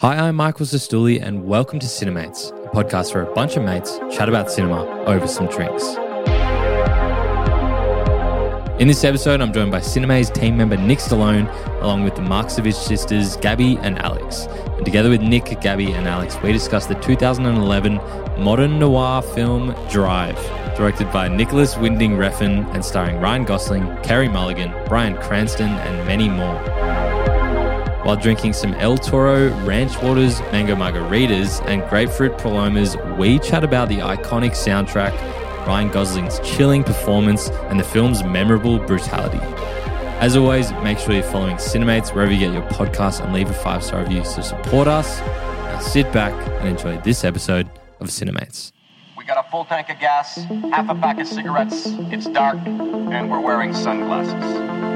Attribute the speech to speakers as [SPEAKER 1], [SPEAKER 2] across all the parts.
[SPEAKER 1] Hi, I'm Michael Zastuli, and welcome to Cinemates, a podcast where a bunch of mates chat about cinema over some drinks. In this episode, I'm joined by Cinemate's team member Nick Stallone, along with the Marksovich sisters Gabby and Alex. And together with Nick, Gabby, and Alex, we discuss the 2011 modern noir film Drive, directed by Nicholas Winding Refn and starring Ryan Gosling, Kerry Mulligan, Brian Cranston, and many more while drinking some El Toro Ranch Waters Mango Margaritas and Grapefruit Palomas, we chat about the iconic soundtrack, Ryan Gosling's chilling performance, and the film's memorable brutality. As always, make sure you're following Cinemates wherever you get your podcasts and leave a five star review to support us. Now sit back and enjoy this episode of Cinemates.
[SPEAKER 2] We got a full tank of gas, half a pack of cigarettes, it's dark, and we're wearing sunglasses.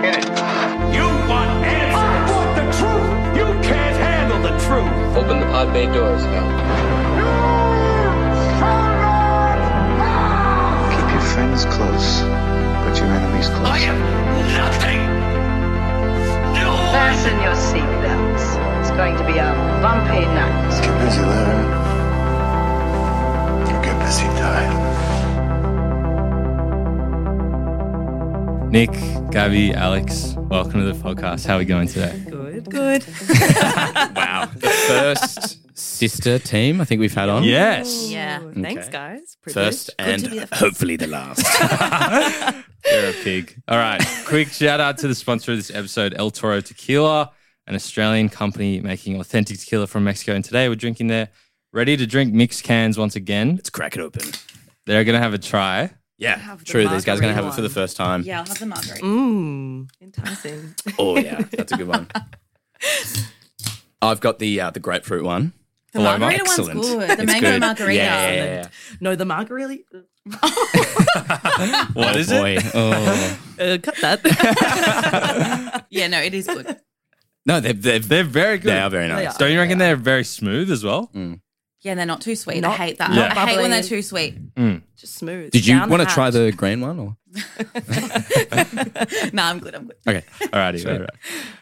[SPEAKER 2] Hit it.
[SPEAKER 3] You want answers. I want the truth. You can't handle the truth.
[SPEAKER 4] Open the pod bay doors, Val.
[SPEAKER 5] Keep your friends close, but your enemies close.
[SPEAKER 3] I am nothing. No.
[SPEAKER 6] Fasten your seatbelts. It's going to be a bumpy night.
[SPEAKER 5] Get busy learn. You get busy dying.
[SPEAKER 1] Nick, Gabby, Alex, welcome to the podcast. How are we going today?
[SPEAKER 7] Good, good.
[SPEAKER 8] first sister team I think we've had on.
[SPEAKER 1] Yes.
[SPEAKER 7] Yeah. Thanks, guys.
[SPEAKER 8] First
[SPEAKER 7] Privileged. Good to be
[SPEAKER 8] and
[SPEAKER 7] the first.
[SPEAKER 8] hopefully the last.
[SPEAKER 1] You're a pig. All right. Quick shout out to the sponsor of this episode, El Toro Tequila, an Australian company making authentic tequila from Mexico. And today we're drinking their ready to drink mixed cans once again.
[SPEAKER 8] Let's crack it open.
[SPEAKER 1] They're going to have a try.
[SPEAKER 8] Yeah,
[SPEAKER 7] Have the
[SPEAKER 8] true. These guys are going to have it
[SPEAKER 7] margarita
[SPEAKER 8] for the
[SPEAKER 7] one.
[SPEAKER 8] first time.
[SPEAKER 9] Yeah, I'll have the margarita.
[SPEAKER 7] Mmm. Enticing.
[SPEAKER 8] Oh, yeah. That's a good one. I've got the uh, the grapefruit one.
[SPEAKER 9] The
[SPEAKER 1] Paloma.
[SPEAKER 9] margarita
[SPEAKER 8] Excellent.
[SPEAKER 9] one's good. The
[SPEAKER 8] It's
[SPEAKER 9] mango
[SPEAKER 8] good.
[SPEAKER 9] margarita.
[SPEAKER 8] Yeah, yeah, yeah,
[SPEAKER 7] no, the margarita.
[SPEAKER 1] What
[SPEAKER 8] oh,
[SPEAKER 1] is
[SPEAKER 8] boy. Oh.
[SPEAKER 7] Uh, cut that.
[SPEAKER 9] Yeah, no, it is good.
[SPEAKER 8] No, they're, they're,
[SPEAKER 1] They're very good.
[SPEAKER 8] they are very nice. Mm.
[SPEAKER 7] are.
[SPEAKER 1] Don't you reckon they're very smooth as well?
[SPEAKER 9] Yeah, they're not too sweet. I
[SPEAKER 7] Not-
[SPEAKER 9] hate that.
[SPEAKER 1] not
[SPEAKER 9] I hate when
[SPEAKER 7] bubbly.
[SPEAKER 9] they're too sweet.
[SPEAKER 7] Just smooth.
[SPEAKER 8] Did you
[SPEAKER 7] Down
[SPEAKER 8] want to
[SPEAKER 7] pat.
[SPEAKER 8] try the green one? or
[SPEAKER 9] no, I'm good. I'm good.
[SPEAKER 8] Okay.
[SPEAKER 1] Alrighty. All right.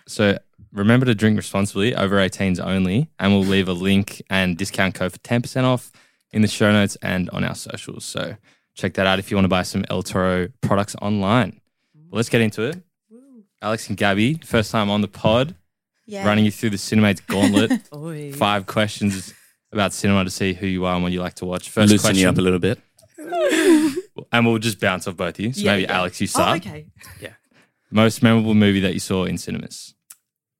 [SPEAKER 1] So remember to drink responsibly, over 18s only, and we'll leave a link and discount code for 10% off in the show notes and on our socials. So check that out if you want to buy some El Toro products online. Well, let's get into it. Alex and Gabby, first time on the pod,
[SPEAKER 9] Yeah.
[SPEAKER 1] running you through the Cinemates gauntlet.
[SPEAKER 7] Oi.
[SPEAKER 1] Five questions about cinema to see who you are and what you like to watch. First
[SPEAKER 8] Loosen you up a
[SPEAKER 1] question,
[SPEAKER 8] little bit.
[SPEAKER 1] and we'll just bounce off both of you. So
[SPEAKER 7] Yeah,
[SPEAKER 1] maybe
[SPEAKER 7] yeah.
[SPEAKER 1] Alex, you
[SPEAKER 7] Oh,
[SPEAKER 1] start.
[SPEAKER 7] okay.
[SPEAKER 1] Most memorable movie that you saw in cinemas.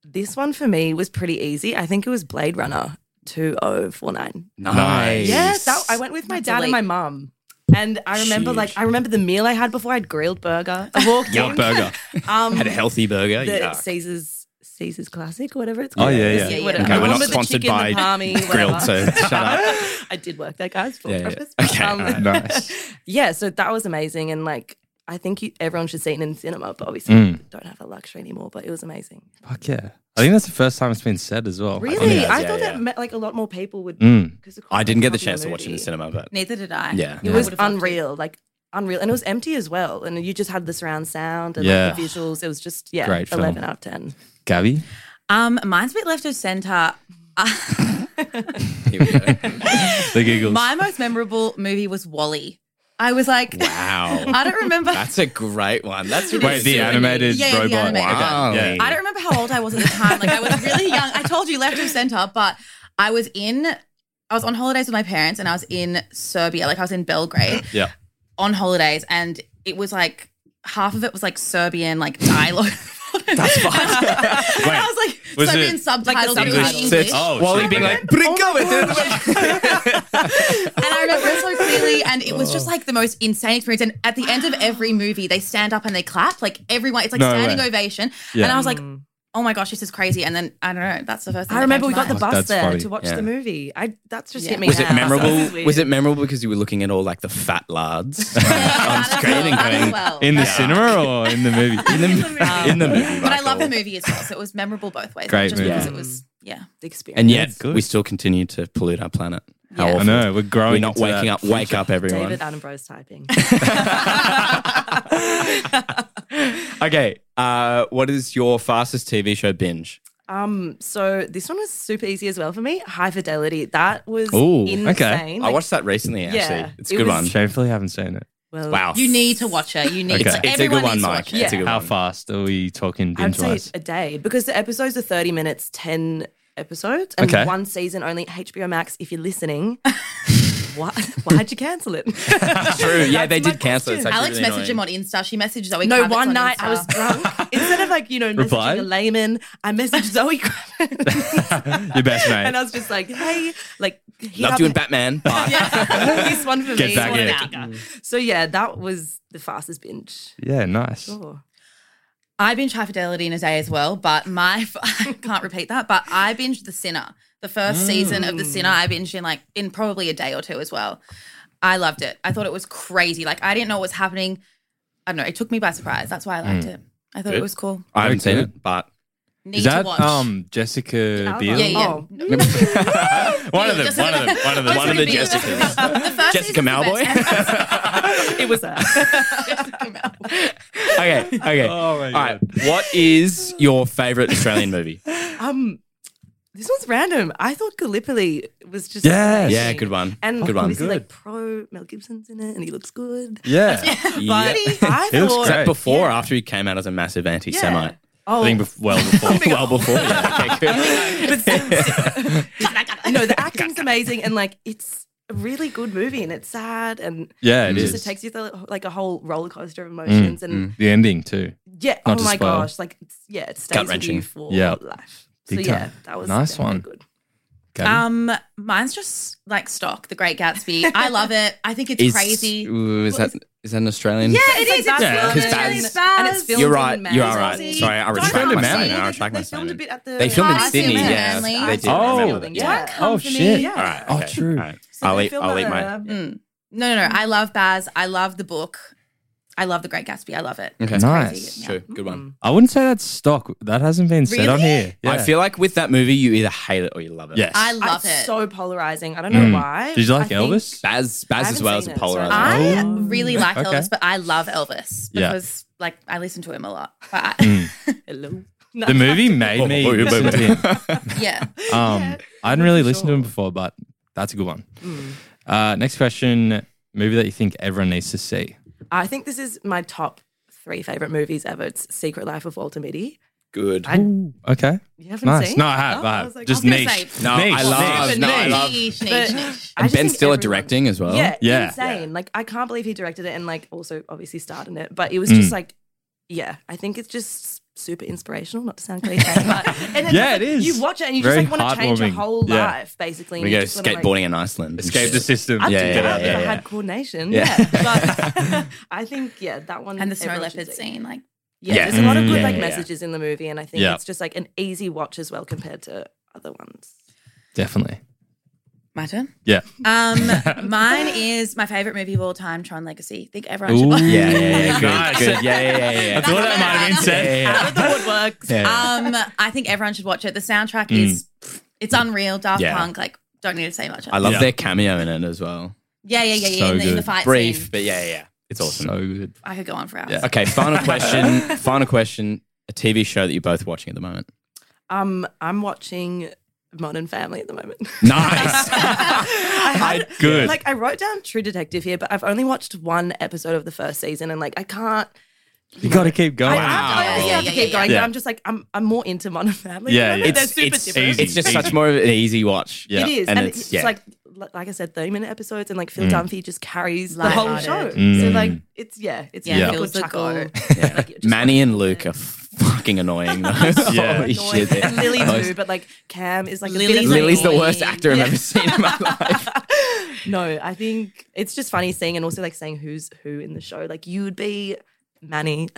[SPEAKER 7] This one for me was pretty easy. I think it was Blade Runner 2049.
[SPEAKER 1] Nice.
[SPEAKER 7] Yes, that, I went with my
[SPEAKER 9] That's
[SPEAKER 7] dad
[SPEAKER 9] elite.
[SPEAKER 7] and my mum. And I remember, like,
[SPEAKER 8] Sheesh.
[SPEAKER 7] I remember the meal I had before. I had grilled burger. I walked
[SPEAKER 8] Yum
[SPEAKER 7] in.
[SPEAKER 8] burger.
[SPEAKER 7] Um,
[SPEAKER 8] Had a healthy burger.
[SPEAKER 7] the
[SPEAKER 8] yeah.
[SPEAKER 7] Caesar's Caesar's Classic, or whatever it's
[SPEAKER 1] Oh,
[SPEAKER 7] called.
[SPEAKER 1] yeah, yeah.
[SPEAKER 9] Yeah, yeah.
[SPEAKER 7] Whatever.
[SPEAKER 9] Okay,
[SPEAKER 7] I
[SPEAKER 9] we're not
[SPEAKER 7] remember the
[SPEAKER 8] sponsored
[SPEAKER 7] chicken,
[SPEAKER 8] by
[SPEAKER 7] the palmy,
[SPEAKER 8] Grilled,
[SPEAKER 7] whatever.
[SPEAKER 8] so shut up.
[SPEAKER 7] I did work that guys for
[SPEAKER 8] Yeah, yeah.
[SPEAKER 7] breakfast.
[SPEAKER 8] Okay,
[SPEAKER 7] Um,
[SPEAKER 8] alright.
[SPEAKER 1] Nice.
[SPEAKER 7] Yeah, so that was amazing, and like I think you, everyone should see it in cinema, but obviously
[SPEAKER 1] Mm.
[SPEAKER 7] we don't have that luxury anymore. But it was amazing.
[SPEAKER 1] Fuck yeah. I think that's the first time it's been said as well.
[SPEAKER 7] Really,
[SPEAKER 8] yeah,
[SPEAKER 7] I
[SPEAKER 8] yeah,
[SPEAKER 7] thought
[SPEAKER 8] yeah.
[SPEAKER 7] that meant, like a lot more people would.
[SPEAKER 1] Mm.
[SPEAKER 7] Cause of course
[SPEAKER 8] I didn't get the
[SPEAKER 7] it's not
[SPEAKER 8] chance to watch it in the
[SPEAKER 7] movie.
[SPEAKER 8] cinema, but
[SPEAKER 9] Neither did I.
[SPEAKER 8] Yeah.
[SPEAKER 9] You
[SPEAKER 7] It
[SPEAKER 9] would've
[SPEAKER 7] was
[SPEAKER 9] loved
[SPEAKER 7] unreal, like unreal, and it was empty as well. And you just had the surround sound and
[SPEAKER 1] Yeah.
[SPEAKER 7] like, the visuals. It was just yeah,
[SPEAKER 1] Great film.
[SPEAKER 7] eleven out of ten.
[SPEAKER 1] Gabby?
[SPEAKER 9] Um, mine's a bit left of center.
[SPEAKER 8] here we go.
[SPEAKER 1] The giggles.
[SPEAKER 9] My most memorable movie was Wally. I was like,
[SPEAKER 8] Wow.
[SPEAKER 9] I don't remember.
[SPEAKER 8] That's a great one. That's really
[SPEAKER 1] Wait, the
[SPEAKER 8] silly.
[SPEAKER 1] animated
[SPEAKER 9] Yeah, yeah, the
[SPEAKER 1] robot.
[SPEAKER 9] animated
[SPEAKER 8] Wow.
[SPEAKER 1] Yeah.
[SPEAKER 9] I don't remember how old I was at the time. Like I was really young. I told you left of center, but I was in I was on holidays with my parents and I was in Serbia. Like I was in Belgrade
[SPEAKER 1] Yeah.
[SPEAKER 9] on holidays and it was like half of it was like Serbian like dialogue. That's fine. I was like
[SPEAKER 1] was
[SPEAKER 9] Serbian
[SPEAKER 1] it-
[SPEAKER 9] subtitles
[SPEAKER 7] Like the
[SPEAKER 9] in
[SPEAKER 7] subtitles.
[SPEAKER 9] English.
[SPEAKER 1] It's- Oh,
[SPEAKER 8] Wally
[SPEAKER 1] shit,
[SPEAKER 8] being
[SPEAKER 1] okay.
[SPEAKER 8] like, "Brinko with it."
[SPEAKER 9] And I remember it so clearly and it was just
[SPEAKER 1] Oh.
[SPEAKER 9] like the most insane experience. And at the end of every movie, they stand up and they clap. Like everyone it's like
[SPEAKER 1] No
[SPEAKER 9] standing
[SPEAKER 1] way.
[SPEAKER 9] ovation.
[SPEAKER 1] Yeah.
[SPEAKER 9] And I was like, Oh my gosh, this is crazy. And then I don't know, that's the first thing.
[SPEAKER 7] I
[SPEAKER 9] that
[SPEAKER 7] remember we
[SPEAKER 9] came to
[SPEAKER 7] got the
[SPEAKER 9] mind.
[SPEAKER 7] bus
[SPEAKER 1] That's
[SPEAKER 7] there
[SPEAKER 1] funny.
[SPEAKER 7] to watch
[SPEAKER 8] Yeah.
[SPEAKER 7] the movie. I that's just
[SPEAKER 9] Yeah.
[SPEAKER 7] hit me.
[SPEAKER 8] Was
[SPEAKER 7] now.
[SPEAKER 8] it memorable?
[SPEAKER 7] That's
[SPEAKER 8] Was it
[SPEAKER 7] weird.
[SPEAKER 8] memorable because you were looking at all like the fat lads?
[SPEAKER 9] Yeah, that as well,
[SPEAKER 8] screening
[SPEAKER 9] that as
[SPEAKER 8] going
[SPEAKER 9] well.
[SPEAKER 1] In the cinema or in the movie? In
[SPEAKER 9] Um,
[SPEAKER 8] in the movie,
[SPEAKER 9] But I love the movie as well, so it was memorable both ways.
[SPEAKER 1] Great
[SPEAKER 9] just
[SPEAKER 1] movie.
[SPEAKER 9] because it was yeah.
[SPEAKER 7] experience?
[SPEAKER 8] and yet
[SPEAKER 1] good.
[SPEAKER 8] we still continue to pollute our planet. How
[SPEAKER 9] Yeah.
[SPEAKER 1] I
[SPEAKER 8] awful!
[SPEAKER 1] know. We're growing.
[SPEAKER 8] We're not
[SPEAKER 1] into
[SPEAKER 8] waking
[SPEAKER 1] that.
[SPEAKER 8] up. Wake up, everyone!
[SPEAKER 7] David Attenborough's typing.
[SPEAKER 8] okay, uh, what is your fastest TV show binge?
[SPEAKER 7] Um, so this one was super easy as well for me. High fidelity. That was
[SPEAKER 1] Ooh, okay.
[SPEAKER 7] insane.
[SPEAKER 8] I
[SPEAKER 7] Like,
[SPEAKER 8] watched that recently, actually.
[SPEAKER 7] Yeah,
[SPEAKER 8] it's
[SPEAKER 7] it
[SPEAKER 8] a good
[SPEAKER 7] was-
[SPEAKER 8] one.
[SPEAKER 1] Shamefully haven't seen it.
[SPEAKER 7] well,
[SPEAKER 8] Wow.
[SPEAKER 9] You need to watch it. You need
[SPEAKER 1] Okay.
[SPEAKER 9] to.
[SPEAKER 1] It's a good
[SPEAKER 9] everyone
[SPEAKER 8] one,
[SPEAKER 9] needs to
[SPEAKER 8] Mike.
[SPEAKER 9] watch it.
[SPEAKER 8] It's a good
[SPEAKER 1] How
[SPEAKER 8] one.
[SPEAKER 1] fast are we talking
[SPEAKER 7] I'd
[SPEAKER 1] binge
[SPEAKER 7] say
[SPEAKER 1] wise?
[SPEAKER 7] a day because the episodes are 30 minutes, 10 episodes, and
[SPEAKER 1] Okay.
[SPEAKER 7] one season only. HBO Max, if you're listening, why, why'd you cancel it?
[SPEAKER 8] True. Yeah, they
[SPEAKER 7] my
[SPEAKER 8] did cancel. it.
[SPEAKER 7] question.
[SPEAKER 8] It's actually
[SPEAKER 9] Alex
[SPEAKER 8] really
[SPEAKER 9] messaged
[SPEAKER 8] annoying.
[SPEAKER 9] him on Insta. She messaged Zoe.
[SPEAKER 7] no,
[SPEAKER 9] Kravitz
[SPEAKER 7] one
[SPEAKER 9] on
[SPEAKER 7] night
[SPEAKER 9] Insta.
[SPEAKER 7] I was drunk. Instead of like, you know, messaging
[SPEAKER 1] Reply?
[SPEAKER 7] a layman, I messaged Zoe Kravitz.
[SPEAKER 1] Your best mate.
[SPEAKER 7] and I was just like, hey, like, hit
[SPEAKER 8] Loved
[SPEAKER 7] up-
[SPEAKER 8] you in Batman. but-
[SPEAKER 7] this one for
[SPEAKER 1] Get
[SPEAKER 7] me.
[SPEAKER 1] back
[SPEAKER 7] one
[SPEAKER 1] in.
[SPEAKER 7] out. So yeah, that was the fastest binge.
[SPEAKER 1] yeah, nice.
[SPEAKER 7] Oh.
[SPEAKER 9] I binged High Fidelity in a day as well, but my I can't repeat that. But I binged The Sinner, the first season of The
[SPEAKER 8] Mm.
[SPEAKER 9] Sinner. I binged in like in probably a day or two as well. I loved it. I thought it was crazy. Like I didn't know what was happening. I don't know. It took me by surprise. That's why I liked
[SPEAKER 8] Mm.
[SPEAKER 9] it. I thought
[SPEAKER 8] Good.
[SPEAKER 9] it was cool.
[SPEAKER 8] I haven't
[SPEAKER 1] Very
[SPEAKER 8] seen
[SPEAKER 1] good.
[SPEAKER 8] it, but
[SPEAKER 9] Need
[SPEAKER 1] Is that
[SPEAKER 9] to watch.
[SPEAKER 1] um Jessica Biel?
[SPEAKER 9] yeah, yeah.
[SPEAKER 7] Oh.
[SPEAKER 9] No,
[SPEAKER 8] one of them,
[SPEAKER 9] Jessica-
[SPEAKER 8] one of them, one of them, one of the
[SPEAKER 9] Biel.
[SPEAKER 8] Jessicas.
[SPEAKER 9] The first season's
[SPEAKER 8] Jessica
[SPEAKER 9] the
[SPEAKER 8] Malboy.
[SPEAKER 9] best.
[SPEAKER 7] It was that.
[SPEAKER 9] Jessica Malboy.
[SPEAKER 8] okay, okay.
[SPEAKER 1] Oh my
[SPEAKER 8] All right. What is your favorite Australian movie?
[SPEAKER 7] Um, this one's random. I thought Gallipoli was just
[SPEAKER 1] Yes.
[SPEAKER 8] Yeah,
[SPEAKER 7] amazing.
[SPEAKER 8] good one.
[SPEAKER 7] And
[SPEAKER 8] good one.
[SPEAKER 7] obviously, like pro Mel Gibson's in it, and he looks good.
[SPEAKER 1] Yeah.
[SPEAKER 8] Yeah.
[SPEAKER 7] I
[SPEAKER 1] He looks
[SPEAKER 7] thought
[SPEAKER 1] great.
[SPEAKER 8] Before, or after he came out as a massive anti-Semite.
[SPEAKER 7] Oh,
[SPEAKER 1] I think bef- well before.
[SPEAKER 8] Well, before. Yeah, okay, good.
[SPEAKER 7] no, the acting's amazing, and like it's a really good movie, and it's sad, and
[SPEAKER 1] yeah, it
[SPEAKER 7] just
[SPEAKER 1] is.
[SPEAKER 7] it takes you through like a whole roller coaster of emotions, and
[SPEAKER 8] Mm.
[SPEAKER 1] the ending too.
[SPEAKER 7] yeah,
[SPEAKER 1] Not
[SPEAKER 7] oh
[SPEAKER 1] to
[SPEAKER 7] my
[SPEAKER 1] spoil.
[SPEAKER 7] gosh, like it's, yeah, it stays with
[SPEAKER 8] Gut-wrenching.
[SPEAKER 7] you for
[SPEAKER 1] Yeah.
[SPEAKER 7] life.
[SPEAKER 1] Big
[SPEAKER 7] so yeah,
[SPEAKER 1] time.
[SPEAKER 7] that was
[SPEAKER 1] Nice
[SPEAKER 7] definitely
[SPEAKER 1] one.
[SPEAKER 7] Good.
[SPEAKER 9] Um, mine's just like stock, The Great Gatsby. I love it. I think it's
[SPEAKER 8] Is,
[SPEAKER 9] crazy.
[SPEAKER 8] ooh, is that is that an Australian?
[SPEAKER 9] Yeah, it is.
[SPEAKER 7] Baz
[SPEAKER 9] It's
[SPEAKER 1] Yeah,
[SPEAKER 9] filmed
[SPEAKER 1] because Baz-
[SPEAKER 9] in Australia.
[SPEAKER 7] and it's filmed
[SPEAKER 8] You're
[SPEAKER 7] in
[SPEAKER 8] right.
[SPEAKER 7] Manly.
[SPEAKER 8] You're all right.
[SPEAKER 9] Manly.
[SPEAKER 8] Sorry, I
[SPEAKER 7] Don't
[SPEAKER 8] retract
[SPEAKER 1] filmed in
[SPEAKER 8] my
[SPEAKER 1] Manly.
[SPEAKER 8] statement. I
[SPEAKER 7] They-
[SPEAKER 8] retract my
[SPEAKER 7] They filmed a
[SPEAKER 8] statement.
[SPEAKER 7] bit at the.
[SPEAKER 8] They filmed in
[SPEAKER 9] Manly.
[SPEAKER 8] Sydney.
[SPEAKER 9] Manly.
[SPEAKER 8] Yeah,
[SPEAKER 9] Manly.
[SPEAKER 8] they did. I
[SPEAKER 1] Oh,
[SPEAKER 8] remember that.
[SPEAKER 7] yeah.
[SPEAKER 9] Don't come
[SPEAKER 1] Oh,
[SPEAKER 9] for me.
[SPEAKER 1] shit.
[SPEAKER 7] Yeah.
[SPEAKER 8] All right.
[SPEAKER 1] Oh,
[SPEAKER 8] Okay.
[SPEAKER 1] true.
[SPEAKER 8] All right.
[SPEAKER 7] So
[SPEAKER 8] I'll
[SPEAKER 7] they
[SPEAKER 8] eat.
[SPEAKER 7] filmed
[SPEAKER 8] I'll
[SPEAKER 7] at
[SPEAKER 8] eat
[SPEAKER 7] a-
[SPEAKER 8] mine.
[SPEAKER 9] No, no, no. I love Baz. I love the book. I love The Great Gatsby. I love it.
[SPEAKER 8] Okay.
[SPEAKER 1] Nice.
[SPEAKER 9] Yeah.
[SPEAKER 8] Mm. True. Good one.
[SPEAKER 1] I wouldn't say that's stock. That hasn't been said on
[SPEAKER 9] Really?
[SPEAKER 1] here. Yeah.
[SPEAKER 8] I feel like with that movie, you either hate it or you love it.
[SPEAKER 1] yes.
[SPEAKER 9] I love
[SPEAKER 7] it's
[SPEAKER 9] it.
[SPEAKER 7] so polarizing. I don't know why.
[SPEAKER 1] Mm. Did you like
[SPEAKER 7] I think-
[SPEAKER 1] Elvis?
[SPEAKER 8] Baz, Baz as
[SPEAKER 7] haven't
[SPEAKER 8] well as
[SPEAKER 7] seen
[SPEAKER 8] a
[SPEAKER 7] it, so
[SPEAKER 8] polarizer.
[SPEAKER 9] I
[SPEAKER 7] Oh.
[SPEAKER 9] really like
[SPEAKER 1] Okay.
[SPEAKER 9] Elvis, but I love Elvis
[SPEAKER 1] Yeah.
[SPEAKER 9] because like I listen to him a lot. But I,
[SPEAKER 8] Mm.
[SPEAKER 7] Hello. No.
[SPEAKER 1] the movie made me
[SPEAKER 8] Oh, yeah,
[SPEAKER 1] listen
[SPEAKER 8] baby.
[SPEAKER 1] to him.
[SPEAKER 9] yeah.
[SPEAKER 1] Um, I hadn't really listened to him before, but that's a good one. Uh, next question: movie that you think everyone needs to see.
[SPEAKER 7] I think this is my top three favorite movies ever. It's Secret Life of Walter Mitty.
[SPEAKER 8] Good.
[SPEAKER 7] I-
[SPEAKER 1] Okay,
[SPEAKER 7] You haven't
[SPEAKER 1] nice.
[SPEAKER 7] seen?
[SPEAKER 1] No, I have.
[SPEAKER 7] No?
[SPEAKER 1] I
[SPEAKER 7] I
[SPEAKER 1] have.
[SPEAKER 7] was like,
[SPEAKER 1] Just
[SPEAKER 9] I was gonna
[SPEAKER 1] niche.
[SPEAKER 9] say-
[SPEAKER 8] No,
[SPEAKER 1] niche.
[SPEAKER 8] I love-
[SPEAKER 1] Niche.
[SPEAKER 8] Oh, no, I
[SPEAKER 1] niche.
[SPEAKER 8] love-
[SPEAKER 9] Niche,
[SPEAKER 7] But
[SPEAKER 9] niche, niche.
[SPEAKER 7] I just
[SPEAKER 8] Ben's
[SPEAKER 7] think
[SPEAKER 8] still
[SPEAKER 7] everyone-
[SPEAKER 8] directing as well.
[SPEAKER 7] Yeah,
[SPEAKER 1] Yeah.
[SPEAKER 7] insane. Like I can't believe he directed it and like also obviously starred in it. But it was
[SPEAKER 1] Hmm.
[SPEAKER 7] just like, yeah, I think it's just super inspirational. Not to sound cliche, but and it's
[SPEAKER 1] Yeah, it
[SPEAKER 7] just, like,
[SPEAKER 1] is.
[SPEAKER 7] You watch it and you
[SPEAKER 1] Very
[SPEAKER 7] just like want to change your
[SPEAKER 1] heartwarming.
[SPEAKER 7] whole
[SPEAKER 1] Yeah.
[SPEAKER 7] life basically. and
[SPEAKER 8] We
[SPEAKER 7] you
[SPEAKER 8] go
[SPEAKER 7] just wanna, like,
[SPEAKER 8] skateboarding in Iceland. and
[SPEAKER 1] Escape
[SPEAKER 8] shit.
[SPEAKER 1] the system.
[SPEAKER 7] I'd
[SPEAKER 8] Yeah,
[SPEAKER 7] do
[SPEAKER 8] yeah,
[SPEAKER 7] that out
[SPEAKER 8] yeah,
[SPEAKER 7] there.
[SPEAKER 8] yeah.
[SPEAKER 7] I had coordination.
[SPEAKER 8] Yeah.
[SPEAKER 7] Yeah. But I think, yeah, that one.
[SPEAKER 9] And the snow
[SPEAKER 7] everyone
[SPEAKER 9] leopard
[SPEAKER 7] should see.
[SPEAKER 9] scene, like
[SPEAKER 7] Yeah.
[SPEAKER 8] Yeah.
[SPEAKER 7] There's a lot of
[SPEAKER 1] Mm,
[SPEAKER 7] good
[SPEAKER 1] yeah,
[SPEAKER 7] like
[SPEAKER 8] yeah, yeah.
[SPEAKER 7] messages in the movie. And I think
[SPEAKER 1] Yeah.
[SPEAKER 7] it's just like an easy watch as well compared to other ones.
[SPEAKER 1] Definitely.
[SPEAKER 9] my turn.
[SPEAKER 1] Yeah.
[SPEAKER 9] Um, mine is my favorite movie of all time, Tron Legacy. think everyone should
[SPEAKER 1] Ooh.
[SPEAKER 9] watch. it.
[SPEAKER 8] Yeah, yeah, yeah. Good,
[SPEAKER 1] Nice.
[SPEAKER 8] good. Yeah, yeah, yeah, yeah.
[SPEAKER 1] I thought that might have been said.
[SPEAKER 8] Yeah, yeah, yeah. Yeah, yeah.
[SPEAKER 9] Um, I think everyone should watch it. The soundtrack
[SPEAKER 1] Mm.
[SPEAKER 9] is it's unreal. Daft
[SPEAKER 8] Yeah.
[SPEAKER 9] Punk, like don't need to say much.
[SPEAKER 8] I love
[SPEAKER 1] Yeah.
[SPEAKER 8] their cameo in it as well.
[SPEAKER 9] Yeah, yeah, yeah, yeah.
[SPEAKER 1] So
[SPEAKER 9] in, the, in the
[SPEAKER 1] good.
[SPEAKER 9] fight
[SPEAKER 8] Brief,
[SPEAKER 9] scene.
[SPEAKER 8] but yeah, yeah. It's awesome.
[SPEAKER 1] So good.
[SPEAKER 9] I could go on for hours.
[SPEAKER 1] Yeah.
[SPEAKER 8] okay, final question. final question. A TV show that you're both watching at the moment.
[SPEAKER 7] Um, I'm watching Modern Family at the moment.
[SPEAKER 8] Nice.
[SPEAKER 7] I had,
[SPEAKER 1] Good.
[SPEAKER 7] Like I wrote down True Detective here, but I've only watched one episode of the first season, and like I can't.
[SPEAKER 1] You got to keep going.
[SPEAKER 7] I, I, I obviously
[SPEAKER 9] Yeah,
[SPEAKER 7] have
[SPEAKER 9] yeah,
[SPEAKER 7] to keep
[SPEAKER 9] yeah,
[SPEAKER 7] going.
[SPEAKER 1] Oh. yeah.
[SPEAKER 7] But I'm just like I'm. I'm more into Modern Family.
[SPEAKER 1] Yeah,
[SPEAKER 7] I mean,
[SPEAKER 1] yeah.
[SPEAKER 7] They're
[SPEAKER 1] It's-
[SPEAKER 7] super
[SPEAKER 8] it's
[SPEAKER 7] different.
[SPEAKER 1] easy.
[SPEAKER 8] it's just such more of an easy watch.
[SPEAKER 1] Yeah.
[SPEAKER 7] It is,
[SPEAKER 8] And
[SPEAKER 7] and,
[SPEAKER 8] it's-
[SPEAKER 7] it's,
[SPEAKER 8] yeah.
[SPEAKER 7] like like I said, thirty minute episodes, and like Phil Dunphy just carries the whole show.
[SPEAKER 9] Lighthearted.
[SPEAKER 7] So
[SPEAKER 1] Mm.
[SPEAKER 7] like it's yeah, it's
[SPEAKER 9] Yeah,
[SPEAKER 7] yeah,
[SPEAKER 1] Yeah.
[SPEAKER 9] feels
[SPEAKER 7] good
[SPEAKER 9] the
[SPEAKER 7] chuckle.
[SPEAKER 9] goal.
[SPEAKER 8] Yeah.
[SPEAKER 7] Like, just
[SPEAKER 8] Manny and Luke are fucking annoying. Though. Holy
[SPEAKER 7] annoying.
[SPEAKER 8] shit.
[SPEAKER 7] And Lily too,
[SPEAKER 8] Most-
[SPEAKER 7] but like Cam is like a
[SPEAKER 9] Lily's
[SPEAKER 7] bit of a-
[SPEAKER 8] Lily's the worst
[SPEAKER 9] Annoying.
[SPEAKER 8] actor I've ever seen in my life.
[SPEAKER 7] No, I think it's just funny seeing and also like saying who's who in the show. Like you would be Manny.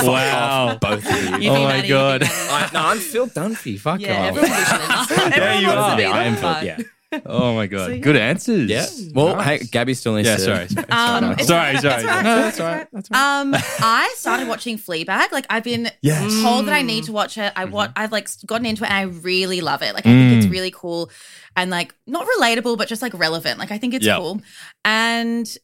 [SPEAKER 1] wow.
[SPEAKER 8] Both of you.
[SPEAKER 9] You
[SPEAKER 1] Oh
[SPEAKER 9] think
[SPEAKER 1] my
[SPEAKER 9] that, you
[SPEAKER 1] God.
[SPEAKER 9] think that.
[SPEAKER 8] I, no, I'm Phil Dunphy. Fuck
[SPEAKER 7] yeah,
[SPEAKER 8] off.
[SPEAKER 7] everyone listens. Everyone
[SPEAKER 1] you
[SPEAKER 7] wants
[SPEAKER 1] are.
[SPEAKER 7] to be
[SPEAKER 1] Yeah,
[SPEAKER 7] the
[SPEAKER 8] I am Phil.
[SPEAKER 7] part.
[SPEAKER 8] Yeah.
[SPEAKER 1] Oh my god.
[SPEAKER 7] So, yeah.
[SPEAKER 1] Good answers.
[SPEAKER 8] Yeah. Well, hey, Gabby still needs
[SPEAKER 1] Yeah.
[SPEAKER 8] to.
[SPEAKER 1] Sorry. Sorry.
[SPEAKER 9] Um,
[SPEAKER 1] Sorry. Sorry. sorry. No, that's all right. That's all right.
[SPEAKER 9] Um, I started watching Fleabag. Like I've been
[SPEAKER 1] Yes. Mm-hmm.
[SPEAKER 9] told that I need to watch it. I want. I've like gotten into it, and I really love it. Like I think
[SPEAKER 1] Mm.
[SPEAKER 9] it's really cool, and like not relatable, but just like relevant. Like I think it's
[SPEAKER 1] Yeah.
[SPEAKER 9] cool. And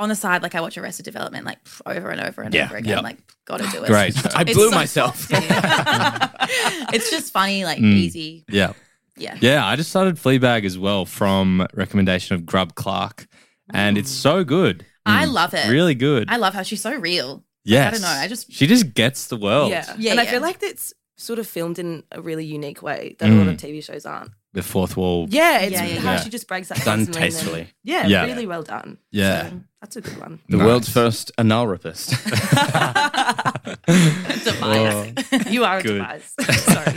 [SPEAKER 9] on the side, like I watch Arrested Development like pff, over and over and
[SPEAKER 10] Yeah,
[SPEAKER 9] over again.
[SPEAKER 10] yeah.
[SPEAKER 9] Like, gotta do it.
[SPEAKER 1] Great.
[SPEAKER 10] I
[SPEAKER 9] It's
[SPEAKER 10] blew
[SPEAKER 9] so-
[SPEAKER 10] myself.
[SPEAKER 9] it's just funny, like
[SPEAKER 1] Mm.
[SPEAKER 9] easy.
[SPEAKER 1] Yeah.
[SPEAKER 9] Yeah.
[SPEAKER 1] Yeah, I just started Fleabag as well from recommendation of Grub Clark, and it's so good. Mm.
[SPEAKER 9] I love it.
[SPEAKER 1] Really good.
[SPEAKER 9] I love how she's so real.
[SPEAKER 1] yes.
[SPEAKER 9] I don't know, I just-
[SPEAKER 1] she just gets the world.
[SPEAKER 7] Yeah.
[SPEAKER 9] Yeah,
[SPEAKER 7] and I
[SPEAKER 9] yeah.
[SPEAKER 7] feel like it's sort of filmed in a really unique way that a lot of TV shows aren't.
[SPEAKER 1] The fourth wall.
[SPEAKER 7] Yeah, it's
[SPEAKER 9] Yeah, yeah,
[SPEAKER 7] how
[SPEAKER 1] yeah.
[SPEAKER 7] she just breaks that
[SPEAKER 8] Done
[SPEAKER 7] constantly and then-
[SPEAKER 8] tastefully.
[SPEAKER 7] yeah,
[SPEAKER 1] Yeah.
[SPEAKER 7] really well done.
[SPEAKER 1] Yeah.
[SPEAKER 7] So, that's a good one.
[SPEAKER 8] The
[SPEAKER 1] Nice.
[SPEAKER 8] world's first anal rapist.
[SPEAKER 9] Device.
[SPEAKER 8] Oh.
[SPEAKER 7] You are a
[SPEAKER 1] Good.
[SPEAKER 7] device. Sorry.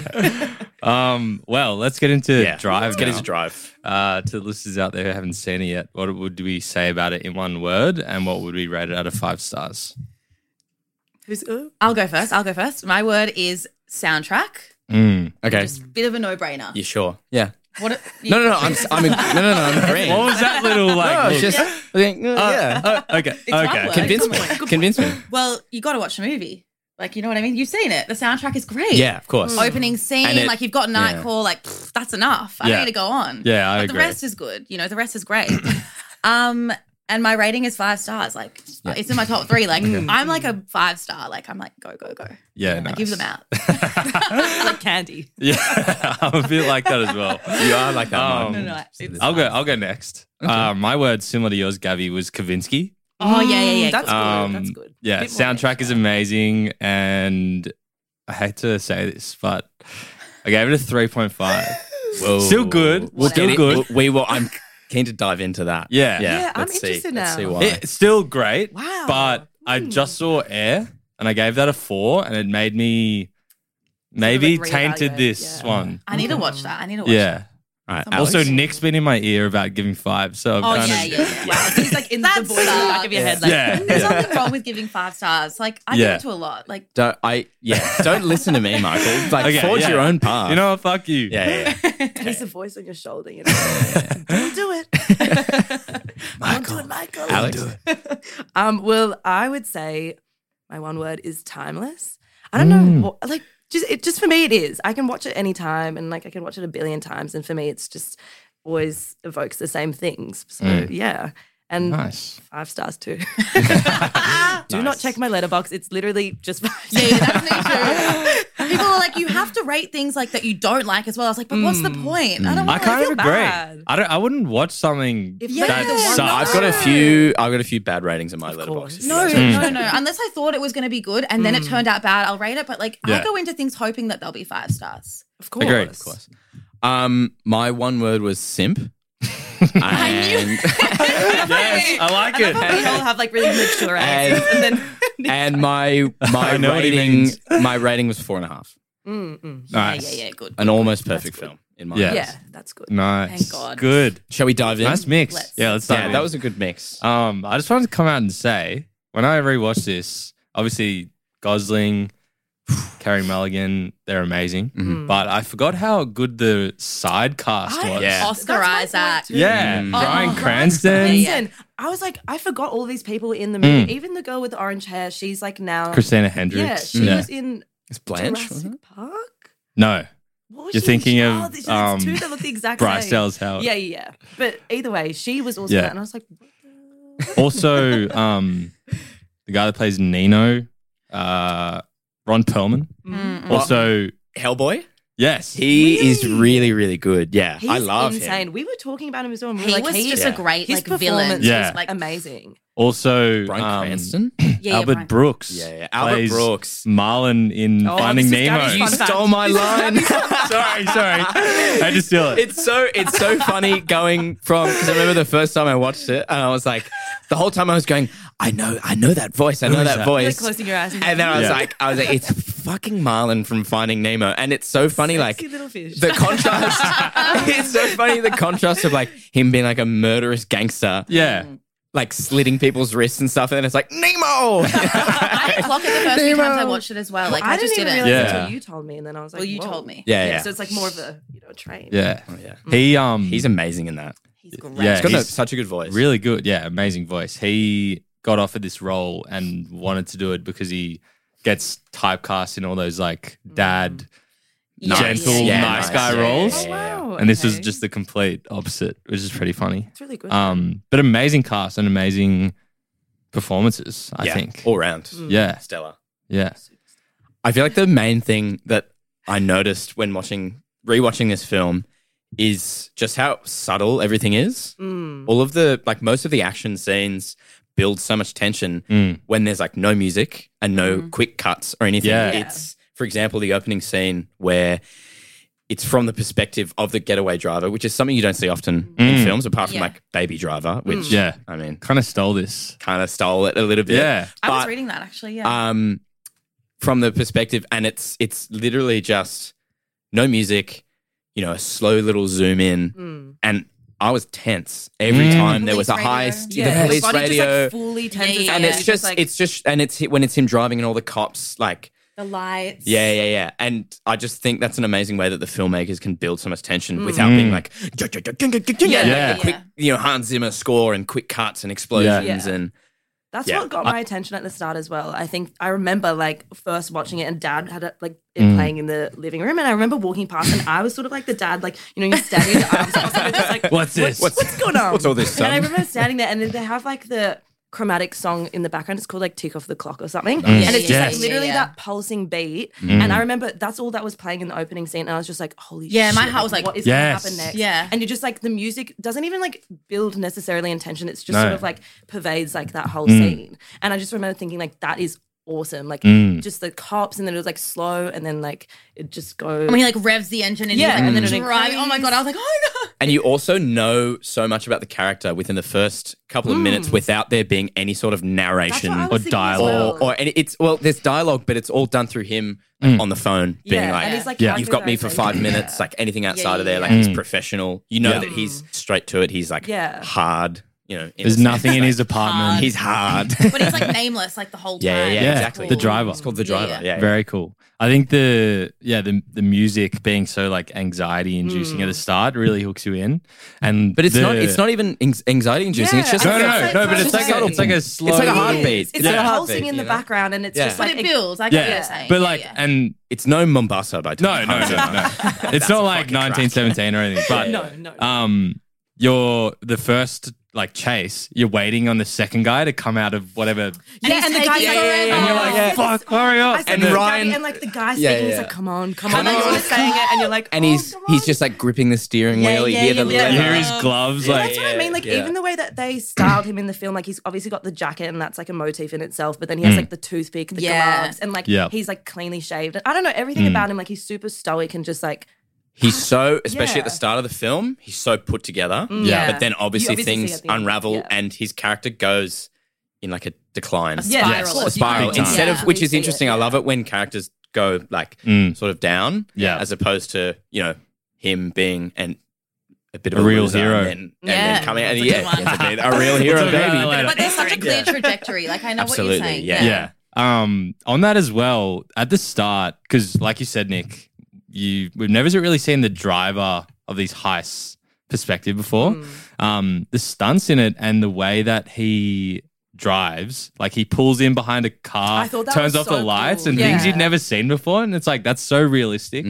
[SPEAKER 1] Um. Well, let's get into drive.
[SPEAKER 8] Let's get
[SPEAKER 1] now.
[SPEAKER 8] his drive.
[SPEAKER 1] Uh, to the listeners out there who haven't seen it yet, what would we say about it in one word, and what would we rate it out of five stars?
[SPEAKER 7] Who's uh,
[SPEAKER 9] I'll go first. I'll go first. My word is soundtrack.
[SPEAKER 1] Mm.
[SPEAKER 8] Okay.
[SPEAKER 9] Just bit of a no brainer.
[SPEAKER 8] you sure? Yeah.
[SPEAKER 9] What? a-
[SPEAKER 8] No, no, no. I'm, s- I'm, in, no, no, no, I'm agreeing.
[SPEAKER 1] What was that little like?
[SPEAKER 8] No, it's
[SPEAKER 1] look?
[SPEAKER 8] just, I think, uh, yeah.
[SPEAKER 1] Oh, okay. okay.
[SPEAKER 9] hard work.
[SPEAKER 8] Convince
[SPEAKER 9] come
[SPEAKER 8] me.
[SPEAKER 9] on, good
[SPEAKER 8] Convince me.
[SPEAKER 9] Well, you got to watch the movie. Like, you know what I mean? You've seen it. The soundtrack is great. Oh,
[SPEAKER 8] Yeah, of course.
[SPEAKER 9] Opening scene,
[SPEAKER 8] And it-
[SPEAKER 9] like you've got Night
[SPEAKER 8] yeah.
[SPEAKER 9] Call, like pff, that's enough. I
[SPEAKER 1] Yeah.
[SPEAKER 9] don't need to go on.
[SPEAKER 1] Yeah, I
[SPEAKER 9] but
[SPEAKER 1] agree.
[SPEAKER 9] The rest is good. You know, the rest is great. um, and my rating is five stars. Like, it's in my top three. Like, I'm like a five star. Like, I'm like go go go.
[SPEAKER 1] Yeah.
[SPEAKER 9] I
[SPEAKER 1] nice.
[SPEAKER 9] give them out.
[SPEAKER 7] like candy?
[SPEAKER 1] Yeah, I'm a bit like that as well.
[SPEAKER 8] You are like that.
[SPEAKER 1] Um,
[SPEAKER 8] Mark.
[SPEAKER 9] No, no, no, it's
[SPEAKER 1] I'll go. I'll go next. Uh, my word, similar to yours, Gavi, was Kavinsky.
[SPEAKER 9] Oh yeah yeah yeah.
[SPEAKER 7] That's good.
[SPEAKER 1] Um,
[SPEAKER 7] that's good.
[SPEAKER 1] Yeah,
[SPEAKER 7] Bit more
[SPEAKER 1] soundtrack is amazing, and I hate to say this, but I gave it a three point five.
[SPEAKER 8] Whoa.
[SPEAKER 1] Still good.
[SPEAKER 8] We'll
[SPEAKER 1] Still
[SPEAKER 8] get it-
[SPEAKER 1] good.
[SPEAKER 8] We will. I'm keen to dive into that.
[SPEAKER 1] Yeah.
[SPEAKER 7] Yeah, I'm
[SPEAKER 8] let's see.
[SPEAKER 7] interested
[SPEAKER 8] Let's
[SPEAKER 7] now.
[SPEAKER 8] see why.
[SPEAKER 1] It's still great.
[SPEAKER 7] Wow.
[SPEAKER 1] But I just saw Air, and I gave that a four, and it made me maybe
[SPEAKER 7] like,
[SPEAKER 1] tainted
[SPEAKER 7] reevaluate,
[SPEAKER 1] this
[SPEAKER 7] yeah.
[SPEAKER 1] one.
[SPEAKER 9] I need to watch that. I need to watch.
[SPEAKER 1] Yeah.
[SPEAKER 8] All right,
[SPEAKER 9] Alex?
[SPEAKER 1] Also, Nick's been in my ear about giving five, so I've
[SPEAKER 9] Oh
[SPEAKER 1] kind
[SPEAKER 9] yeah,
[SPEAKER 1] of
[SPEAKER 9] yeah, yeah.
[SPEAKER 7] Wow. So he's like in the
[SPEAKER 9] That's
[SPEAKER 7] voice in the back of your head. Like,
[SPEAKER 1] Yeah.
[SPEAKER 9] There's
[SPEAKER 1] Yeah.
[SPEAKER 9] nothing wrong with giving five stars. Like I
[SPEAKER 1] Yeah.
[SPEAKER 9] give it to a lot. Like
[SPEAKER 8] Don't, I, yeah, don't listen to me, Michael. Like,
[SPEAKER 1] Okay,
[SPEAKER 8] forge
[SPEAKER 1] yeah.
[SPEAKER 8] your own path.
[SPEAKER 1] You know what? Fuck you.
[SPEAKER 8] Yeah, yeah, yeah.
[SPEAKER 7] There's a voice on your shoulder. You know? Don't do it. Don't do it, Michael.
[SPEAKER 8] Alex.
[SPEAKER 7] Um, well, I would say my one word is timeless. I
[SPEAKER 1] Mm.
[SPEAKER 7] don't know, what, like just it just for me it is. I can watch it any time, and like I can watch it a billion times, and for me it's just always evokes the same things. So yeah, and
[SPEAKER 1] Mm. Nice.
[SPEAKER 7] five stars too. do not check my letterbox. It's literally just five.
[SPEAKER 9] Yeah, yeah, that's me too. People are like, you have to rate things like that you don't like as well. I was like, but what's the point? Oh, I don't.
[SPEAKER 1] Mm. I
[SPEAKER 9] wanna-
[SPEAKER 1] kind of
[SPEAKER 7] feel
[SPEAKER 1] agree.
[SPEAKER 7] bad.
[SPEAKER 1] I don't. I wouldn't watch something
[SPEAKER 7] If
[SPEAKER 9] Yeah.
[SPEAKER 1] that
[SPEAKER 9] they're the ones
[SPEAKER 1] sucks.
[SPEAKER 9] that
[SPEAKER 8] I've got a few. I've got a few bad ratings in my
[SPEAKER 7] course.
[SPEAKER 8] letterbox.
[SPEAKER 9] No, no, no. Unless I thought it was going to be good and then it turned out bad, I'll rate it. But like,
[SPEAKER 1] Yeah.
[SPEAKER 9] I go into things hoping that they'll be five stars.
[SPEAKER 7] Of course.
[SPEAKER 1] Agree.
[SPEAKER 8] Of course. Um, my one word was simp. and,
[SPEAKER 1] Yes, I like
[SPEAKER 7] We all
[SPEAKER 1] it.
[SPEAKER 7] have like really mature eyes,
[SPEAKER 8] And-
[SPEAKER 7] and then
[SPEAKER 8] and my
[SPEAKER 1] I
[SPEAKER 8] my
[SPEAKER 1] know what he
[SPEAKER 8] rating
[SPEAKER 1] means.
[SPEAKER 8] my rating was four and a half.
[SPEAKER 7] Mm,
[SPEAKER 1] Nice.
[SPEAKER 9] Yeah, yeah, yeah. Good.
[SPEAKER 8] An almost perfect film in my
[SPEAKER 1] Yeah.
[SPEAKER 8] eyes.
[SPEAKER 7] yeah, that's good.
[SPEAKER 1] Nice.
[SPEAKER 9] Thank God.
[SPEAKER 1] Good.
[SPEAKER 8] Shall we dive in?
[SPEAKER 1] Nice mix.
[SPEAKER 9] Let's-
[SPEAKER 1] Yeah, let's dive
[SPEAKER 8] yeah,
[SPEAKER 1] in.
[SPEAKER 8] that was a good mix.
[SPEAKER 1] Um, I just wanted to come out and say when I rewatched this, obviously Gosling, Carrie Mulligan, they're amazing.
[SPEAKER 8] Um,
[SPEAKER 9] Mm.
[SPEAKER 1] But I forgot how good the side cast was.
[SPEAKER 8] Yeah.
[SPEAKER 9] Oscar
[SPEAKER 7] That's my point
[SPEAKER 9] Isaac.
[SPEAKER 7] too.
[SPEAKER 1] Yeah,
[SPEAKER 8] Mm.
[SPEAKER 1] Brian
[SPEAKER 9] Oh,
[SPEAKER 1] Cranston,
[SPEAKER 9] Bryan Yeah.
[SPEAKER 7] Listen, I was like, I forgot all these people in the
[SPEAKER 1] Mm.
[SPEAKER 7] movie. Even the girl with the orange hair, she's like now.
[SPEAKER 1] Christina Hendricks.
[SPEAKER 7] yeah, she
[SPEAKER 1] Yeah.
[SPEAKER 7] was in
[SPEAKER 8] It's Blanche.
[SPEAKER 7] Jurassic
[SPEAKER 8] wasn't
[SPEAKER 7] Park.
[SPEAKER 1] No,
[SPEAKER 7] What was
[SPEAKER 1] You're
[SPEAKER 7] she in?
[SPEAKER 1] thinking of,
[SPEAKER 7] oh, there's
[SPEAKER 1] um,
[SPEAKER 7] two that look the exact
[SPEAKER 1] Bryce
[SPEAKER 7] same.
[SPEAKER 1] Dallas Howard.
[SPEAKER 7] Yeah, yeah, yeah. But either way, she was also
[SPEAKER 1] Yeah.
[SPEAKER 7] that, and I was like,
[SPEAKER 1] Also, um, the guy that plays Nino, uh, Ron Perlman.
[SPEAKER 9] Mm-hmm.
[SPEAKER 1] Also,
[SPEAKER 8] it? Hellboy.
[SPEAKER 1] yes,
[SPEAKER 8] He is really, really good. Yeah,
[SPEAKER 7] he's
[SPEAKER 8] I love
[SPEAKER 7] insane.
[SPEAKER 8] him.
[SPEAKER 7] We were talking about him as well. And we
[SPEAKER 9] He
[SPEAKER 7] were like,
[SPEAKER 9] was
[SPEAKER 7] he
[SPEAKER 9] just
[SPEAKER 7] is
[SPEAKER 9] a great
[SPEAKER 7] his
[SPEAKER 9] like villain.
[SPEAKER 7] performance
[SPEAKER 1] Yeah.
[SPEAKER 7] was, like amazing.
[SPEAKER 1] Also,
[SPEAKER 8] Bryan
[SPEAKER 1] um,
[SPEAKER 8] Cranston.
[SPEAKER 9] Yeah, yeah,
[SPEAKER 1] Albert
[SPEAKER 9] Brian.
[SPEAKER 1] Brooks.
[SPEAKER 8] Yeah, yeah. Albert
[SPEAKER 1] plays
[SPEAKER 8] Brooks.
[SPEAKER 1] Marlon in
[SPEAKER 7] Oh,
[SPEAKER 1] Finding
[SPEAKER 7] this is
[SPEAKER 1] Nemo.
[SPEAKER 7] Gabby's
[SPEAKER 8] You
[SPEAKER 7] Fun fact.
[SPEAKER 8] stole my line.
[SPEAKER 1] sorry, sorry. I had to steal it.
[SPEAKER 8] It's so it's so funny going from because I remember the first time I watched it and I was like the whole time I was going I know I know that voice I know
[SPEAKER 1] is that?
[SPEAKER 8] that,
[SPEAKER 7] Like
[SPEAKER 8] voice
[SPEAKER 7] closing your eyes,
[SPEAKER 8] and then I was
[SPEAKER 1] Yeah.
[SPEAKER 8] like I was like it's fucking Marlon from Finding Nemo and it's so funny
[SPEAKER 7] Sexy
[SPEAKER 8] like
[SPEAKER 7] little fish.
[SPEAKER 8] the contrast it's so funny the contrast of like him being like a murderous gangster
[SPEAKER 1] yeah.
[SPEAKER 8] like slitting people's wrists and stuff and then it's like Nemo
[SPEAKER 9] I didn't clock it the first few times I watched it as well. Like I,
[SPEAKER 7] I
[SPEAKER 9] just
[SPEAKER 7] didn't even
[SPEAKER 9] didn't.
[SPEAKER 7] realize
[SPEAKER 1] Yeah.
[SPEAKER 7] until you told me, and then I was like,
[SPEAKER 9] Well, you
[SPEAKER 7] whoa.
[SPEAKER 9] told me.
[SPEAKER 8] yeah yeah
[SPEAKER 7] So it's like more of a you know train.
[SPEAKER 1] Yeah.
[SPEAKER 8] Oh, yeah
[SPEAKER 1] He um
[SPEAKER 8] he's amazing in that
[SPEAKER 9] He's great.
[SPEAKER 1] yeah,
[SPEAKER 8] he's got a-
[SPEAKER 1] he's
[SPEAKER 8] such a good voice
[SPEAKER 1] really good. Yeah, amazing voice. He got offered this role and wanted to do it because he gets typecast in all those like
[SPEAKER 8] Mm.
[SPEAKER 1] dad,
[SPEAKER 9] Yeah,
[SPEAKER 1] gentle,
[SPEAKER 9] yeah, yeah.
[SPEAKER 1] nice guy roles.
[SPEAKER 7] Oh, wow.
[SPEAKER 1] And this was
[SPEAKER 7] okay.
[SPEAKER 1] just the complete opposite, which is pretty funny.
[SPEAKER 8] um,
[SPEAKER 7] It's really good.
[SPEAKER 1] Um, but amazing cast and amazing performances, I
[SPEAKER 8] Yeah,
[SPEAKER 1] think.
[SPEAKER 8] all round.
[SPEAKER 7] Mm.
[SPEAKER 1] yeah.
[SPEAKER 8] Stella.
[SPEAKER 1] Yeah.
[SPEAKER 8] I feel like the main thing that I noticed when watching rewatching this film is just how subtle everything is.
[SPEAKER 9] Mm.
[SPEAKER 8] All of the like most of the action scenes build so much tension
[SPEAKER 1] Mm.
[SPEAKER 8] when there's like no music and no
[SPEAKER 9] Mm-hmm.
[SPEAKER 8] quick cuts or anything.
[SPEAKER 1] Yeah. Yeah.
[SPEAKER 8] It's for example the opening scene where it's from the perspective of the getaway driver, which is something you don't see often
[SPEAKER 1] Mm.
[SPEAKER 8] in films, apart from
[SPEAKER 9] Yeah. Mm.
[SPEAKER 8] like Baby Driver, which
[SPEAKER 1] Yeah.
[SPEAKER 8] I mean
[SPEAKER 1] Kind of stole this.
[SPEAKER 8] kind of stole it a little bit.
[SPEAKER 1] Yeah.
[SPEAKER 9] I was
[SPEAKER 8] But-
[SPEAKER 9] reading that actually. Yeah.
[SPEAKER 8] um, from the perspective, and it's it's literally just no music, you know, a slow little zoom in, and I was tense every
[SPEAKER 1] Mm.
[SPEAKER 8] time there was a
[SPEAKER 9] Police radio.
[SPEAKER 8] heist.
[SPEAKER 9] Yeah.
[SPEAKER 8] The police
[SPEAKER 7] body
[SPEAKER 8] radio,
[SPEAKER 7] just like fully
[SPEAKER 9] Yeah,
[SPEAKER 7] tenses
[SPEAKER 9] yeah,
[SPEAKER 7] up.
[SPEAKER 8] and
[SPEAKER 9] yeah.
[SPEAKER 8] it's
[SPEAKER 9] It's
[SPEAKER 8] just
[SPEAKER 9] just like-
[SPEAKER 8] it's just and it's when it's him driving and all the cops like.
[SPEAKER 9] the lights.
[SPEAKER 8] Yeah, yeah, yeah, and I just think that's an amazing way that the filmmakers can build so much tension without being like, yeah,
[SPEAKER 1] Yeah.
[SPEAKER 8] quick, you know, Hans Zimmer score and quick cuts and explosions
[SPEAKER 7] Yeah.
[SPEAKER 8] and
[SPEAKER 7] That's
[SPEAKER 8] Yeah. Uh,
[SPEAKER 7] what got my attention at the start as well. I think I remember like first watching it and dad had it like it
[SPEAKER 8] Mm.
[SPEAKER 7] playing in the living room and I remember walking past and I was sort of like the dad, like, you know, you stand in your arms crossed and it's just like
[SPEAKER 1] What's this?
[SPEAKER 7] What's, what's going on?
[SPEAKER 8] What's all this,
[SPEAKER 7] And I
[SPEAKER 8] son?
[SPEAKER 7] remember standing there and then they have like the chromatic song in the background. It's called like Tick Off the Clock or something. And it's
[SPEAKER 1] Mm.
[SPEAKER 7] just
[SPEAKER 1] Yes. Mm.
[SPEAKER 7] like literally
[SPEAKER 9] Yeah, yeah.
[SPEAKER 7] that pulsing beat. And I remember that's all that was playing in the opening scene. And I was just like, holy
[SPEAKER 9] Yeah,
[SPEAKER 7] shit.
[SPEAKER 9] my heart was like,
[SPEAKER 7] what is
[SPEAKER 1] Yes.
[SPEAKER 7] gonna happen next?
[SPEAKER 9] Yeah.
[SPEAKER 7] And you're just like the music doesn't even like build necessarily intention. It's just
[SPEAKER 1] No. Mm.
[SPEAKER 7] sort of like pervades like that whole scene. And I just remember thinking like that is awesome. Like
[SPEAKER 1] Mm.
[SPEAKER 7] just the cops and then it was like slow and then like it just goes.
[SPEAKER 9] When he like revs the engine and
[SPEAKER 7] Yeah,
[SPEAKER 9] yeah,
[SPEAKER 7] and
[SPEAKER 9] and
[SPEAKER 7] then it
[SPEAKER 9] driving. Oh my
[SPEAKER 7] increases.
[SPEAKER 9] god! I was like, oh no.
[SPEAKER 8] And you also know so much about the character within the first couple of minutes without there being any sort of
[SPEAKER 7] Hmm. That's
[SPEAKER 8] narration
[SPEAKER 7] what I
[SPEAKER 1] Um,
[SPEAKER 7] was
[SPEAKER 1] or
[SPEAKER 7] thinking as
[SPEAKER 1] dialogue.
[SPEAKER 7] well.
[SPEAKER 8] or, or and it's well, there's dialogue, but it's all done through him like, on the phone being
[SPEAKER 7] yeah,
[SPEAKER 8] like,
[SPEAKER 7] and he's like,
[SPEAKER 1] Hmm. Yeah. Hmm.
[SPEAKER 8] "You've got me for five minutes." Like anything outside of
[SPEAKER 9] yeah,
[SPEAKER 8] there, like he's professional. You know that he's straight to it. He's like
[SPEAKER 7] Hmm. Yeah.
[SPEAKER 8] hard. You know, in a
[SPEAKER 1] There's
[SPEAKER 8] sense.
[SPEAKER 1] nothing in
[SPEAKER 8] Like,
[SPEAKER 1] his apartment.
[SPEAKER 8] He's hard.
[SPEAKER 9] But he's like nameless like the whole time.
[SPEAKER 8] yeah, yeah, yeah,
[SPEAKER 1] Yeah.
[SPEAKER 8] exactly.
[SPEAKER 1] The driver.
[SPEAKER 8] It's called the
[SPEAKER 9] Yeah,
[SPEAKER 8] driver.
[SPEAKER 9] yeah.
[SPEAKER 8] Yeah, yeah.
[SPEAKER 1] Very cool. I think the yeah the the music being so like anxiety inducing at the start really hooks you in, and
[SPEAKER 8] But it's
[SPEAKER 1] the-
[SPEAKER 8] not. It's not even anxiety inducing.
[SPEAKER 7] Yeah,
[SPEAKER 8] it's just
[SPEAKER 7] I
[SPEAKER 1] no
[SPEAKER 7] It's
[SPEAKER 1] no
[SPEAKER 7] so
[SPEAKER 1] no. But it's like a,
[SPEAKER 7] frustrating.
[SPEAKER 1] it's like a slow.
[SPEAKER 8] it's like a
[SPEAKER 7] It
[SPEAKER 8] heartbeat.
[SPEAKER 7] is. It's
[SPEAKER 8] It's like
[SPEAKER 7] like
[SPEAKER 8] a heartbeat,
[SPEAKER 7] pulsing in
[SPEAKER 8] you
[SPEAKER 7] the
[SPEAKER 8] know?
[SPEAKER 7] background and it's
[SPEAKER 8] Yeah.
[SPEAKER 7] just
[SPEAKER 9] But
[SPEAKER 7] like
[SPEAKER 9] it builds. I get what
[SPEAKER 1] yeah.
[SPEAKER 9] you're saying.
[SPEAKER 1] But
[SPEAKER 9] Yeah,
[SPEAKER 1] like
[SPEAKER 9] yeah.
[SPEAKER 1] and
[SPEAKER 8] It's no Mombasa by
[SPEAKER 1] no no no
[SPEAKER 8] Hans Zimmer.
[SPEAKER 1] no. it's not like
[SPEAKER 8] fucking crack.
[SPEAKER 1] 1917 or anything. But
[SPEAKER 7] No, no, no.
[SPEAKER 1] um, you're the first like chase. You're waiting on the second guy to come out of whatever.
[SPEAKER 9] And,
[SPEAKER 7] Yeah,
[SPEAKER 9] he's
[SPEAKER 7] and the
[SPEAKER 9] taking
[SPEAKER 7] guy's like-
[SPEAKER 9] forever.
[SPEAKER 7] Yeah,
[SPEAKER 1] And you're like,
[SPEAKER 7] yeah.
[SPEAKER 1] fuck, hurry
[SPEAKER 7] I
[SPEAKER 1] up!
[SPEAKER 7] said,
[SPEAKER 1] And
[SPEAKER 7] and,
[SPEAKER 1] the-
[SPEAKER 8] Ryan-
[SPEAKER 7] and like the guy
[SPEAKER 8] Yeah,
[SPEAKER 7] speaking is
[SPEAKER 8] yeah.
[SPEAKER 7] like, come on, come,
[SPEAKER 9] Come
[SPEAKER 7] on.
[SPEAKER 9] on.
[SPEAKER 7] You're saying it and you're like,
[SPEAKER 8] and
[SPEAKER 7] oh,
[SPEAKER 8] he's
[SPEAKER 7] come
[SPEAKER 8] he's
[SPEAKER 7] on.
[SPEAKER 8] just like gripping the steering
[SPEAKER 9] Yeah,
[SPEAKER 8] wheel. You
[SPEAKER 9] yeah,
[SPEAKER 8] hear the
[SPEAKER 9] yeah,
[SPEAKER 1] you
[SPEAKER 9] yeah.
[SPEAKER 1] hear his gloves
[SPEAKER 7] But
[SPEAKER 1] like
[SPEAKER 7] that's what I mean. Like
[SPEAKER 8] yeah.
[SPEAKER 7] even the way that they styled him in the film, like he's obviously got the jacket and that's like a motif in itself. But then
[SPEAKER 8] Mm.
[SPEAKER 7] he has like the toothpick, the
[SPEAKER 9] Yeah.
[SPEAKER 7] gloves, and like
[SPEAKER 1] Yeah.
[SPEAKER 7] he's like cleanly shaved. I don't know everything
[SPEAKER 8] Mm.
[SPEAKER 7] about him. Like he's super stoic and just like
[SPEAKER 8] He's so, especially at the
[SPEAKER 7] Yeah. Mm.
[SPEAKER 8] start of the film, he's so put together.
[SPEAKER 1] Yeah.
[SPEAKER 8] But then obviously,
[SPEAKER 7] You obviously see
[SPEAKER 8] things
[SPEAKER 7] at the end,
[SPEAKER 8] unravel
[SPEAKER 7] yeah.
[SPEAKER 8] and his character goes in like a decline.
[SPEAKER 9] A spiral.
[SPEAKER 7] Yes.
[SPEAKER 8] A
[SPEAKER 7] Yes.
[SPEAKER 8] spiral.
[SPEAKER 1] Yeah.
[SPEAKER 8] Instead of,
[SPEAKER 9] Yeah.
[SPEAKER 8] which
[SPEAKER 7] You
[SPEAKER 8] is
[SPEAKER 7] see it,
[SPEAKER 8] interesting. I love it when characters go like
[SPEAKER 1] Mm.
[SPEAKER 8] sort of down
[SPEAKER 1] Yeah.
[SPEAKER 8] as opposed to, you know, him being an, a bit of
[SPEAKER 1] A
[SPEAKER 8] a,
[SPEAKER 1] real
[SPEAKER 8] loser
[SPEAKER 1] hero.
[SPEAKER 8] And then, and
[SPEAKER 9] Yeah.
[SPEAKER 8] then coming out.
[SPEAKER 9] That's a good
[SPEAKER 8] Yeah.
[SPEAKER 9] one.
[SPEAKER 8] he ends up being a real hero,
[SPEAKER 1] Talk about
[SPEAKER 8] baby.
[SPEAKER 1] that later.
[SPEAKER 9] But there's such a clear trajectory. Like I know
[SPEAKER 8] Absolutely,
[SPEAKER 9] what you're saying.
[SPEAKER 8] yeah.
[SPEAKER 1] yeah. Um, on that as well, at the start, because like you said, Nick, you we've never really seen the driver of these heists perspective before.
[SPEAKER 7] Mm.
[SPEAKER 1] Um, the stunts in it and the way that he drives, like he pulls in behind a car,
[SPEAKER 7] I thought that
[SPEAKER 1] turns off
[SPEAKER 7] was so
[SPEAKER 1] the lights,
[SPEAKER 7] cool.
[SPEAKER 1] and things you'd
[SPEAKER 7] Yeah.
[SPEAKER 1] never seen before, and it's like that's so realistic.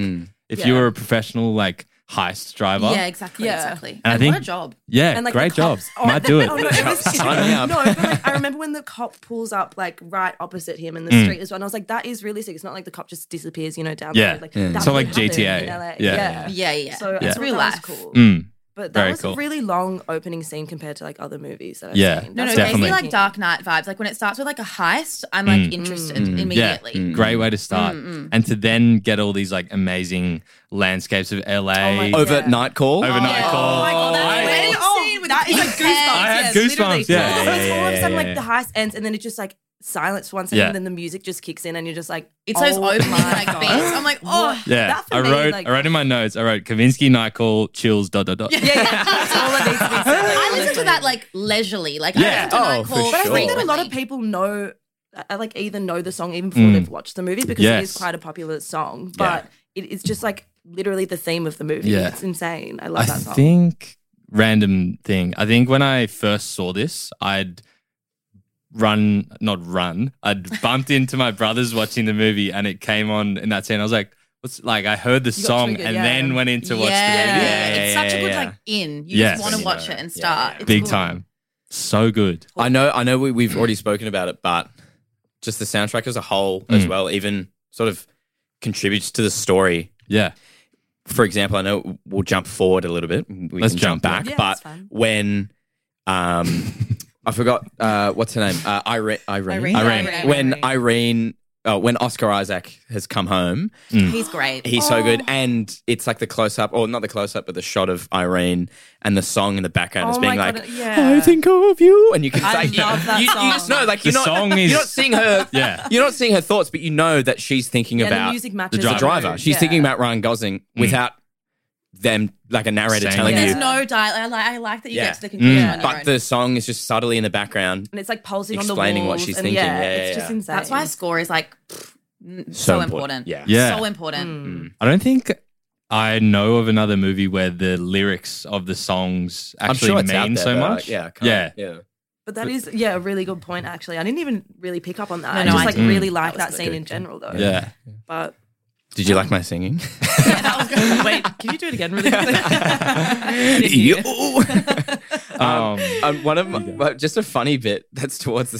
[SPEAKER 1] If you
[SPEAKER 7] Yeah.
[SPEAKER 1] were a professional like heist driver,
[SPEAKER 9] Yeah, exactly.
[SPEAKER 7] Yeah.
[SPEAKER 9] Exactly.
[SPEAKER 1] I
[SPEAKER 9] And,
[SPEAKER 1] think-
[SPEAKER 9] what a job.
[SPEAKER 1] yeah,
[SPEAKER 7] and like
[SPEAKER 1] great
[SPEAKER 7] the
[SPEAKER 1] job,
[SPEAKER 7] cops- oh,
[SPEAKER 1] might
[SPEAKER 7] the-
[SPEAKER 1] do it.
[SPEAKER 7] oh, no, it was,
[SPEAKER 8] Sign me up.
[SPEAKER 7] no, but like, I remember when the cop pulls up like right opposite him in the
[SPEAKER 1] Mm.
[SPEAKER 7] street as well, and I was like, that is realistic. It's not like the cop just disappears, you know, down
[SPEAKER 1] Yeah.
[SPEAKER 7] the road. Like,
[SPEAKER 1] Yeah.
[SPEAKER 7] that
[SPEAKER 1] It's not like
[SPEAKER 7] would happen
[SPEAKER 1] GTA.
[SPEAKER 7] in LA.
[SPEAKER 1] Yeah.
[SPEAKER 7] yeah.
[SPEAKER 9] Yeah, yeah.
[SPEAKER 7] So I
[SPEAKER 9] It's
[SPEAKER 7] thought
[SPEAKER 9] real
[SPEAKER 7] that was
[SPEAKER 9] life.
[SPEAKER 7] cool.
[SPEAKER 1] Mm.
[SPEAKER 7] But that
[SPEAKER 1] Very
[SPEAKER 7] was
[SPEAKER 1] cool.
[SPEAKER 7] a really long opening scene compared to like other movies that I've
[SPEAKER 1] Yeah.
[SPEAKER 7] seen.
[SPEAKER 9] No, no,
[SPEAKER 7] That's
[SPEAKER 9] it gave
[SPEAKER 7] what
[SPEAKER 1] Definitely.
[SPEAKER 9] me
[SPEAKER 7] I'm
[SPEAKER 9] like
[SPEAKER 7] thinking.
[SPEAKER 9] Dark Knight vibes. Like when it starts with like a heist, I'm like interested immediately.
[SPEAKER 1] Yeah, Mm. great way to start,
[SPEAKER 7] Mm,
[SPEAKER 1] and to then get all these like amazing landscapes of LA.
[SPEAKER 7] Oh
[SPEAKER 8] Over
[SPEAKER 7] Yeah.
[SPEAKER 8] night call.
[SPEAKER 1] Overnight
[SPEAKER 9] Yeah.
[SPEAKER 1] call.
[SPEAKER 9] Oh my God, that's
[SPEAKER 1] I-
[SPEAKER 9] amazing.
[SPEAKER 7] When-
[SPEAKER 9] scene
[SPEAKER 7] Oh,
[SPEAKER 9] with
[SPEAKER 7] that
[SPEAKER 9] the
[SPEAKER 7] is like
[SPEAKER 9] pink head.
[SPEAKER 7] goosebumps.
[SPEAKER 1] I had
[SPEAKER 7] yes, literally.
[SPEAKER 1] goosebumps, yeah,
[SPEAKER 7] Because
[SPEAKER 1] yeah,
[SPEAKER 7] all of a
[SPEAKER 1] yeah,
[SPEAKER 7] sudden,
[SPEAKER 1] yeah.
[SPEAKER 7] like the heist ends, and then it just like silence for one second,
[SPEAKER 1] Yeah.
[SPEAKER 7] and then the music just kicks in, and you're just like,
[SPEAKER 9] It's those
[SPEAKER 7] oh
[SPEAKER 9] opening
[SPEAKER 7] my
[SPEAKER 9] like
[SPEAKER 7] God.
[SPEAKER 9] beats. I'm like, oh,
[SPEAKER 1] Yeah,
[SPEAKER 7] That for
[SPEAKER 1] I
[SPEAKER 7] me,
[SPEAKER 1] wrote.
[SPEAKER 7] like-
[SPEAKER 1] I wrote in my notes. I wrote Kavinsky night call chills. Dot dot dot.
[SPEAKER 7] Yeah, yeah, that's all that needs to be said.
[SPEAKER 9] I listen to
[SPEAKER 7] honestly.
[SPEAKER 9] that like leisurely. Like
[SPEAKER 1] Yeah.
[SPEAKER 9] I listen to
[SPEAKER 8] Oh,
[SPEAKER 9] Night
[SPEAKER 8] for
[SPEAKER 9] Call.
[SPEAKER 7] But I think that a lot
[SPEAKER 9] frequently.
[SPEAKER 7] of people know, uh, like either know the song even before
[SPEAKER 8] Mm.
[SPEAKER 7] they've watched the movie because it
[SPEAKER 1] Yes.
[SPEAKER 7] is quite a popular song. But it is just like literally the theme of the movie.
[SPEAKER 1] Yeah.
[SPEAKER 7] It's insane. I love
[SPEAKER 1] I
[SPEAKER 7] that song.
[SPEAKER 1] think random thing. I think when I first saw this, I'd run, not run. I'd bumped into my brothers watching the movie, and it came on in that scene. I was like, "What's like?" I heard the
[SPEAKER 7] got
[SPEAKER 1] song
[SPEAKER 7] triggered,
[SPEAKER 1] and
[SPEAKER 7] yeah.
[SPEAKER 1] then went in to watch the movie.
[SPEAKER 9] yeah.
[SPEAKER 8] Yeah,
[SPEAKER 9] It's
[SPEAKER 8] yeah,
[SPEAKER 9] such a good
[SPEAKER 8] yeah.
[SPEAKER 9] like in. You
[SPEAKER 1] Yes.
[SPEAKER 9] just want to watch it and start. It's
[SPEAKER 1] Big
[SPEAKER 9] good.
[SPEAKER 1] time. So good.
[SPEAKER 8] I know, I know. We, we've already spoken about it, but just the soundtrack as a whole, as well, even sort of contributes to the story.
[SPEAKER 1] Yeah.
[SPEAKER 8] For example, I know we'll jump forward a little bit. We
[SPEAKER 1] Let's
[SPEAKER 8] can
[SPEAKER 1] jump,
[SPEAKER 8] jump
[SPEAKER 1] yeah.
[SPEAKER 8] back,
[SPEAKER 7] Yeah, that's
[SPEAKER 8] but
[SPEAKER 7] fine.
[SPEAKER 8] when um, I forgot uh, what's her name, uh, Irene,
[SPEAKER 9] Irene.
[SPEAKER 8] Irene, Irene.
[SPEAKER 9] Irene.
[SPEAKER 8] When Irene, oh, when Oscar Isaac has come home,
[SPEAKER 9] He's great.
[SPEAKER 8] He's so good. And it's like the close up, or not the close up, but the shot of Irene and the song in the background is
[SPEAKER 7] Oh
[SPEAKER 8] being
[SPEAKER 7] my
[SPEAKER 8] like,
[SPEAKER 7] God, yeah.
[SPEAKER 8] I think of you. And you can
[SPEAKER 9] I
[SPEAKER 8] like,
[SPEAKER 9] love that
[SPEAKER 8] you, You
[SPEAKER 9] song.
[SPEAKER 8] just know, like, you're
[SPEAKER 1] The
[SPEAKER 8] not,
[SPEAKER 1] song is-
[SPEAKER 8] you're not seeing her.
[SPEAKER 1] Yeah.
[SPEAKER 8] You're not seeing her thoughts, but you know that she's thinking
[SPEAKER 7] Yeah,
[SPEAKER 8] about
[SPEAKER 7] the music matches
[SPEAKER 1] driver.
[SPEAKER 8] driver.
[SPEAKER 7] mood.
[SPEAKER 8] She's
[SPEAKER 7] Yeah.
[SPEAKER 8] thinking about Ryan Gosling without them, like a narrator
[SPEAKER 1] Mm. Saying
[SPEAKER 8] telling
[SPEAKER 1] it.
[SPEAKER 9] There's
[SPEAKER 8] you.
[SPEAKER 9] no dialogue. I like, I like that you
[SPEAKER 8] Yeah.
[SPEAKER 9] get to the conclusion
[SPEAKER 1] Mm.
[SPEAKER 9] on your
[SPEAKER 8] But
[SPEAKER 9] own.
[SPEAKER 8] the song is just subtly in the background.
[SPEAKER 7] and it's like pulsing
[SPEAKER 8] Explaining
[SPEAKER 7] on the
[SPEAKER 8] what
[SPEAKER 7] walls
[SPEAKER 8] she's
[SPEAKER 7] and
[SPEAKER 8] thinking.
[SPEAKER 7] Yeah,
[SPEAKER 8] Yeah, yeah,
[SPEAKER 7] it's just
[SPEAKER 8] yeah.
[SPEAKER 7] insane.
[SPEAKER 9] That's why score is like pff, n- so, important.
[SPEAKER 8] Yeah.
[SPEAKER 1] Yeah.
[SPEAKER 9] So important.
[SPEAKER 1] I don't think I know of another movie where the lyrics of the songs
[SPEAKER 8] I'm
[SPEAKER 1] actually
[SPEAKER 8] sure it's out
[SPEAKER 1] mean
[SPEAKER 8] there,
[SPEAKER 1] so
[SPEAKER 8] but,
[SPEAKER 1] much.
[SPEAKER 8] like, yeah. I can't-
[SPEAKER 1] yeah.
[SPEAKER 8] Yeah.
[SPEAKER 7] But that is, yeah, a really good point, actually. I didn't even really pick up on that.
[SPEAKER 9] No,
[SPEAKER 7] I
[SPEAKER 9] no,
[SPEAKER 7] just
[SPEAKER 9] I
[SPEAKER 7] like
[SPEAKER 9] didn't.
[SPEAKER 7] really like that,
[SPEAKER 9] was
[SPEAKER 7] scene
[SPEAKER 9] good.
[SPEAKER 7] in general, though.
[SPEAKER 1] Yeah.
[SPEAKER 7] But
[SPEAKER 8] Did you like
[SPEAKER 9] Um,
[SPEAKER 8] my singing?
[SPEAKER 9] Yeah, that was good.
[SPEAKER 7] wait, can you do it again really quickly?
[SPEAKER 8] Yo.
[SPEAKER 1] Um,
[SPEAKER 8] Um, one of my, well, just a funny bit that's towards the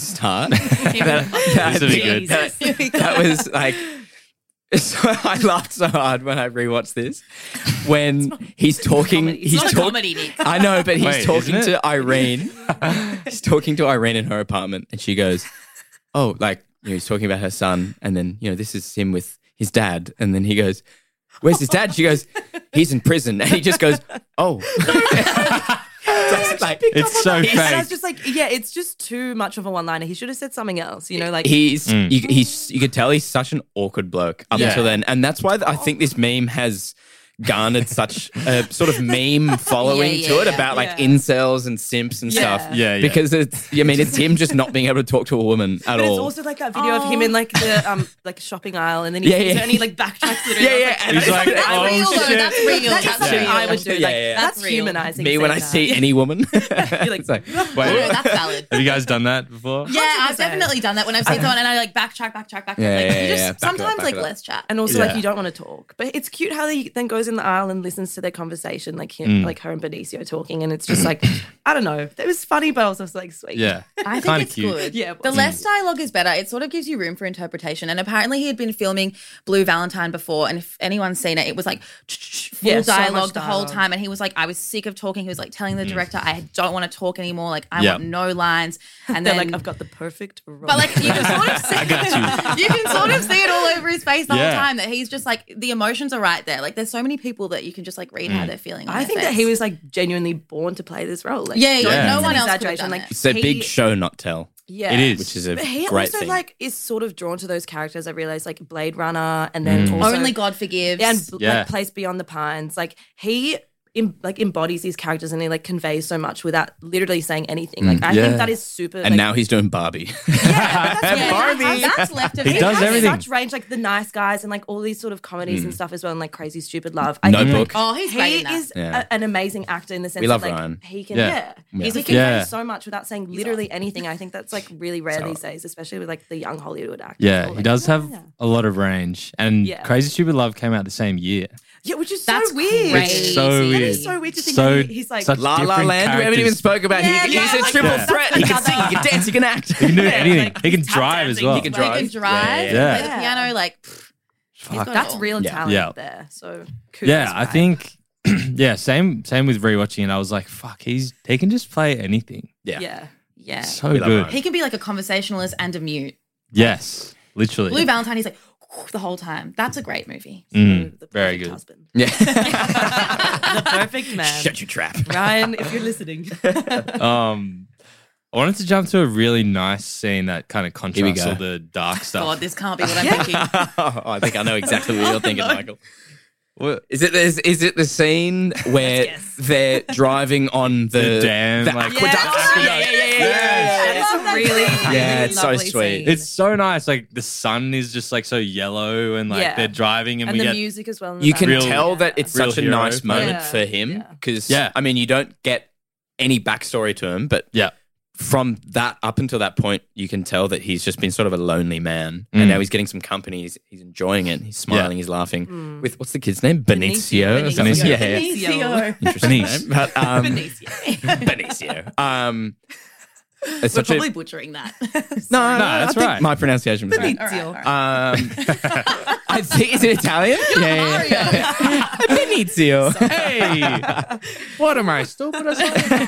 [SPEAKER 8] start. that, that-
[SPEAKER 1] This'll be good.
[SPEAKER 8] that- that was like, so I laughed so hard when I rewatched this. When he's talking,
[SPEAKER 9] comedy. It's
[SPEAKER 8] he's
[SPEAKER 9] not a
[SPEAKER 8] talk- uh,
[SPEAKER 9] comedy, Nick.
[SPEAKER 8] I know, but he's
[SPEAKER 1] Wait,
[SPEAKER 8] talking
[SPEAKER 1] isn't it?
[SPEAKER 8] to Irene. he's talking to Irene in her apartment, and she goes, "Oh, like you know, he's talking about her son, and then you know, this is him with his dad, and then he goes." Where's his dad? She goes, he's in prison. And he just goes, oh. That's like-
[SPEAKER 1] it's so
[SPEAKER 7] And I was
[SPEAKER 1] fake.
[SPEAKER 7] just like, yeah, it's just too much of a one liner. He should have said something else, you know, like,
[SPEAKER 8] he's you, he's you could tell he's such an awkward bloke up
[SPEAKER 1] Mm. Yeah.
[SPEAKER 8] until then, and that's why th- I think this meme has garnered such a sort of meme following
[SPEAKER 9] Yeah,
[SPEAKER 8] to
[SPEAKER 9] yeah,
[SPEAKER 8] it
[SPEAKER 9] yeah.
[SPEAKER 8] about like
[SPEAKER 7] Yeah.
[SPEAKER 8] incels and simps and stuff.
[SPEAKER 1] Yeah, yeah.
[SPEAKER 8] Because it's I mean it's him just not being able to talk to a woman at
[SPEAKER 7] but
[SPEAKER 8] all.
[SPEAKER 7] it's also like that video of him in like the um like shopping aisle and then he
[SPEAKER 8] Yeah,
[SPEAKER 7] sees
[SPEAKER 8] yeah.
[SPEAKER 7] her and he like backtracks literally.
[SPEAKER 8] yeah, yeah. and
[SPEAKER 1] He's like,
[SPEAKER 8] that's
[SPEAKER 1] oh
[SPEAKER 9] real, though.
[SPEAKER 1] shit.
[SPEAKER 9] That's real.
[SPEAKER 7] That is
[SPEAKER 9] That's
[SPEAKER 7] something
[SPEAKER 9] real.
[SPEAKER 7] I would do.
[SPEAKER 8] Yeah,
[SPEAKER 7] like,
[SPEAKER 8] yeah, yeah.
[SPEAKER 7] That's,
[SPEAKER 9] That's real.
[SPEAKER 7] humanizing.
[SPEAKER 8] me
[SPEAKER 7] to
[SPEAKER 8] when
[SPEAKER 7] say
[SPEAKER 8] I
[SPEAKER 7] that.
[SPEAKER 8] see any woman.
[SPEAKER 7] You're like,
[SPEAKER 8] it's like,
[SPEAKER 1] Wait,
[SPEAKER 9] No, no, that's valid.
[SPEAKER 1] have you guys done that before?
[SPEAKER 9] Yeah, I've
[SPEAKER 7] 100%.
[SPEAKER 9] definitely done that when I've seen someone and I like backtrack, backtrack, backtrack.
[SPEAKER 8] Yeah,
[SPEAKER 9] like,
[SPEAKER 8] yeah,
[SPEAKER 9] you just
[SPEAKER 8] yeah, back it up,
[SPEAKER 9] sometimes
[SPEAKER 8] back
[SPEAKER 9] like
[SPEAKER 8] it up.
[SPEAKER 9] let's chat.
[SPEAKER 7] And also,
[SPEAKER 1] Yeah.
[SPEAKER 7] like, you don't want to talk. But it's cute how he then goes in the aisle and listens to their conversation, like him,
[SPEAKER 8] Mm.
[SPEAKER 7] like her and Benicio talking. And it's just like, I don't know. It was funny, but I was also like, sweet.
[SPEAKER 1] Yeah.
[SPEAKER 9] I think
[SPEAKER 1] Kinda
[SPEAKER 9] it's
[SPEAKER 1] cute. Mm.
[SPEAKER 9] good.
[SPEAKER 7] Yeah, it
[SPEAKER 9] the
[SPEAKER 7] was.
[SPEAKER 9] less dialogue is better. It sort of gives you room for interpretation. And apparently, he had been filming Blue Valentine before, and if anyone's seen it, it was like full
[SPEAKER 7] Yeah, so much
[SPEAKER 9] dialogue the whole
[SPEAKER 7] dialogue.
[SPEAKER 9] time. And he was like, "I was sick of talking." He was like telling the director, "I don't want to talk anymore. Like, I
[SPEAKER 1] Mm-hmm. Yeah.
[SPEAKER 9] want no lines." And
[SPEAKER 7] They're
[SPEAKER 9] then,
[SPEAKER 7] like, I've got the perfect role.
[SPEAKER 9] but like, you can sort of see, you. can sort of see it all over his face the
[SPEAKER 1] Yeah.
[SPEAKER 9] whole time that he's just like the emotions are right there. Like, there's so many people that you can just like read
[SPEAKER 1] Mm.
[SPEAKER 9] how they're feeling. on
[SPEAKER 7] I
[SPEAKER 9] their
[SPEAKER 7] think that
[SPEAKER 9] face.
[SPEAKER 7] he was like genuinely born to play this role. Like,
[SPEAKER 9] Yeah, yeah,
[SPEAKER 1] Yeah.
[SPEAKER 9] yeah.
[SPEAKER 1] It's
[SPEAKER 9] no
[SPEAKER 1] an
[SPEAKER 9] one else could have
[SPEAKER 7] exaggeration.
[SPEAKER 9] done
[SPEAKER 7] Like,
[SPEAKER 9] it.
[SPEAKER 8] it's a
[SPEAKER 7] He-
[SPEAKER 8] big show not tell,
[SPEAKER 7] yeah.
[SPEAKER 1] It is.
[SPEAKER 8] which is a
[SPEAKER 7] But he
[SPEAKER 8] great
[SPEAKER 7] also
[SPEAKER 8] thing.
[SPEAKER 7] like is sort of drawn to those characters. I realized like Blade Runner, and then
[SPEAKER 8] Mm.
[SPEAKER 7] also
[SPEAKER 9] Only God forgives.
[SPEAKER 7] yeah, and b-
[SPEAKER 1] Yeah.
[SPEAKER 7] like Place Beyond the Pines. Like he em- like embodies these characters, and he like conveys so much without literally saying anything. Like I
[SPEAKER 1] Mm, Yeah.
[SPEAKER 7] think that is super.
[SPEAKER 8] and
[SPEAKER 7] like,
[SPEAKER 8] now he's doing Barbie.
[SPEAKER 9] Yeah,
[SPEAKER 7] Barbie.
[SPEAKER 9] That's, that's left of
[SPEAKER 1] He
[SPEAKER 9] him.
[SPEAKER 1] does
[SPEAKER 9] That's-
[SPEAKER 1] everything. Mm.
[SPEAKER 7] Such range, like the nice guys and like all these sort of comedies and stuff as well, and like Crazy Stupid Love. I think,
[SPEAKER 8] Notebook.
[SPEAKER 9] Oh, he's great in
[SPEAKER 7] he
[SPEAKER 9] that.
[SPEAKER 7] is
[SPEAKER 8] Yeah.
[SPEAKER 7] a- an amazing actor in the sense
[SPEAKER 8] We love
[SPEAKER 7] that like
[SPEAKER 8] Ryan.
[SPEAKER 7] he can,
[SPEAKER 1] Yeah.
[SPEAKER 7] yeah,
[SPEAKER 8] He's
[SPEAKER 7] he
[SPEAKER 8] a-
[SPEAKER 7] can
[SPEAKER 1] Yeah.
[SPEAKER 7] do so much without saying literally anything. I think that's like really rare
[SPEAKER 8] So-
[SPEAKER 7] these days, especially with like the young Hollywood actors. They're
[SPEAKER 1] Yeah,
[SPEAKER 7] all
[SPEAKER 1] he
[SPEAKER 7] like,
[SPEAKER 1] does have
[SPEAKER 7] "Yeah."
[SPEAKER 1] a lot of range. And
[SPEAKER 7] Yeah.
[SPEAKER 1] Crazy Stupid Love came out the same year.
[SPEAKER 7] yeah, which is
[SPEAKER 9] That's
[SPEAKER 7] so weird.
[SPEAKER 9] crazy.
[SPEAKER 1] It's so
[SPEAKER 9] That
[SPEAKER 1] weird.
[SPEAKER 7] is so weird to think
[SPEAKER 1] So-
[SPEAKER 7] that he- he's like-
[SPEAKER 1] such
[SPEAKER 8] La La
[SPEAKER 1] different
[SPEAKER 8] Land, we haven't even
[SPEAKER 1] characters.
[SPEAKER 8] spoken about.
[SPEAKER 9] Yeah,
[SPEAKER 8] he,
[SPEAKER 9] yeah,
[SPEAKER 8] he's a
[SPEAKER 9] like
[SPEAKER 8] triple
[SPEAKER 1] that.
[SPEAKER 8] threat. He can sing, he can dance, he can act.
[SPEAKER 1] He can do anything.
[SPEAKER 7] like,
[SPEAKER 1] he can
[SPEAKER 7] he's tap
[SPEAKER 1] drive as
[SPEAKER 7] dancing,
[SPEAKER 1] well.
[SPEAKER 7] he
[SPEAKER 8] can
[SPEAKER 9] They can
[SPEAKER 8] drive.
[SPEAKER 9] drive.
[SPEAKER 8] Yeah,
[SPEAKER 1] yeah,
[SPEAKER 9] Play the
[SPEAKER 7] yeah.
[SPEAKER 9] piano. Like pff, he's got it
[SPEAKER 7] That's
[SPEAKER 9] all.
[SPEAKER 7] real
[SPEAKER 8] Yeah.
[SPEAKER 7] talent
[SPEAKER 1] Yeah.
[SPEAKER 7] there. So kudos
[SPEAKER 1] Yeah, I
[SPEAKER 7] for that.
[SPEAKER 1] think. yeah, same same with rewatching it. I was like, fuck, he's he can just play anything.
[SPEAKER 7] Yeah.
[SPEAKER 9] Yeah,
[SPEAKER 1] So
[SPEAKER 8] We love
[SPEAKER 1] good.
[SPEAKER 8] Ryan.
[SPEAKER 9] he can be like a conversationalist and a mute.
[SPEAKER 1] Yes, literally.
[SPEAKER 9] Blue Valentine. He's like the whole time. That's a great movie.
[SPEAKER 8] Hmm,
[SPEAKER 1] Mm,
[SPEAKER 7] The
[SPEAKER 1] very
[SPEAKER 7] perfect
[SPEAKER 1] good.
[SPEAKER 7] Husband.
[SPEAKER 8] Yeah.
[SPEAKER 7] the perfect man.
[SPEAKER 8] Shut your trap.
[SPEAKER 7] Ryan, if you're listening.
[SPEAKER 1] Um, I wanted to jump to a really nice scene that kind of
[SPEAKER 8] we
[SPEAKER 1] contrasts
[SPEAKER 8] go.
[SPEAKER 1] all the dark stuff.
[SPEAKER 9] God, this can't be what I'm thinking.
[SPEAKER 8] oh, I think I know exactly what you're
[SPEAKER 7] Oh,
[SPEAKER 8] thinking, Michael. Is it is, is it the scene where
[SPEAKER 7] Yes.
[SPEAKER 8] they're driving on the,
[SPEAKER 1] The dam,
[SPEAKER 8] the
[SPEAKER 1] like-
[SPEAKER 8] aqueduct?
[SPEAKER 7] Yeah,
[SPEAKER 8] Yeah, yeah, yeah, yeah, yeah.
[SPEAKER 7] That is a really,
[SPEAKER 8] Yeah, it's so
[SPEAKER 7] lovely
[SPEAKER 8] sweet.
[SPEAKER 7] scene.
[SPEAKER 1] It's so nice. Like the sun is just like so yellow, and like
[SPEAKER 7] Yeah.
[SPEAKER 1] they're driving, and,
[SPEAKER 7] and
[SPEAKER 1] we
[SPEAKER 7] the
[SPEAKER 1] get
[SPEAKER 7] music as well. in the
[SPEAKER 8] You can
[SPEAKER 1] Real-
[SPEAKER 7] background.
[SPEAKER 8] tell that it's
[SPEAKER 1] Real
[SPEAKER 8] such a
[SPEAKER 1] hero.
[SPEAKER 8] nice moment
[SPEAKER 7] Yeah.
[SPEAKER 8] for him because
[SPEAKER 1] Yeah.
[SPEAKER 8] I mean you don't get any backstory to him, but
[SPEAKER 1] yeah,
[SPEAKER 8] from that up until that point, you can tell that he's just been sort of a lonely man,
[SPEAKER 1] Mm.
[SPEAKER 8] and now he's getting some company. He's, he's enjoying it. He's smiling. He's laughing
[SPEAKER 7] Mm.
[SPEAKER 8] with what's the kid's name? Benicio. or something?
[SPEAKER 1] Benicio.
[SPEAKER 8] Yeah, yeah.
[SPEAKER 7] Benicio.
[SPEAKER 8] Interesting
[SPEAKER 1] Benicio.
[SPEAKER 8] name. But, um,
[SPEAKER 7] Benicio.
[SPEAKER 8] Benicio. Um, It's
[SPEAKER 9] We're
[SPEAKER 8] such a-
[SPEAKER 9] probably butchering that.
[SPEAKER 8] no, no,
[SPEAKER 1] that's
[SPEAKER 8] I think
[SPEAKER 1] right.
[SPEAKER 8] My pronunciation was right.
[SPEAKER 7] Big deal.
[SPEAKER 8] Um, I think is it Italian? Yeah, yeah. Benizio.
[SPEAKER 1] Hey, what am I stupid or something?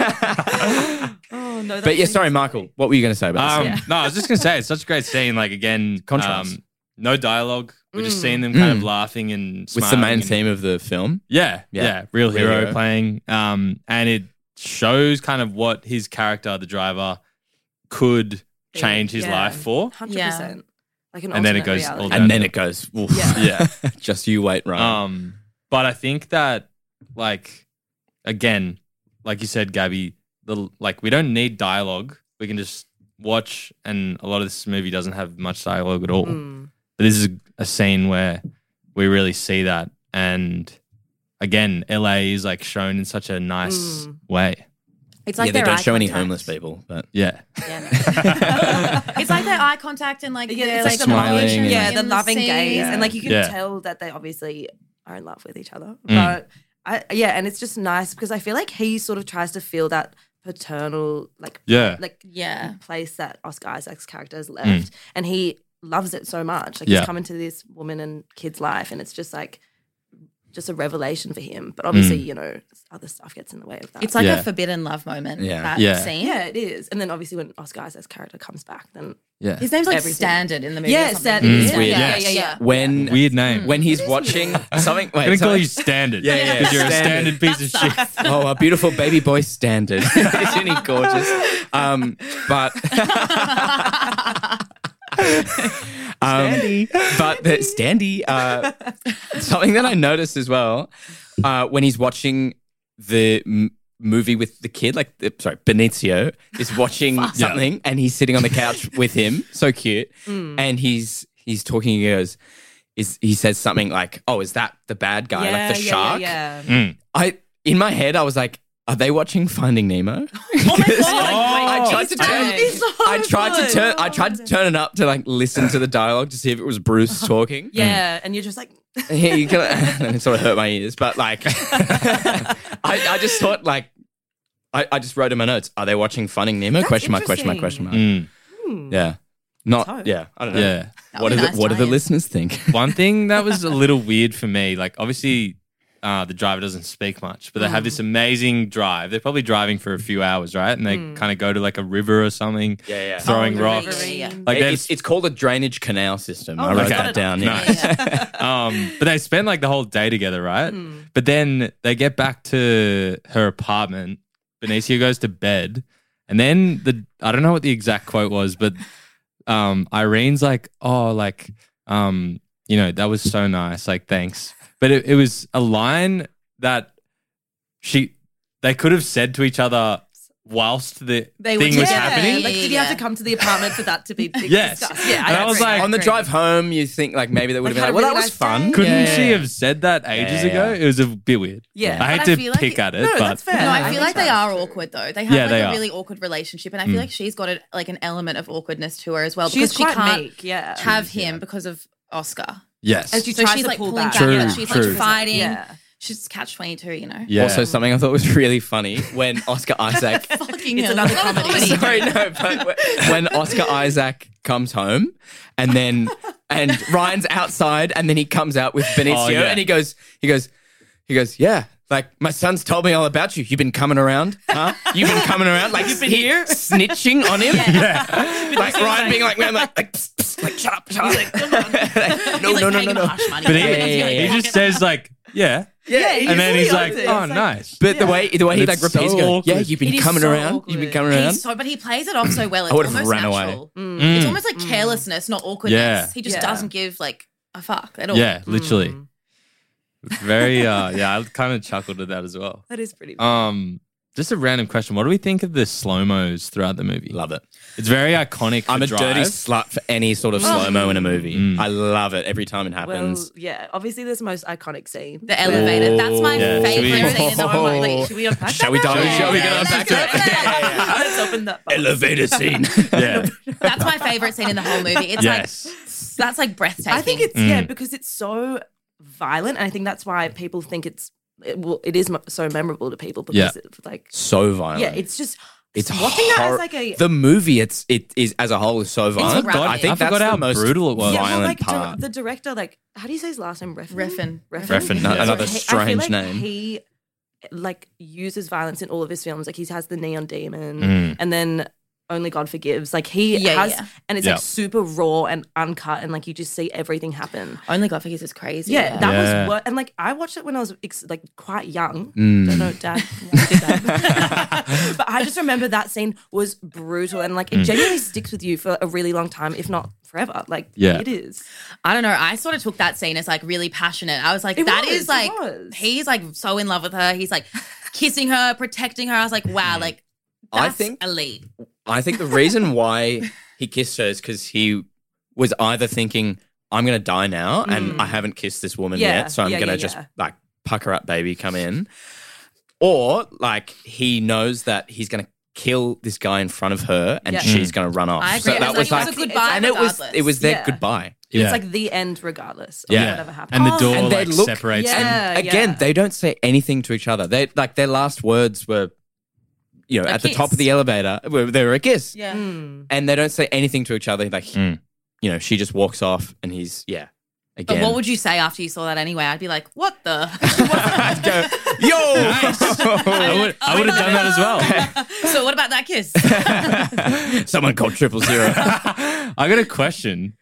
[SPEAKER 7] Oh no, that's
[SPEAKER 8] But yeah, sorry, Michael. What were you going to say about
[SPEAKER 1] Um,
[SPEAKER 8] this?
[SPEAKER 1] No, I was just gonna say it's such a great scene. Like again,
[SPEAKER 8] Contrast.
[SPEAKER 1] Um, no dialogue. We're just seeing them kind of
[SPEAKER 8] Mm.
[SPEAKER 1] laughing and
[SPEAKER 8] With the
[SPEAKER 1] smiling
[SPEAKER 8] main
[SPEAKER 1] and-
[SPEAKER 8] theme of the film.
[SPEAKER 1] Yeah, yeah,
[SPEAKER 8] Yeah.
[SPEAKER 1] Real,
[SPEAKER 8] Real
[SPEAKER 1] hero,
[SPEAKER 8] hero.
[SPEAKER 1] playing. Um, and it shows kind of what his character, the driver, could change his
[SPEAKER 7] Yeah.
[SPEAKER 1] life for.
[SPEAKER 7] hundred percent. Like an
[SPEAKER 1] And then it
[SPEAKER 7] alternate
[SPEAKER 1] goes all
[SPEAKER 7] reality.
[SPEAKER 1] down.
[SPEAKER 8] And then it goes, oof.
[SPEAKER 1] Yeah.
[SPEAKER 8] Just you wait, Ryan.
[SPEAKER 1] Um, but I think that like again, like you said, Gabby, the like we don't need dialogue. We can just watch, and a lot of this movie doesn't have much dialogue at all.
[SPEAKER 7] Mm.
[SPEAKER 1] But this is a, a scene where we really see that, and again, LA is like shown in such a nice
[SPEAKER 7] Mm.
[SPEAKER 1] way.
[SPEAKER 9] It's
[SPEAKER 8] yeah, they
[SPEAKER 9] their
[SPEAKER 8] don't
[SPEAKER 9] eye
[SPEAKER 8] show any
[SPEAKER 9] contact.
[SPEAKER 8] homeless people, but
[SPEAKER 1] Yeah,
[SPEAKER 9] Yeah, no. it's like their eye contact and like
[SPEAKER 7] Yeah,
[SPEAKER 9] their,
[SPEAKER 7] it's
[SPEAKER 9] like,
[SPEAKER 7] like the
[SPEAKER 8] smiling
[SPEAKER 9] emotion
[SPEAKER 8] and-
[SPEAKER 9] in
[SPEAKER 7] yeah, the loving
[SPEAKER 9] scene.
[SPEAKER 7] gaze,
[SPEAKER 8] Yeah. Hmm.
[SPEAKER 7] and like you can
[SPEAKER 1] Yeah.
[SPEAKER 7] tell that they obviously are in love with each other.
[SPEAKER 1] Mm.
[SPEAKER 7] But I, yeah, and it's just nice because I feel like he sort of tries to feel that paternal, like
[SPEAKER 1] yeah,
[SPEAKER 7] like
[SPEAKER 9] Yeah.
[SPEAKER 7] place that Oscar Isaac's character has left,
[SPEAKER 1] Mm.
[SPEAKER 7] and he loves it so much. Like
[SPEAKER 1] Yeah.
[SPEAKER 7] he's come into this woman and kid's life, and it's just like just a revelation for him. But obviously, you know, other stuff gets in the way of that.
[SPEAKER 9] It's like
[SPEAKER 1] Yeah.
[SPEAKER 9] a forbidden love moment.
[SPEAKER 8] Yeah.
[SPEAKER 9] That
[SPEAKER 1] Yeah.
[SPEAKER 9] scene.
[SPEAKER 7] yeah, it is. And then obviously, when Oscar Isaac's character comes back, then
[SPEAKER 1] yeah.
[SPEAKER 9] His name's like
[SPEAKER 7] Everything.
[SPEAKER 9] Standard in the movie.
[SPEAKER 7] Yeah,
[SPEAKER 9] or something.
[SPEAKER 7] Standard.
[SPEAKER 1] Mm. It's
[SPEAKER 9] Yeah,
[SPEAKER 1] weird.
[SPEAKER 9] yeah,
[SPEAKER 7] Yeah.
[SPEAKER 9] yeah, yeah.
[SPEAKER 8] when
[SPEAKER 1] Weird name.
[SPEAKER 8] when he's watching something, wait,
[SPEAKER 1] I'm gonna call
[SPEAKER 8] sorry.
[SPEAKER 1] you standard.
[SPEAKER 8] Yeah, yeah,
[SPEAKER 1] Because you're a standard
[SPEAKER 8] standard.
[SPEAKER 1] piece of shit.
[SPEAKER 8] oh, a beautiful baby boy standard. Isn't he gorgeous? Um, but. um, But the, Standy. Uh, something that I noticed as well uh, when he's watching the m- movie with the kid, like, the, sorry, Benicio is watching something and he's sitting on the couch with him. So cute.
[SPEAKER 7] Mm.
[SPEAKER 8] And he's he's talking, he goes, is, he says something like, oh, is that the bad guy? like the shark? Mm.
[SPEAKER 7] Yeah,
[SPEAKER 8] I in my head I was like, are they watching Finding Nemo?
[SPEAKER 7] Oh
[SPEAKER 8] I tried to turn
[SPEAKER 9] That'd be so
[SPEAKER 8] I tried
[SPEAKER 7] good.
[SPEAKER 8] to turn I tried to turn it up to like listen to the dialogue to see if it was Bruce talking.
[SPEAKER 7] Uh-huh. yeah. And you're just like,
[SPEAKER 8] Yeah, you can- and it sort of hurt my ears, but like I, I just thought like I, I just wrote in my notes, are they watching Finding Nemo?
[SPEAKER 7] That's
[SPEAKER 8] question mark, question mark, question
[SPEAKER 7] interesting.
[SPEAKER 8] mark.
[SPEAKER 1] Mm,
[SPEAKER 8] Yeah. Not
[SPEAKER 7] Let's hope.
[SPEAKER 8] yeah, I don't know.
[SPEAKER 1] yeah.
[SPEAKER 8] What
[SPEAKER 9] That'd be
[SPEAKER 8] do the
[SPEAKER 9] nice
[SPEAKER 8] what do the
[SPEAKER 9] tie-in.
[SPEAKER 8] listeners think?
[SPEAKER 1] One thing that was a little weird for me, like obviously uh, the driver doesn't speak much, but they have this amazing drive. They're probably driving for a few hours, right? And they kind of go to like a river or something,
[SPEAKER 8] Yeah, yeah.
[SPEAKER 1] throwing
[SPEAKER 7] Oh, the
[SPEAKER 1] rocks.
[SPEAKER 9] river, yeah.
[SPEAKER 1] Like they've-
[SPEAKER 8] it's, it's called a drainage canal system. I
[SPEAKER 7] Oh,
[SPEAKER 8] wrote
[SPEAKER 1] okay.
[SPEAKER 8] that down. Yeah.
[SPEAKER 1] Nice. um, but they spend like the whole day together, right?
[SPEAKER 9] Hmm.
[SPEAKER 1] But then they get back to her apartment. Benicio goes to bed, and then the I don't know what the exact quote was, but um, Irene's like, "Oh, like, um, you know, that was so nice. Like, thanks." But it, it was a line that she they could have said to each other whilst the
[SPEAKER 9] They
[SPEAKER 1] thing
[SPEAKER 9] were-
[SPEAKER 1] was
[SPEAKER 9] Yeah.
[SPEAKER 1] happening.
[SPEAKER 7] Like, did you have to come to the apartment for that to be
[SPEAKER 1] Yes.
[SPEAKER 7] discussed? Yeah,
[SPEAKER 1] And I was
[SPEAKER 7] agree.
[SPEAKER 1] like-
[SPEAKER 8] on the drive home, you think like maybe they would have
[SPEAKER 7] Like, had a
[SPEAKER 8] been like, "Well,
[SPEAKER 7] really
[SPEAKER 8] that was
[SPEAKER 7] nice
[SPEAKER 8] fun."
[SPEAKER 7] day.
[SPEAKER 1] Couldn't
[SPEAKER 8] Yeah,
[SPEAKER 1] she
[SPEAKER 8] yeah.
[SPEAKER 1] have said that ages
[SPEAKER 8] Yeah, yeah.
[SPEAKER 1] ago? It was a bit weird. I
[SPEAKER 7] Yeah.
[SPEAKER 1] hate
[SPEAKER 9] But I
[SPEAKER 1] to
[SPEAKER 9] feel like
[SPEAKER 1] pick
[SPEAKER 9] it-
[SPEAKER 1] at it,
[SPEAKER 7] No,
[SPEAKER 1] but
[SPEAKER 7] that's fair.
[SPEAKER 9] No,
[SPEAKER 7] I
[SPEAKER 9] I feel
[SPEAKER 7] think
[SPEAKER 9] like they
[SPEAKER 7] that's
[SPEAKER 9] are
[SPEAKER 7] true.
[SPEAKER 9] awkward though. They have
[SPEAKER 1] Yeah,
[SPEAKER 9] like
[SPEAKER 1] they
[SPEAKER 9] a
[SPEAKER 1] are.
[SPEAKER 9] really awkward relationship, and I
[SPEAKER 8] Mm.
[SPEAKER 9] feel like she's got a, like an element of awkwardness to her as well
[SPEAKER 7] she's
[SPEAKER 9] because she
[SPEAKER 7] quite
[SPEAKER 9] can't
[SPEAKER 7] meek, yeah.
[SPEAKER 9] have him because of Oscar.
[SPEAKER 1] yes,
[SPEAKER 7] and she
[SPEAKER 9] So
[SPEAKER 7] tries
[SPEAKER 9] she's
[SPEAKER 7] to
[SPEAKER 9] like
[SPEAKER 7] pull
[SPEAKER 9] pulling
[SPEAKER 7] back.
[SPEAKER 9] back,
[SPEAKER 1] True,
[SPEAKER 9] but she's
[SPEAKER 1] true.
[SPEAKER 9] like fighting.
[SPEAKER 7] Yeah.
[SPEAKER 9] She's catch twenty two, you know.
[SPEAKER 1] Yeah.
[SPEAKER 8] Also, something I thought was really funny when Oscar Isaac.
[SPEAKER 9] Fucking
[SPEAKER 7] It's
[SPEAKER 9] hell.
[SPEAKER 7] another
[SPEAKER 9] Not a
[SPEAKER 7] comedy.
[SPEAKER 9] comedy.
[SPEAKER 8] Sorry, no, but when Oscar Isaac comes home, and then and Ryan's outside, and then he comes out with Benicio,
[SPEAKER 1] Oh, yeah.
[SPEAKER 8] and he goes, he goes, he goes, yeah. Like my son's told me all about you. You've been coming around, huh? You've been coming around, like you've been here, snitching on him. Like Ryan being like, man, like, like, psst, psst, like shut up, shut up. no,
[SPEAKER 9] He's, like,
[SPEAKER 8] no, no, no,
[SPEAKER 9] paying
[SPEAKER 8] no.
[SPEAKER 9] Harsh money.
[SPEAKER 1] But he,
[SPEAKER 8] Yeah, yeah, yeah,
[SPEAKER 1] he
[SPEAKER 8] yeah.
[SPEAKER 1] just says like, yeah,
[SPEAKER 8] Yeah,
[SPEAKER 1] and then he's like,
[SPEAKER 7] really
[SPEAKER 1] oh,
[SPEAKER 7] owns it. It's like-
[SPEAKER 1] nice.
[SPEAKER 8] But the way the way he
[SPEAKER 1] It's
[SPEAKER 8] like repeats,
[SPEAKER 1] so
[SPEAKER 8] he goes, yeah,
[SPEAKER 1] awkward.
[SPEAKER 8] you've been
[SPEAKER 7] It is
[SPEAKER 8] coming
[SPEAKER 7] so
[SPEAKER 8] around,
[SPEAKER 7] awkward.
[SPEAKER 8] you've been coming around.
[SPEAKER 9] He's so, but he plays it off so well. It's
[SPEAKER 8] would've
[SPEAKER 9] almost
[SPEAKER 8] run away.
[SPEAKER 9] natural.
[SPEAKER 1] Mm.
[SPEAKER 9] It's almost like carelessness, not awkwardness.
[SPEAKER 1] Yeah.
[SPEAKER 9] He just
[SPEAKER 7] Yeah.
[SPEAKER 9] doesn't give like a fuck at all.
[SPEAKER 1] yeah, literally. Hmm. Very uh, yeah, I kind of chuckled at that as well.
[SPEAKER 7] That is pretty.
[SPEAKER 1] Um, just a random question: What do we think of the slow mos throughout the movie?
[SPEAKER 8] Love it.
[SPEAKER 1] It's very iconic.
[SPEAKER 8] I'm
[SPEAKER 1] for
[SPEAKER 8] a dirty
[SPEAKER 1] Drive.
[SPEAKER 8] slut for any sort of slow mo in a movie.
[SPEAKER 1] Mm.
[SPEAKER 8] I love it every time it
[SPEAKER 7] Oh. well,
[SPEAKER 8] happens.
[SPEAKER 7] yeah. Obviously, this most iconic scene.
[SPEAKER 9] The elevator. That's my
[SPEAKER 1] Yeah.
[SPEAKER 9] favorite
[SPEAKER 1] Should we-
[SPEAKER 9] scene in the whole movie.
[SPEAKER 7] Wait, should we unpack
[SPEAKER 8] Shall we
[SPEAKER 7] that?
[SPEAKER 8] dive?
[SPEAKER 9] Yeah.
[SPEAKER 8] Shall we get
[SPEAKER 9] Yeah,
[SPEAKER 8] on back
[SPEAKER 9] let's
[SPEAKER 8] to
[SPEAKER 9] do it.
[SPEAKER 8] that?
[SPEAKER 7] Let's open that. box.
[SPEAKER 8] Elevator scene.
[SPEAKER 1] Yeah.
[SPEAKER 9] That's my favorite scene in the whole movie. It's
[SPEAKER 1] yes.
[SPEAKER 9] like that's like breathtaking.
[SPEAKER 7] I think it's
[SPEAKER 8] Mm.
[SPEAKER 7] yeah because it's so violent, and I think that's why people think it's it, well, it is mo- so memorable to people because
[SPEAKER 1] Yeah.
[SPEAKER 7] it's like
[SPEAKER 8] so violent.
[SPEAKER 7] yeah, it's just
[SPEAKER 8] It's
[SPEAKER 7] watching that as
[SPEAKER 8] hor-
[SPEAKER 7] like a-
[SPEAKER 8] the movie. It's it is as a whole is so violent.
[SPEAKER 9] forgot-
[SPEAKER 8] I think
[SPEAKER 1] I forgot
[SPEAKER 8] that's
[SPEAKER 1] how
[SPEAKER 8] the most
[SPEAKER 1] brutal it was.
[SPEAKER 7] Yeah, well,
[SPEAKER 8] Violent
[SPEAKER 7] like, dir-
[SPEAKER 8] part.
[SPEAKER 7] the director, like, how do you say his last name? Refn.
[SPEAKER 9] Refn.
[SPEAKER 8] Refn, no-
[SPEAKER 7] He-
[SPEAKER 8] another
[SPEAKER 7] I feel
[SPEAKER 8] strange
[SPEAKER 7] like
[SPEAKER 8] name.
[SPEAKER 7] He like uses violence in all of his films. Like he has the Neon Demon,
[SPEAKER 1] Mm.
[SPEAKER 7] and then Only God Forgives. Like he
[SPEAKER 9] Yeah,
[SPEAKER 7] has,
[SPEAKER 9] yeah.
[SPEAKER 7] and it's
[SPEAKER 1] Yeah.
[SPEAKER 7] like super raw and uncut, and like you just see everything happen.
[SPEAKER 9] Only God forgives is crazy.
[SPEAKER 7] Yeah, that
[SPEAKER 1] Yeah.
[SPEAKER 7] was what, and like I watched it when I was ex- like quite young.
[SPEAKER 8] Mm.
[SPEAKER 7] Don't know, Dad. why did that? but I just remember that scene was brutal, and like it
[SPEAKER 1] Mm.
[SPEAKER 7] genuinely sticks with you for a really long time, if not forever. Like
[SPEAKER 1] Yeah.
[SPEAKER 7] it is.
[SPEAKER 9] I don't know. I sort of took that scene as like really passionate. I was like,
[SPEAKER 7] It
[SPEAKER 9] that
[SPEAKER 7] was,
[SPEAKER 9] is
[SPEAKER 7] it
[SPEAKER 9] like
[SPEAKER 7] was.
[SPEAKER 9] he's like so in love with her. He's like kissing her, protecting her. I was like, wow, like
[SPEAKER 8] I
[SPEAKER 9] that's
[SPEAKER 8] think-
[SPEAKER 9] elite.
[SPEAKER 8] I think the reason why he kissed her is because he was either thinking, I'm going to die now and I haven't kissed this woman
[SPEAKER 7] Mm. Yeah,
[SPEAKER 8] yet. So I'm
[SPEAKER 7] yeah,
[SPEAKER 8] going to
[SPEAKER 7] yeah,
[SPEAKER 8] just
[SPEAKER 7] yeah.
[SPEAKER 8] like pucker up, baby, come in. Or like he knows that he's going to kill this guy in front of her and
[SPEAKER 7] Yeah. Mm.
[SPEAKER 8] she's going to run off.
[SPEAKER 9] I agree.
[SPEAKER 8] So
[SPEAKER 9] It
[SPEAKER 8] that
[SPEAKER 9] was
[SPEAKER 8] was
[SPEAKER 9] like-
[SPEAKER 8] like,
[SPEAKER 9] it was a goodbye
[SPEAKER 8] and it was,
[SPEAKER 9] regardless.
[SPEAKER 8] it was their
[SPEAKER 7] Yeah.
[SPEAKER 8] goodbye.
[SPEAKER 1] Yeah.
[SPEAKER 7] It's like the end, regardless of
[SPEAKER 8] Yeah.
[SPEAKER 7] whatever happens.
[SPEAKER 1] and the door
[SPEAKER 8] And they
[SPEAKER 1] like
[SPEAKER 8] look-
[SPEAKER 1] separates
[SPEAKER 7] Oh, Yeah.
[SPEAKER 1] them.
[SPEAKER 8] Again,
[SPEAKER 7] yeah.
[SPEAKER 8] they don't say anything to each other. They like their last words were, you know,
[SPEAKER 9] A
[SPEAKER 8] at the top
[SPEAKER 9] kiss.
[SPEAKER 8] of the elevator, were- they were a kiss.
[SPEAKER 9] Yeah.
[SPEAKER 7] Mm.
[SPEAKER 8] and they don't say anything to each other. Like,
[SPEAKER 1] Mm.
[SPEAKER 8] you know, she just walks off, and he's yeah.
[SPEAKER 9] But
[SPEAKER 8] Again,
[SPEAKER 9] what would you say after you saw that anyway? I'd be like, what the?
[SPEAKER 8] I'd go, yo.
[SPEAKER 1] I would, I would have done that as well.
[SPEAKER 9] so what about that kiss?
[SPEAKER 8] Someone called triple zero.
[SPEAKER 1] I got a question.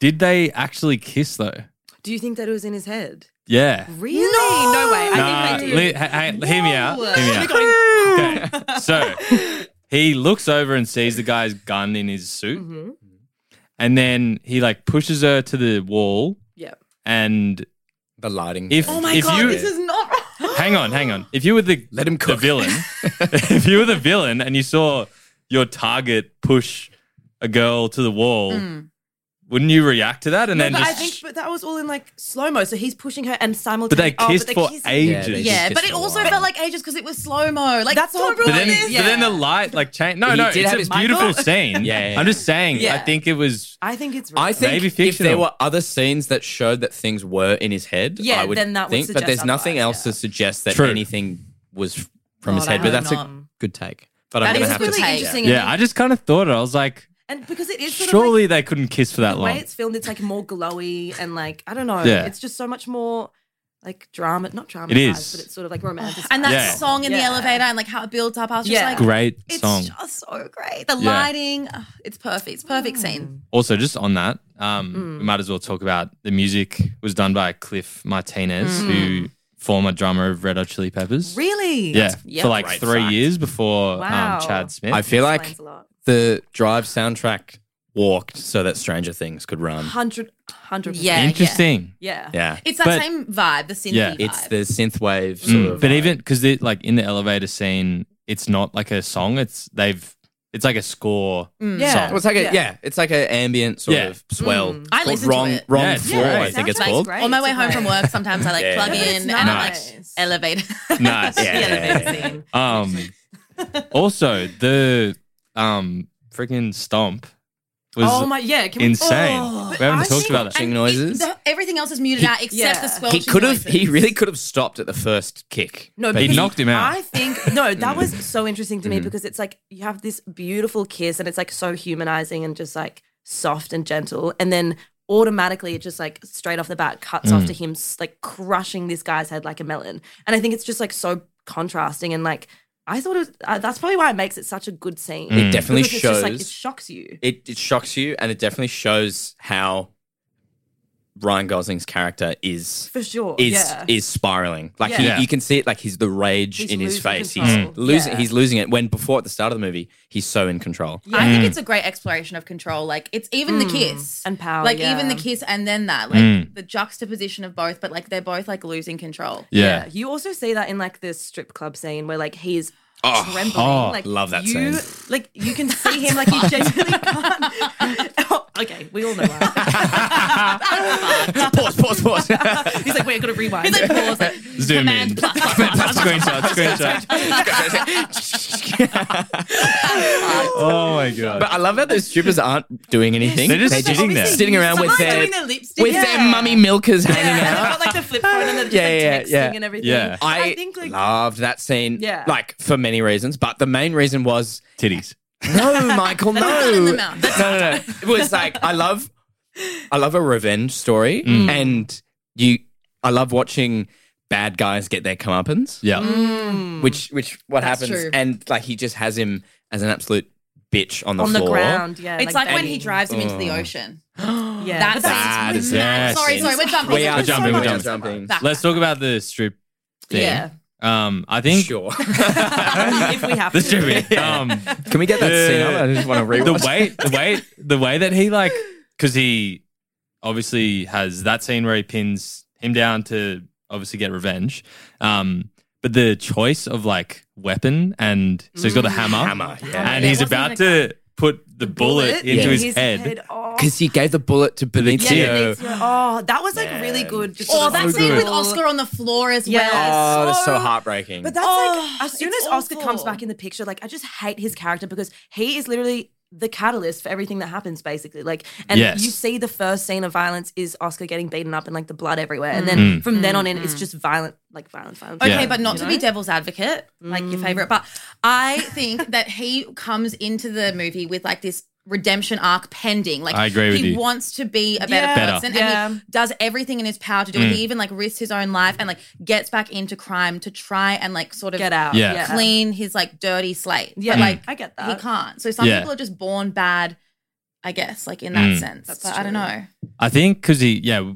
[SPEAKER 1] Did they actually kiss though?
[SPEAKER 7] Do you think that it was in his head?
[SPEAKER 1] Yeah.
[SPEAKER 7] Really? No, way. I
[SPEAKER 1] Nah,
[SPEAKER 7] think they
[SPEAKER 1] li-
[SPEAKER 7] did.
[SPEAKER 1] ha- ha- hear me out. Hear me out. Okay. So he looks over and sees the guy's gun in his suit,
[SPEAKER 7] Mm-hmm.
[SPEAKER 1] and then he like pushes her to the wall.
[SPEAKER 7] Yeah.
[SPEAKER 1] And
[SPEAKER 8] the lighting.
[SPEAKER 1] if
[SPEAKER 7] Oh
[SPEAKER 1] if you
[SPEAKER 9] not
[SPEAKER 1] hang on, hang on, if you were the
[SPEAKER 8] Let him
[SPEAKER 1] the
[SPEAKER 8] cook.
[SPEAKER 1] villain, if you were the villain and you saw your target push a girl to the wall, wouldn't you react to that and then
[SPEAKER 7] Mm. but
[SPEAKER 1] just?
[SPEAKER 7] I think Oh, but that was all in like slow mo. So he's pushing her and
[SPEAKER 1] but
[SPEAKER 7] simultaneously.
[SPEAKER 1] they kissed for ages.
[SPEAKER 8] Yeah, they
[SPEAKER 9] Yeah, but
[SPEAKER 8] Just kissed
[SPEAKER 9] it
[SPEAKER 8] for a
[SPEAKER 9] also
[SPEAKER 8] while.
[SPEAKER 9] felt like ages because it was slow mo. Like
[SPEAKER 7] That's the whole
[SPEAKER 9] don't
[SPEAKER 1] But
[SPEAKER 9] ruin
[SPEAKER 1] then,
[SPEAKER 7] point.
[SPEAKER 9] this.
[SPEAKER 1] but then the light like changed. No,
[SPEAKER 8] He
[SPEAKER 1] no,
[SPEAKER 8] did
[SPEAKER 1] it's
[SPEAKER 8] have
[SPEAKER 1] a
[SPEAKER 8] his
[SPEAKER 1] beautiful
[SPEAKER 8] Michael.
[SPEAKER 1] scene.
[SPEAKER 8] Yeah, yeah,
[SPEAKER 1] I'm just saying. I
[SPEAKER 9] Yeah.
[SPEAKER 1] think it was.
[SPEAKER 7] I think it's. Real.
[SPEAKER 8] I think
[SPEAKER 1] Maybe
[SPEAKER 8] if
[SPEAKER 1] fictional.
[SPEAKER 8] there were other scenes that showed that things were in his head,
[SPEAKER 7] Yeah,
[SPEAKER 8] I would
[SPEAKER 7] then that would
[SPEAKER 8] think. but
[SPEAKER 7] suggest
[SPEAKER 8] there's nothing
[SPEAKER 7] otherwise,
[SPEAKER 8] else to suggest that
[SPEAKER 1] True.
[SPEAKER 8] anything was f- from his
[SPEAKER 9] God, I
[SPEAKER 8] head. But
[SPEAKER 9] hope
[SPEAKER 8] that's
[SPEAKER 9] not.
[SPEAKER 8] a good take. But I'm
[SPEAKER 9] That
[SPEAKER 8] gonna
[SPEAKER 9] is a
[SPEAKER 8] have
[SPEAKER 9] good
[SPEAKER 8] to.
[SPEAKER 9] take.
[SPEAKER 7] interesting.
[SPEAKER 1] Yeah, I just kind of thought it. I was like,
[SPEAKER 7] and because it is sort of
[SPEAKER 1] surely
[SPEAKER 7] like,
[SPEAKER 1] they couldn't kiss for that
[SPEAKER 7] the way
[SPEAKER 1] long.
[SPEAKER 7] it's filmed, it's like more glowy and like I don't know.
[SPEAKER 1] Yeah.
[SPEAKER 7] It's just so much more like drama, not dramatized,
[SPEAKER 1] is.
[SPEAKER 7] but it's sort of like romantic.
[SPEAKER 9] and that
[SPEAKER 1] Yeah.
[SPEAKER 9] song in the
[SPEAKER 7] Yeah.
[SPEAKER 9] elevator and like how it built up. I was just
[SPEAKER 7] Yeah.
[SPEAKER 9] like,
[SPEAKER 1] Great
[SPEAKER 9] it's
[SPEAKER 1] song.
[SPEAKER 9] just so great. The
[SPEAKER 1] Yeah.
[SPEAKER 9] lighting, ugh, it's perfect. It's
[SPEAKER 7] Hmm.
[SPEAKER 9] perfect scene.
[SPEAKER 1] also, just on that, um,
[SPEAKER 7] Mm.
[SPEAKER 1] we might as well talk about the music was done by Cliff Martinez,
[SPEAKER 7] Mm.
[SPEAKER 1] who former drummer of Red Hot Chili Peppers.
[SPEAKER 7] really.
[SPEAKER 1] Yeah,
[SPEAKER 9] yeah.
[SPEAKER 1] for like
[SPEAKER 8] Great
[SPEAKER 1] three
[SPEAKER 8] fact.
[SPEAKER 1] years before
[SPEAKER 7] Wow.
[SPEAKER 1] um, Chad Smith.
[SPEAKER 8] I feel like
[SPEAKER 7] Explains a lot.
[SPEAKER 8] the Drive soundtrack walked so that Stranger Things could run.
[SPEAKER 7] Hundred, hundred. percent.
[SPEAKER 9] Yeah,
[SPEAKER 1] Interesting.
[SPEAKER 7] Yeah.
[SPEAKER 8] Yeah.
[SPEAKER 9] It's that
[SPEAKER 1] But-
[SPEAKER 9] same vibe, the synthy
[SPEAKER 1] Yeah.
[SPEAKER 9] vibe.
[SPEAKER 8] It's the synthwave
[SPEAKER 1] Mm,
[SPEAKER 8] sort of.
[SPEAKER 1] but
[SPEAKER 8] vibe.
[SPEAKER 1] even because like in the elevator scene, it's not like a song. It's they've it's like a score.
[SPEAKER 7] Yeah.
[SPEAKER 8] Well, it's like a yeah.
[SPEAKER 7] Yeah.
[SPEAKER 8] it's like an ambient sort
[SPEAKER 1] Yeah.
[SPEAKER 8] of swell.
[SPEAKER 7] Mm.
[SPEAKER 9] I
[SPEAKER 8] Called
[SPEAKER 9] listen to
[SPEAKER 8] wrong,
[SPEAKER 9] it.
[SPEAKER 8] wrong
[SPEAKER 1] Yeah, it's
[SPEAKER 8] floor.
[SPEAKER 1] great.
[SPEAKER 8] I think it's
[SPEAKER 7] Sounds
[SPEAKER 8] called.
[SPEAKER 7] great.
[SPEAKER 9] on my way
[SPEAKER 7] It's
[SPEAKER 9] home
[SPEAKER 7] okay.
[SPEAKER 9] from work, sometimes I like
[SPEAKER 8] Yeah.
[SPEAKER 9] plug
[SPEAKER 8] Yeah,
[SPEAKER 7] it's
[SPEAKER 9] in and I'm
[SPEAKER 1] nice.
[SPEAKER 9] like elevator.
[SPEAKER 1] Nice.
[SPEAKER 8] Yeah.
[SPEAKER 9] elevator
[SPEAKER 1] Um. also, the um freaking stomp was
[SPEAKER 7] Oh my. Yeah. Can we-
[SPEAKER 1] insane.
[SPEAKER 7] Oh.
[SPEAKER 1] we haven't
[SPEAKER 7] I
[SPEAKER 1] talked
[SPEAKER 7] think-
[SPEAKER 1] about it.
[SPEAKER 8] Sing
[SPEAKER 9] scene.
[SPEAKER 8] noises.
[SPEAKER 9] It- the- everything else is muted out except
[SPEAKER 7] yeah.
[SPEAKER 9] the
[SPEAKER 7] He
[SPEAKER 9] squelching
[SPEAKER 8] He could have.
[SPEAKER 9] noises.
[SPEAKER 8] He really could have stopped at the first kick.
[SPEAKER 7] No,
[SPEAKER 1] They
[SPEAKER 7] because
[SPEAKER 1] knocked him out.
[SPEAKER 7] I think no, that was so interesting to me because it's like you have this beautiful kiss and it's like so humanizing and just like soft and gentle, and then automatically it just like straight off the bat cuts off to him s- like crushing this guy's head like a melon, and I think it's just like so contrasting and like I thought it was, uh, that's probably why it makes it such a good scene.
[SPEAKER 8] It definitely
[SPEAKER 7] Because it's just like it
[SPEAKER 8] shows-
[SPEAKER 7] shocks you.
[SPEAKER 8] It, it shocks you, and it definitely shows how Ryan Gosling's character is
[SPEAKER 7] For sure.
[SPEAKER 8] is
[SPEAKER 7] yeah.
[SPEAKER 8] is spiraling. Like
[SPEAKER 7] Yeah.
[SPEAKER 8] He, you can see it. Like he's the rage
[SPEAKER 7] He's
[SPEAKER 8] in his
[SPEAKER 7] losing
[SPEAKER 8] face.
[SPEAKER 7] control.
[SPEAKER 8] He's losing.
[SPEAKER 7] Yeah.
[SPEAKER 8] He's losing it. When before at the start of the movie, he's so in control.
[SPEAKER 9] I think it's a great exploration of control. Like it's even the kiss
[SPEAKER 7] Mm. And power,
[SPEAKER 9] like
[SPEAKER 7] yeah.
[SPEAKER 9] even the kiss and then that, like
[SPEAKER 8] Mm.
[SPEAKER 9] the juxtaposition of both. But like they're both like losing control.
[SPEAKER 1] yeah.
[SPEAKER 7] You also see that in like this strip club scene where like he's trembling.
[SPEAKER 1] oh,
[SPEAKER 7] like
[SPEAKER 8] love that
[SPEAKER 7] you,
[SPEAKER 8] scene.
[SPEAKER 7] Like you can see him. Like you genuinely can't. Oh, Okay, we all know why.
[SPEAKER 8] pause, pause, pause.
[SPEAKER 7] He's like, wait, I gotta rewind. He's like,
[SPEAKER 9] Pause.
[SPEAKER 1] Zoom in.
[SPEAKER 9] Command plus, plus, plus, plus, plus.
[SPEAKER 1] screenshot, screenshot. oh my god.
[SPEAKER 8] but I love how those strippers aren't doing anything.
[SPEAKER 1] They're just sitting there.
[SPEAKER 8] Obviously sitting around with
[SPEAKER 9] Someone's
[SPEAKER 8] their
[SPEAKER 9] doing their lipstick.
[SPEAKER 8] with their
[SPEAKER 9] Yeah.
[SPEAKER 8] mummy milkers hanging
[SPEAKER 7] yeah,
[SPEAKER 8] out.
[SPEAKER 7] they've got like the flip phone and they're just
[SPEAKER 8] Yeah, yeah,
[SPEAKER 7] like texting
[SPEAKER 8] yeah.
[SPEAKER 7] and everything.
[SPEAKER 1] Yeah.
[SPEAKER 8] I,
[SPEAKER 7] I think, like-
[SPEAKER 8] loved that scene.
[SPEAKER 7] Yeah.
[SPEAKER 8] Like for many reasons, but the main reason was
[SPEAKER 1] Titties.
[SPEAKER 8] no, Michael, no.
[SPEAKER 9] not in the mouth. That's
[SPEAKER 8] no, no, no. It was like I love, I love a revenge story, and you, I love watching bad guys get their comeuppance,
[SPEAKER 1] Yeah.
[SPEAKER 7] Mm.
[SPEAKER 8] which which what
[SPEAKER 9] That's
[SPEAKER 8] happens,
[SPEAKER 9] true.
[SPEAKER 8] and like he just has him as an absolute bitch on the
[SPEAKER 7] On the
[SPEAKER 8] floor.
[SPEAKER 7] ground, yeah.
[SPEAKER 9] It's like, when he
[SPEAKER 7] banging.
[SPEAKER 9] drives him into
[SPEAKER 8] Oh.
[SPEAKER 9] the ocean.
[SPEAKER 7] Yeah.
[SPEAKER 9] That's
[SPEAKER 7] But
[SPEAKER 8] That is
[SPEAKER 1] mad.
[SPEAKER 9] Sorry,
[SPEAKER 1] Yes.
[SPEAKER 9] sorry, we're jumping.
[SPEAKER 8] We are
[SPEAKER 1] We're
[SPEAKER 8] jumping.
[SPEAKER 1] so
[SPEAKER 8] We're
[SPEAKER 1] much
[SPEAKER 8] jumping.
[SPEAKER 9] Back.
[SPEAKER 1] Let's talk about the strip thing.
[SPEAKER 7] Yeah.
[SPEAKER 1] Um, I think
[SPEAKER 8] Sure.
[SPEAKER 7] if we have
[SPEAKER 1] the
[SPEAKER 7] to.
[SPEAKER 1] strip. Um,
[SPEAKER 8] Can we get that scene?
[SPEAKER 1] Yeah.
[SPEAKER 8] up? I just want to rewatch.
[SPEAKER 1] the way the way the way that he like because he obviously has that scene where he pins him down to obviously get revenge um but the choice of like weapon and so he's got the hammer,
[SPEAKER 8] Hammer, yeah.
[SPEAKER 1] and
[SPEAKER 9] Yeah,
[SPEAKER 1] he's
[SPEAKER 9] wasn't
[SPEAKER 1] about
[SPEAKER 9] it a
[SPEAKER 1] to put the bullet, into
[SPEAKER 8] in
[SPEAKER 1] his, head,
[SPEAKER 7] Oh,
[SPEAKER 8] Because he gave the bullet to
[SPEAKER 1] Benicio.
[SPEAKER 8] Benicio.
[SPEAKER 7] oh, that was like really good. just
[SPEAKER 9] Oh,
[SPEAKER 7] sort of
[SPEAKER 9] that scene
[SPEAKER 1] good.
[SPEAKER 9] with Oscar on the floor as
[SPEAKER 7] Yes.
[SPEAKER 9] well.
[SPEAKER 8] Oh, that's so
[SPEAKER 7] So-
[SPEAKER 8] heartbreaking.
[SPEAKER 7] But that's
[SPEAKER 9] Oh,
[SPEAKER 7] like as soon
[SPEAKER 9] it's
[SPEAKER 7] as Oscar comes
[SPEAKER 9] awful.
[SPEAKER 7] back in the picture, like I just hate his character because he is literally the catalyst for everything that happens, basically. Like, and
[SPEAKER 1] Yes.
[SPEAKER 7] you see the first scene of violence is Oscar getting beaten up and like the blood everywhere, and then from then on in, it's just violent, like violent, violent.
[SPEAKER 9] Mm. Okay,
[SPEAKER 1] Mm. Yeah.
[SPEAKER 9] but not to be devil's advocate, like your favorite. But I think that he comes into the movie with like this redemption arc pending. Like
[SPEAKER 1] I agree with
[SPEAKER 9] he
[SPEAKER 1] you.
[SPEAKER 9] wants to be a better
[SPEAKER 7] Yeah.
[SPEAKER 1] Better. Mm.
[SPEAKER 9] person,
[SPEAKER 7] Yeah.
[SPEAKER 9] and he does everything in his power to do it. He even like risks his own life and like gets back into crime to try and like sort of
[SPEAKER 7] get out,
[SPEAKER 1] Yeah.
[SPEAKER 9] clean his like dirty slate.
[SPEAKER 7] Yeah,
[SPEAKER 9] but, like
[SPEAKER 7] I get
[SPEAKER 9] he
[SPEAKER 7] that.
[SPEAKER 9] can't. So some
[SPEAKER 1] Yeah.
[SPEAKER 9] people are just born bad. I guess, like in that
[SPEAKER 1] Mm.
[SPEAKER 9] sense, but I don't know.
[SPEAKER 7] Oh,
[SPEAKER 1] i think because he yeah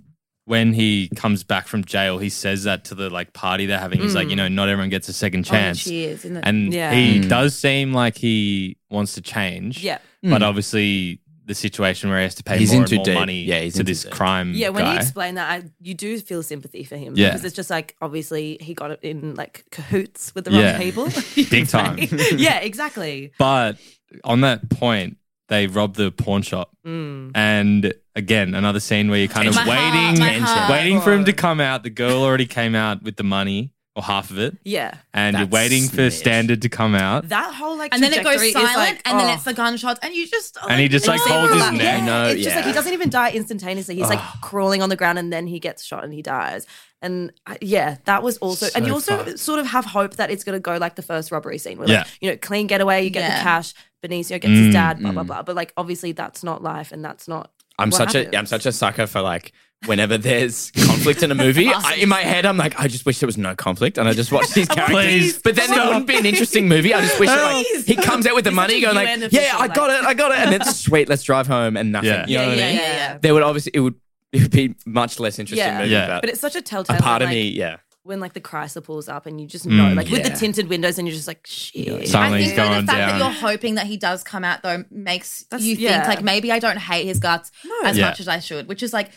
[SPEAKER 1] when he comes back from jail he says that to the like party they're having he's like you know not everyone gets a second chance
[SPEAKER 9] Oh, cheers! Isn't it?
[SPEAKER 1] and
[SPEAKER 7] Yeah.
[SPEAKER 1] he
[SPEAKER 8] Mm.
[SPEAKER 1] does seem like he wants to change.
[SPEAKER 7] Yeah.
[SPEAKER 1] but obviously the situation where he has to pay
[SPEAKER 8] Hmm. He's
[SPEAKER 1] more
[SPEAKER 8] in
[SPEAKER 1] and
[SPEAKER 8] too
[SPEAKER 1] more
[SPEAKER 8] deep.
[SPEAKER 1] money
[SPEAKER 8] Yeah, he's
[SPEAKER 1] to
[SPEAKER 8] in too
[SPEAKER 1] this
[SPEAKER 8] deep.
[SPEAKER 1] crime
[SPEAKER 7] Yeah, when
[SPEAKER 1] guy.
[SPEAKER 7] you explain that, I, you do feel sympathy for him
[SPEAKER 1] Yeah.
[SPEAKER 7] because it's just like obviously he got it in like cahoots with the wrong
[SPEAKER 1] Yeah.
[SPEAKER 7] people,
[SPEAKER 1] Big time.
[SPEAKER 7] yeah, exactly.
[SPEAKER 1] but on that point, they rob the pawn shop,
[SPEAKER 7] Hmm.
[SPEAKER 1] and again another scene where you're kind of
[SPEAKER 9] My heart,
[SPEAKER 1] waiting,
[SPEAKER 9] my heart.
[SPEAKER 1] waiting for him to come out. The girl already came out with the money or half of it,
[SPEAKER 7] Yeah,
[SPEAKER 1] and you're
[SPEAKER 8] That's
[SPEAKER 1] waiting for
[SPEAKER 8] snitch.
[SPEAKER 1] Standard to come out,
[SPEAKER 7] that whole like
[SPEAKER 9] and then it goes
[SPEAKER 7] trajectory is,
[SPEAKER 9] silent,
[SPEAKER 7] like,
[SPEAKER 9] and then
[SPEAKER 7] oh.
[SPEAKER 9] it's the gunshots, and you just
[SPEAKER 1] and he just like
[SPEAKER 9] no.
[SPEAKER 1] holds his
[SPEAKER 7] Yeah,
[SPEAKER 1] neck.
[SPEAKER 8] No,
[SPEAKER 7] it's just like he
[SPEAKER 8] yeah.
[SPEAKER 7] doesn't even die instantaneously. He's like crawling on the ground and then he gets shot and he dies. And I, yeah, that was also, and you also sort of have hope that it's going to go like the first robbery scene where,
[SPEAKER 1] Yeah. Mm,
[SPEAKER 7] like, you know, clean getaway, you get
[SPEAKER 9] Yeah.
[SPEAKER 7] the cash, Benicio gets his dad, blah, blah, blah. But like, obviously, that's not life and that's not.
[SPEAKER 8] I'm
[SPEAKER 7] what
[SPEAKER 8] such
[SPEAKER 7] happens.
[SPEAKER 8] a I'm such a sucker for like whenever there's conflict in a movie. I, in my head, I'm like, I just wish there was no conflict, and I just watch these characters.
[SPEAKER 1] Please,
[SPEAKER 8] but then it wouldn't be an interesting movie. I just wish that, like, he comes out with the money,
[SPEAKER 7] such a
[SPEAKER 8] going like,
[SPEAKER 7] UN
[SPEAKER 8] Yeah,
[SPEAKER 7] official,
[SPEAKER 8] I got it, I got it, and then sweet, let's drive home, and nothing.
[SPEAKER 1] Yeah.
[SPEAKER 8] You know what I
[SPEAKER 9] yeah,
[SPEAKER 8] mean?
[SPEAKER 9] yeah, yeah.
[SPEAKER 8] There would obviously it would it would be much less interesting
[SPEAKER 7] Yeah.
[SPEAKER 8] movie,
[SPEAKER 1] Yeah.
[SPEAKER 8] but,
[SPEAKER 7] But it's such a telltale.
[SPEAKER 8] a part of
[SPEAKER 7] like,
[SPEAKER 8] me, yeah.
[SPEAKER 7] When like the Chrysler pulls up and you just
[SPEAKER 1] Mm,
[SPEAKER 7] know, like with
[SPEAKER 8] yeah.
[SPEAKER 7] the tinted windows and you're just like, shit.
[SPEAKER 8] Oh,
[SPEAKER 1] Some-
[SPEAKER 9] I
[SPEAKER 1] Finally,
[SPEAKER 9] think
[SPEAKER 1] he's
[SPEAKER 9] though, the
[SPEAKER 1] going
[SPEAKER 9] fact that
[SPEAKER 1] down.
[SPEAKER 9] you're hoping that he does come out though makes
[SPEAKER 7] That's-
[SPEAKER 9] you think
[SPEAKER 7] yeah.
[SPEAKER 9] like maybe I don't hate his guts as
[SPEAKER 1] Yeah.
[SPEAKER 9] much as I should, which is like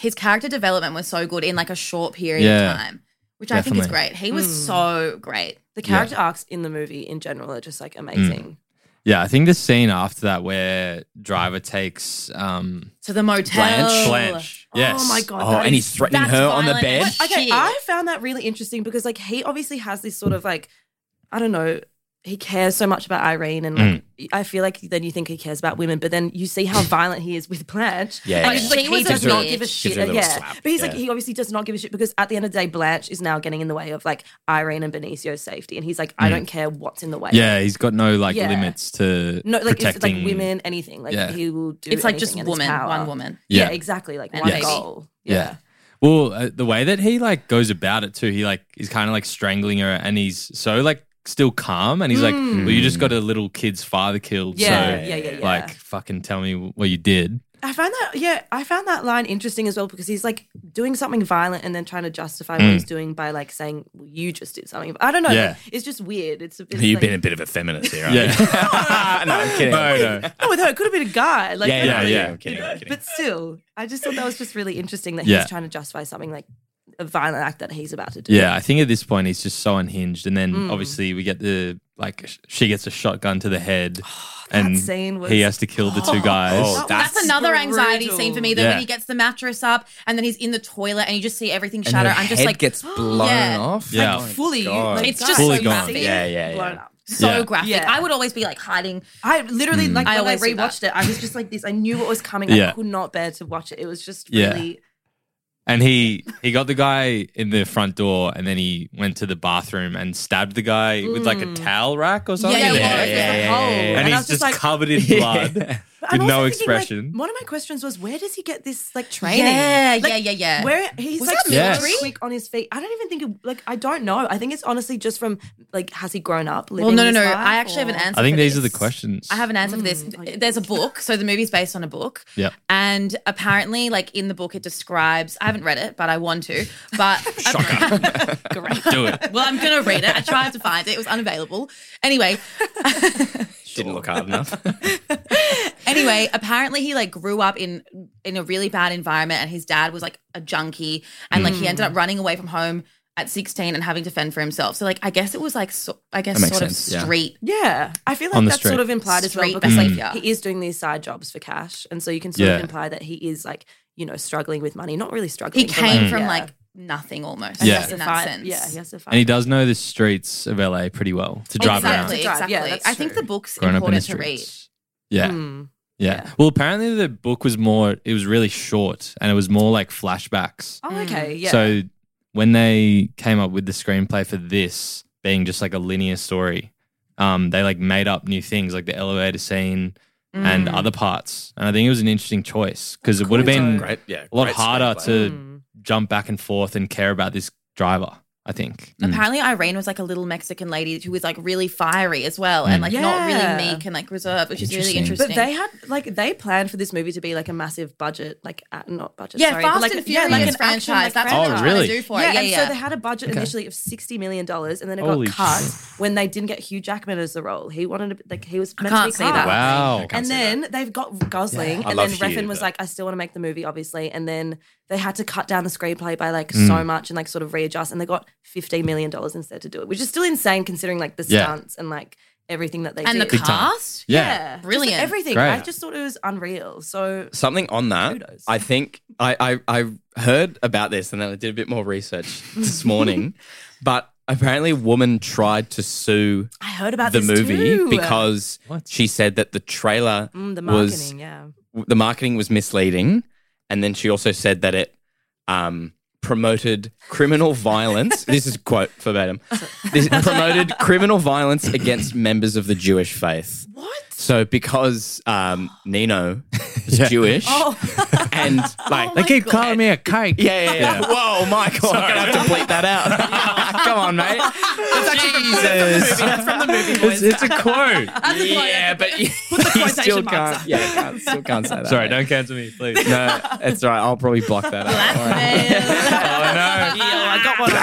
[SPEAKER 9] his character development was so good in like a short period
[SPEAKER 1] Yeah.
[SPEAKER 9] of time, which I think is
[SPEAKER 1] Definitely.
[SPEAKER 9] great. He was
[SPEAKER 7] Hmm.
[SPEAKER 9] so great.
[SPEAKER 7] the character arcs in the movie in general are just
[SPEAKER 1] Mm.
[SPEAKER 7] like amazing.
[SPEAKER 1] Yeah, I think the scene after that where Driver takes um,
[SPEAKER 9] To the motel.
[SPEAKER 8] Blanche.
[SPEAKER 1] Blanche. Yes.
[SPEAKER 7] Oh my God.
[SPEAKER 8] Oh,
[SPEAKER 7] that
[SPEAKER 8] and
[SPEAKER 7] is
[SPEAKER 8] he's threatening
[SPEAKER 9] That's
[SPEAKER 8] her on the
[SPEAKER 9] violent.
[SPEAKER 8] bed.
[SPEAKER 9] What-
[SPEAKER 7] Okay,
[SPEAKER 9] Shit.
[SPEAKER 7] I found that really interesting because like he obviously has this sort of like I don't know, he cares so much about Irene and like I feel like then you think he cares about women, but then you see how violent he is with Blanche.
[SPEAKER 8] Yeah,
[SPEAKER 7] Like,
[SPEAKER 8] yeah.
[SPEAKER 7] like,
[SPEAKER 9] She
[SPEAKER 7] he
[SPEAKER 9] was a
[SPEAKER 7] does not
[SPEAKER 9] bitch.
[SPEAKER 7] give a
[SPEAKER 9] Gives
[SPEAKER 7] shit.
[SPEAKER 8] her a little
[SPEAKER 7] yeah.
[SPEAKER 8] slap.
[SPEAKER 7] But he's like
[SPEAKER 8] Yeah.
[SPEAKER 7] he obviously does not give a shit because at the end of the day, Blanche is now getting in the way of like Irene and Benicio's safety. And he's like, I don't care what's in the way.
[SPEAKER 1] Yeah, he's got no like
[SPEAKER 7] Yeah.
[SPEAKER 1] limits to
[SPEAKER 7] No, like it's
[SPEAKER 1] protecting.
[SPEAKER 7] like women, anything. Like
[SPEAKER 1] Yeah.
[SPEAKER 7] he will do
[SPEAKER 9] It's like just
[SPEAKER 7] anything in
[SPEAKER 9] woman,
[SPEAKER 7] his power.
[SPEAKER 9] one woman.
[SPEAKER 7] Yeah,
[SPEAKER 1] Yeah.
[SPEAKER 7] exactly. Like
[SPEAKER 9] And
[SPEAKER 7] one
[SPEAKER 9] baby.
[SPEAKER 7] goal.
[SPEAKER 1] Yeah. Well, uh, the way that he like goes about it too, he like is kind of like strangling her, and he's so like still calm, and he's like, "Well, you just got a little kid's father killed,
[SPEAKER 7] Hmm. Yeah,
[SPEAKER 1] so
[SPEAKER 7] yeah, yeah, yeah.
[SPEAKER 1] like fucking tell me what you did."
[SPEAKER 7] I found that yeah, I found that line interesting as well because he's like doing something violent and then trying to justify what he's doing by like saying well, you just did something. I don't know.
[SPEAKER 1] Yeah.
[SPEAKER 7] It's just weird. It's a bit.
[SPEAKER 8] You've
[SPEAKER 7] like,
[SPEAKER 8] been a bit of a feminist here, aren't
[SPEAKER 1] Yeah.
[SPEAKER 8] you? no, I'm kidding.
[SPEAKER 1] No, no.
[SPEAKER 7] not with her. It could have been a guy. Like
[SPEAKER 8] Yeah,
[SPEAKER 1] Yeah,
[SPEAKER 8] yeah,
[SPEAKER 1] yeah.
[SPEAKER 8] I'm kidding, I'm kidding.
[SPEAKER 7] But still, I just thought that was just really interesting that
[SPEAKER 1] Yeah.
[SPEAKER 7] he's trying to justify something like a violent act that he's about to do. Hmm.
[SPEAKER 1] Yeah, I think at this point he's just so unhinged, and then obviously we get the like sh- she gets a shotgun to the head, and
[SPEAKER 7] scene was-
[SPEAKER 1] he has to kill the two guys.
[SPEAKER 8] Oh,
[SPEAKER 9] That's, another anxiety
[SPEAKER 7] brutal.
[SPEAKER 9] scene for me. That
[SPEAKER 1] Yeah.
[SPEAKER 9] when he gets the mattress up and then he's in the toilet and you just see everything
[SPEAKER 8] and her
[SPEAKER 9] shatter. I'm just
[SPEAKER 8] head
[SPEAKER 9] like,
[SPEAKER 8] gets blown
[SPEAKER 9] yeah.
[SPEAKER 8] off.
[SPEAKER 1] Yeah.
[SPEAKER 8] my
[SPEAKER 7] fully.
[SPEAKER 8] God.
[SPEAKER 7] like,
[SPEAKER 9] It's
[SPEAKER 7] guys,
[SPEAKER 9] just
[SPEAKER 1] Fully
[SPEAKER 7] like,
[SPEAKER 1] gone.
[SPEAKER 7] massive,
[SPEAKER 8] Yeah, yeah, yeah.
[SPEAKER 7] Blown up.
[SPEAKER 9] so
[SPEAKER 1] Yeah.
[SPEAKER 9] graphic.
[SPEAKER 7] Yeah.
[SPEAKER 9] I would always be like hiding.
[SPEAKER 7] I literally like
[SPEAKER 9] I
[SPEAKER 7] when I
[SPEAKER 9] always do that.
[SPEAKER 7] rewatched it. I was just like this. I knew what was coming.
[SPEAKER 1] Yeah.
[SPEAKER 7] I could not bear to watch it. It was just
[SPEAKER 1] Yeah.
[SPEAKER 7] really
[SPEAKER 1] And he he got the guy in the front door, and then he went to the bathroom and stabbed the guy with like
[SPEAKER 7] Hmm.
[SPEAKER 1] a towel rack or something.
[SPEAKER 9] Yeah,
[SPEAKER 7] it
[SPEAKER 9] yeah,
[SPEAKER 7] was, it was
[SPEAKER 8] yeah,
[SPEAKER 7] a
[SPEAKER 8] yeah,
[SPEAKER 7] hole.
[SPEAKER 8] yeah, yeah.
[SPEAKER 1] And,
[SPEAKER 7] I
[SPEAKER 1] he's
[SPEAKER 7] was
[SPEAKER 1] just, covered in blood
[SPEAKER 7] I'm
[SPEAKER 1] with no
[SPEAKER 7] also thinking, like,
[SPEAKER 1] expression.
[SPEAKER 7] one of my questions was, where does he get this like training?
[SPEAKER 9] Yeah,
[SPEAKER 7] Like,
[SPEAKER 9] yeah, yeah, yeah.
[SPEAKER 7] Where he's
[SPEAKER 9] Was
[SPEAKER 7] like
[SPEAKER 9] that
[SPEAKER 7] so
[SPEAKER 1] military?
[SPEAKER 7] quick on his feet. I don't even think it, like I don't know. I think it's honestly just from like has he grown up? Living
[SPEAKER 9] well, no, no,
[SPEAKER 7] this
[SPEAKER 9] no.
[SPEAKER 7] life,
[SPEAKER 9] I actually have an
[SPEAKER 7] or- Mm,
[SPEAKER 9] answer.
[SPEAKER 1] I think
[SPEAKER 9] for
[SPEAKER 1] these are the
[SPEAKER 9] this.
[SPEAKER 1] questions.
[SPEAKER 9] I have an answer for this.
[SPEAKER 7] okay.
[SPEAKER 9] There's a book, so the movie's based on a book.
[SPEAKER 1] Yep.
[SPEAKER 9] And apparently, like in the book, it describes. I haven't read it, but I want to. But great.
[SPEAKER 1] Do it.
[SPEAKER 9] Well, I'm gonna read it. I tried to find it. It was unavailable. Anyway,
[SPEAKER 8] Didn't look hard enough.
[SPEAKER 9] anyway, apparently he like grew up in in a really bad environment, and his dad was like a junkie, and like he ended
[SPEAKER 1] Mm.
[SPEAKER 9] up running away from home at 16 and having to fend for himself. So like, I guess it was like, so, I guess
[SPEAKER 8] That makes
[SPEAKER 9] sort
[SPEAKER 8] sense,
[SPEAKER 9] of
[SPEAKER 8] yeah.
[SPEAKER 9] street.
[SPEAKER 7] Yeah, I feel
[SPEAKER 1] On
[SPEAKER 7] like
[SPEAKER 1] the
[SPEAKER 7] that's sort
[SPEAKER 1] straight-
[SPEAKER 7] of implied as well
[SPEAKER 9] Straight
[SPEAKER 7] because like
[SPEAKER 9] behaviour.
[SPEAKER 7] he is doing these side jobs for cash, and so you can sort
[SPEAKER 1] Yeah.
[SPEAKER 7] of imply that he is like you know struggling with money, not really struggling.
[SPEAKER 9] He came
[SPEAKER 7] but,
[SPEAKER 9] from
[SPEAKER 7] yeah.
[SPEAKER 9] like nothing almost.
[SPEAKER 7] And
[SPEAKER 1] Yeah.
[SPEAKER 9] Yeah, in
[SPEAKER 7] he has to
[SPEAKER 9] that
[SPEAKER 7] fight-
[SPEAKER 9] sense.
[SPEAKER 7] Yeah, he has to fight.
[SPEAKER 1] Mm. And he does know the streets of LA pretty well to drive
[SPEAKER 9] exactly,
[SPEAKER 1] around.
[SPEAKER 7] To drive,
[SPEAKER 9] Exactly.
[SPEAKER 7] yeah, that's
[SPEAKER 9] I think
[SPEAKER 7] true.
[SPEAKER 9] the book's
[SPEAKER 1] Growing up in the
[SPEAKER 9] important to read.
[SPEAKER 1] streets. Yeah.
[SPEAKER 7] Mm.
[SPEAKER 1] Yeah. Well, apparently the book was more, it was really short and it was more like flashbacks.
[SPEAKER 7] Oh,
[SPEAKER 9] Mm.
[SPEAKER 7] okay. Yeah.
[SPEAKER 1] So when they came up with the screenplay for this being just like a linear story, um, they like made up new things like the elevator scene
[SPEAKER 9] Mm.
[SPEAKER 1] and other parts. And I think it was an interesting choice because it would have been
[SPEAKER 8] Great, yeah,
[SPEAKER 1] a lot
[SPEAKER 8] great
[SPEAKER 1] harder
[SPEAKER 8] screenplay.
[SPEAKER 1] to
[SPEAKER 7] Mm.
[SPEAKER 1] jump back and forth and care about this driver, I think.
[SPEAKER 7] Mm.
[SPEAKER 9] Apparently, Irene was like a little Mexican lady who was like really fiery as well, and like not
[SPEAKER 7] Yeah.
[SPEAKER 9] really meek and like reserved, which is really interesting.
[SPEAKER 8] Interesting.
[SPEAKER 7] But they had like they planned for this movie to be like a massive budget, like uh, not budget.
[SPEAKER 9] yeah,
[SPEAKER 7] sorry, but,
[SPEAKER 9] Fast
[SPEAKER 7] like,
[SPEAKER 9] and
[SPEAKER 7] yeah,
[SPEAKER 9] Furious
[SPEAKER 7] like an
[SPEAKER 9] franchise.
[SPEAKER 7] action, like,
[SPEAKER 9] That's what
[SPEAKER 1] Oh,
[SPEAKER 9] they're
[SPEAKER 7] franchise.
[SPEAKER 9] trying
[SPEAKER 1] really?
[SPEAKER 9] to do for
[SPEAKER 7] yeah,
[SPEAKER 9] it. Yeah,
[SPEAKER 7] and
[SPEAKER 9] yeah.
[SPEAKER 7] so they had a budget initially of sixty million dollars, and then it
[SPEAKER 1] Holy
[SPEAKER 7] got cut when they didn't get Hugh Jackman as the role. He wanted to, like he was meant to be
[SPEAKER 9] can't see
[SPEAKER 7] Carl.
[SPEAKER 9] that.
[SPEAKER 1] Wow.
[SPEAKER 8] Can't
[SPEAKER 7] And
[SPEAKER 8] see
[SPEAKER 7] then they've got Gosling,
[SPEAKER 8] I
[SPEAKER 7] and
[SPEAKER 8] love
[SPEAKER 7] then Refn
[SPEAKER 8] Hugh,
[SPEAKER 7] was
[SPEAKER 8] but-
[SPEAKER 7] like, "I still want to make the movie, obviously." And then they had to cut down the screenplay by like
[SPEAKER 1] Mm.
[SPEAKER 7] so much and like sort of readjust, and they got fifteen million dollars instead to do it, which is still insane considering like the
[SPEAKER 1] Yeah.
[SPEAKER 7] stunts and like everything that they
[SPEAKER 9] and the
[SPEAKER 7] did.
[SPEAKER 1] Big time.
[SPEAKER 9] cast.
[SPEAKER 1] Yeah.
[SPEAKER 7] Just
[SPEAKER 9] Brilliant.
[SPEAKER 7] everything.
[SPEAKER 1] Great.
[SPEAKER 7] I just thought it was unreal. So
[SPEAKER 8] Something on that.
[SPEAKER 7] Kudos.
[SPEAKER 8] I think I, I I heard about this and then I did a bit more research this morning. but apparently, a woman tried to sue
[SPEAKER 7] I heard about
[SPEAKER 8] the
[SPEAKER 7] this
[SPEAKER 8] movie
[SPEAKER 7] too.
[SPEAKER 8] because
[SPEAKER 1] What?
[SPEAKER 8] she said that the trailer
[SPEAKER 7] Mm, the marketing,
[SPEAKER 8] was
[SPEAKER 7] yeah.
[SPEAKER 8] the marketing was misleading, and then she also said that it um, promoted criminal violence. this is quote verbatim. This promoted criminal violence against members of the Jewish faith.
[SPEAKER 7] What?
[SPEAKER 8] So because um, Nino is Jewish, and like
[SPEAKER 1] They keep calling me a kike.
[SPEAKER 8] yeah, yeah, yeah. Whoa, Michael, I'm gonna have to bleep that out. Come on, mate. It's actually Jesus.
[SPEAKER 9] from the movie.
[SPEAKER 1] It's, it's a quote.
[SPEAKER 8] Yeah, but you, you still can't. Yeah, can't, still can't say that.
[SPEAKER 1] Sorry,
[SPEAKER 8] mate.
[SPEAKER 1] don't cancel me, please.
[SPEAKER 8] No, it's all right. I'll probably block that out. All right. Oh,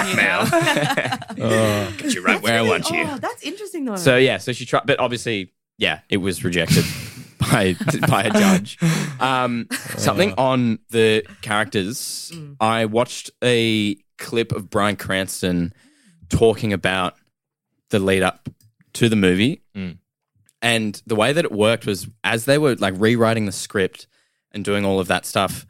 [SPEAKER 1] I know.
[SPEAKER 7] I got one on you now.
[SPEAKER 8] Get you right where I want you.
[SPEAKER 7] Oh, that's interesting though.
[SPEAKER 8] So yeah, so she tried, but obviously, yeah, it was rejected by by a judge. Um, something on the characters. I watched a clip of Brian Cranston talking about the lead up to the movie,
[SPEAKER 1] Mm.
[SPEAKER 8] and the way that it worked was as they were like rewriting the script and doing all of that stuff.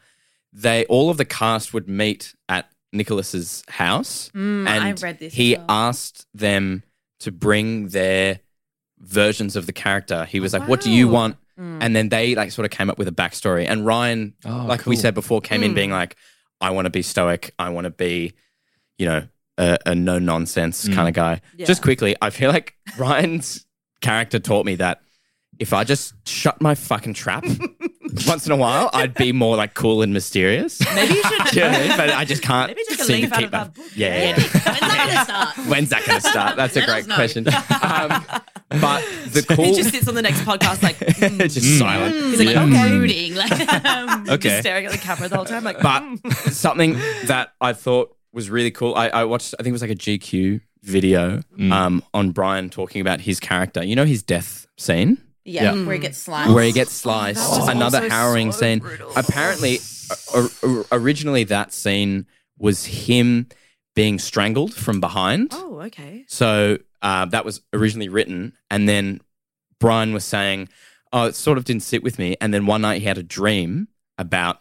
[SPEAKER 8] They all of the cast would meet at Nicholas's house,
[SPEAKER 9] Mm,
[SPEAKER 8] and
[SPEAKER 9] I read this.
[SPEAKER 8] he
[SPEAKER 9] as well.
[SPEAKER 8] asked them to bring their versions of the character. He was like, "What do you
[SPEAKER 7] Wow.
[SPEAKER 8] want?"
[SPEAKER 9] Mm.
[SPEAKER 8] And then they like sort of came up with a backstory. And Ryan,
[SPEAKER 1] Oh,
[SPEAKER 8] like we
[SPEAKER 1] cool.
[SPEAKER 8] said before, came
[SPEAKER 7] Hmm.
[SPEAKER 8] in being like, "I want to be stoic. I want to be, you know, a, a no nonsense
[SPEAKER 1] Hmm.
[SPEAKER 8] kind of guy." Just
[SPEAKER 7] Yeah.
[SPEAKER 8] quickly, I feel like Ryan's character taught me that. If I just shut my fucking trap once in a while, I'd be more like cool and mysterious.
[SPEAKER 7] maybe you should.
[SPEAKER 8] Do you know what I mean? But I just can't
[SPEAKER 7] Maybe take a
[SPEAKER 8] seem to
[SPEAKER 7] leaf out
[SPEAKER 8] keep
[SPEAKER 7] of that
[SPEAKER 8] up.
[SPEAKER 7] book,
[SPEAKER 8] Yeah,
[SPEAKER 7] right?
[SPEAKER 8] yeah, yeah.
[SPEAKER 9] When's that gonna start?
[SPEAKER 8] When's that going to start? That's a
[SPEAKER 9] Let
[SPEAKER 8] great
[SPEAKER 9] us know.
[SPEAKER 8] question. Um, but the
[SPEAKER 7] He
[SPEAKER 8] cool,
[SPEAKER 7] just sits on the next podcast like mm,
[SPEAKER 8] just silent.
[SPEAKER 9] He's like
[SPEAKER 1] Yeah. Mm.
[SPEAKER 9] brooding, like um,
[SPEAKER 7] just
[SPEAKER 1] Okay.
[SPEAKER 7] staring at the camera the whole time. Like,
[SPEAKER 8] But
[SPEAKER 7] mm.
[SPEAKER 8] something that I thought was really cool. I, I watched. I think it was like a GQ video um, on Brian talking about his character. You know his death scene.
[SPEAKER 9] yeah,
[SPEAKER 1] Yeah.
[SPEAKER 9] where he gets sliced.
[SPEAKER 8] where he gets sliced.
[SPEAKER 7] Oh, was
[SPEAKER 8] Another
[SPEAKER 7] also
[SPEAKER 8] harrowing
[SPEAKER 7] so
[SPEAKER 8] scene.
[SPEAKER 7] brutal.
[SPEAKER 8] Apparently, or, originally that scene was him being strangled from behind.
[SPEAKER 7] oh, okay.
[SPEAKER 8] So uh, that was originally written, and then Brian was saying, "Oh, it sort of didn't sit with me." And then one night he had a dream about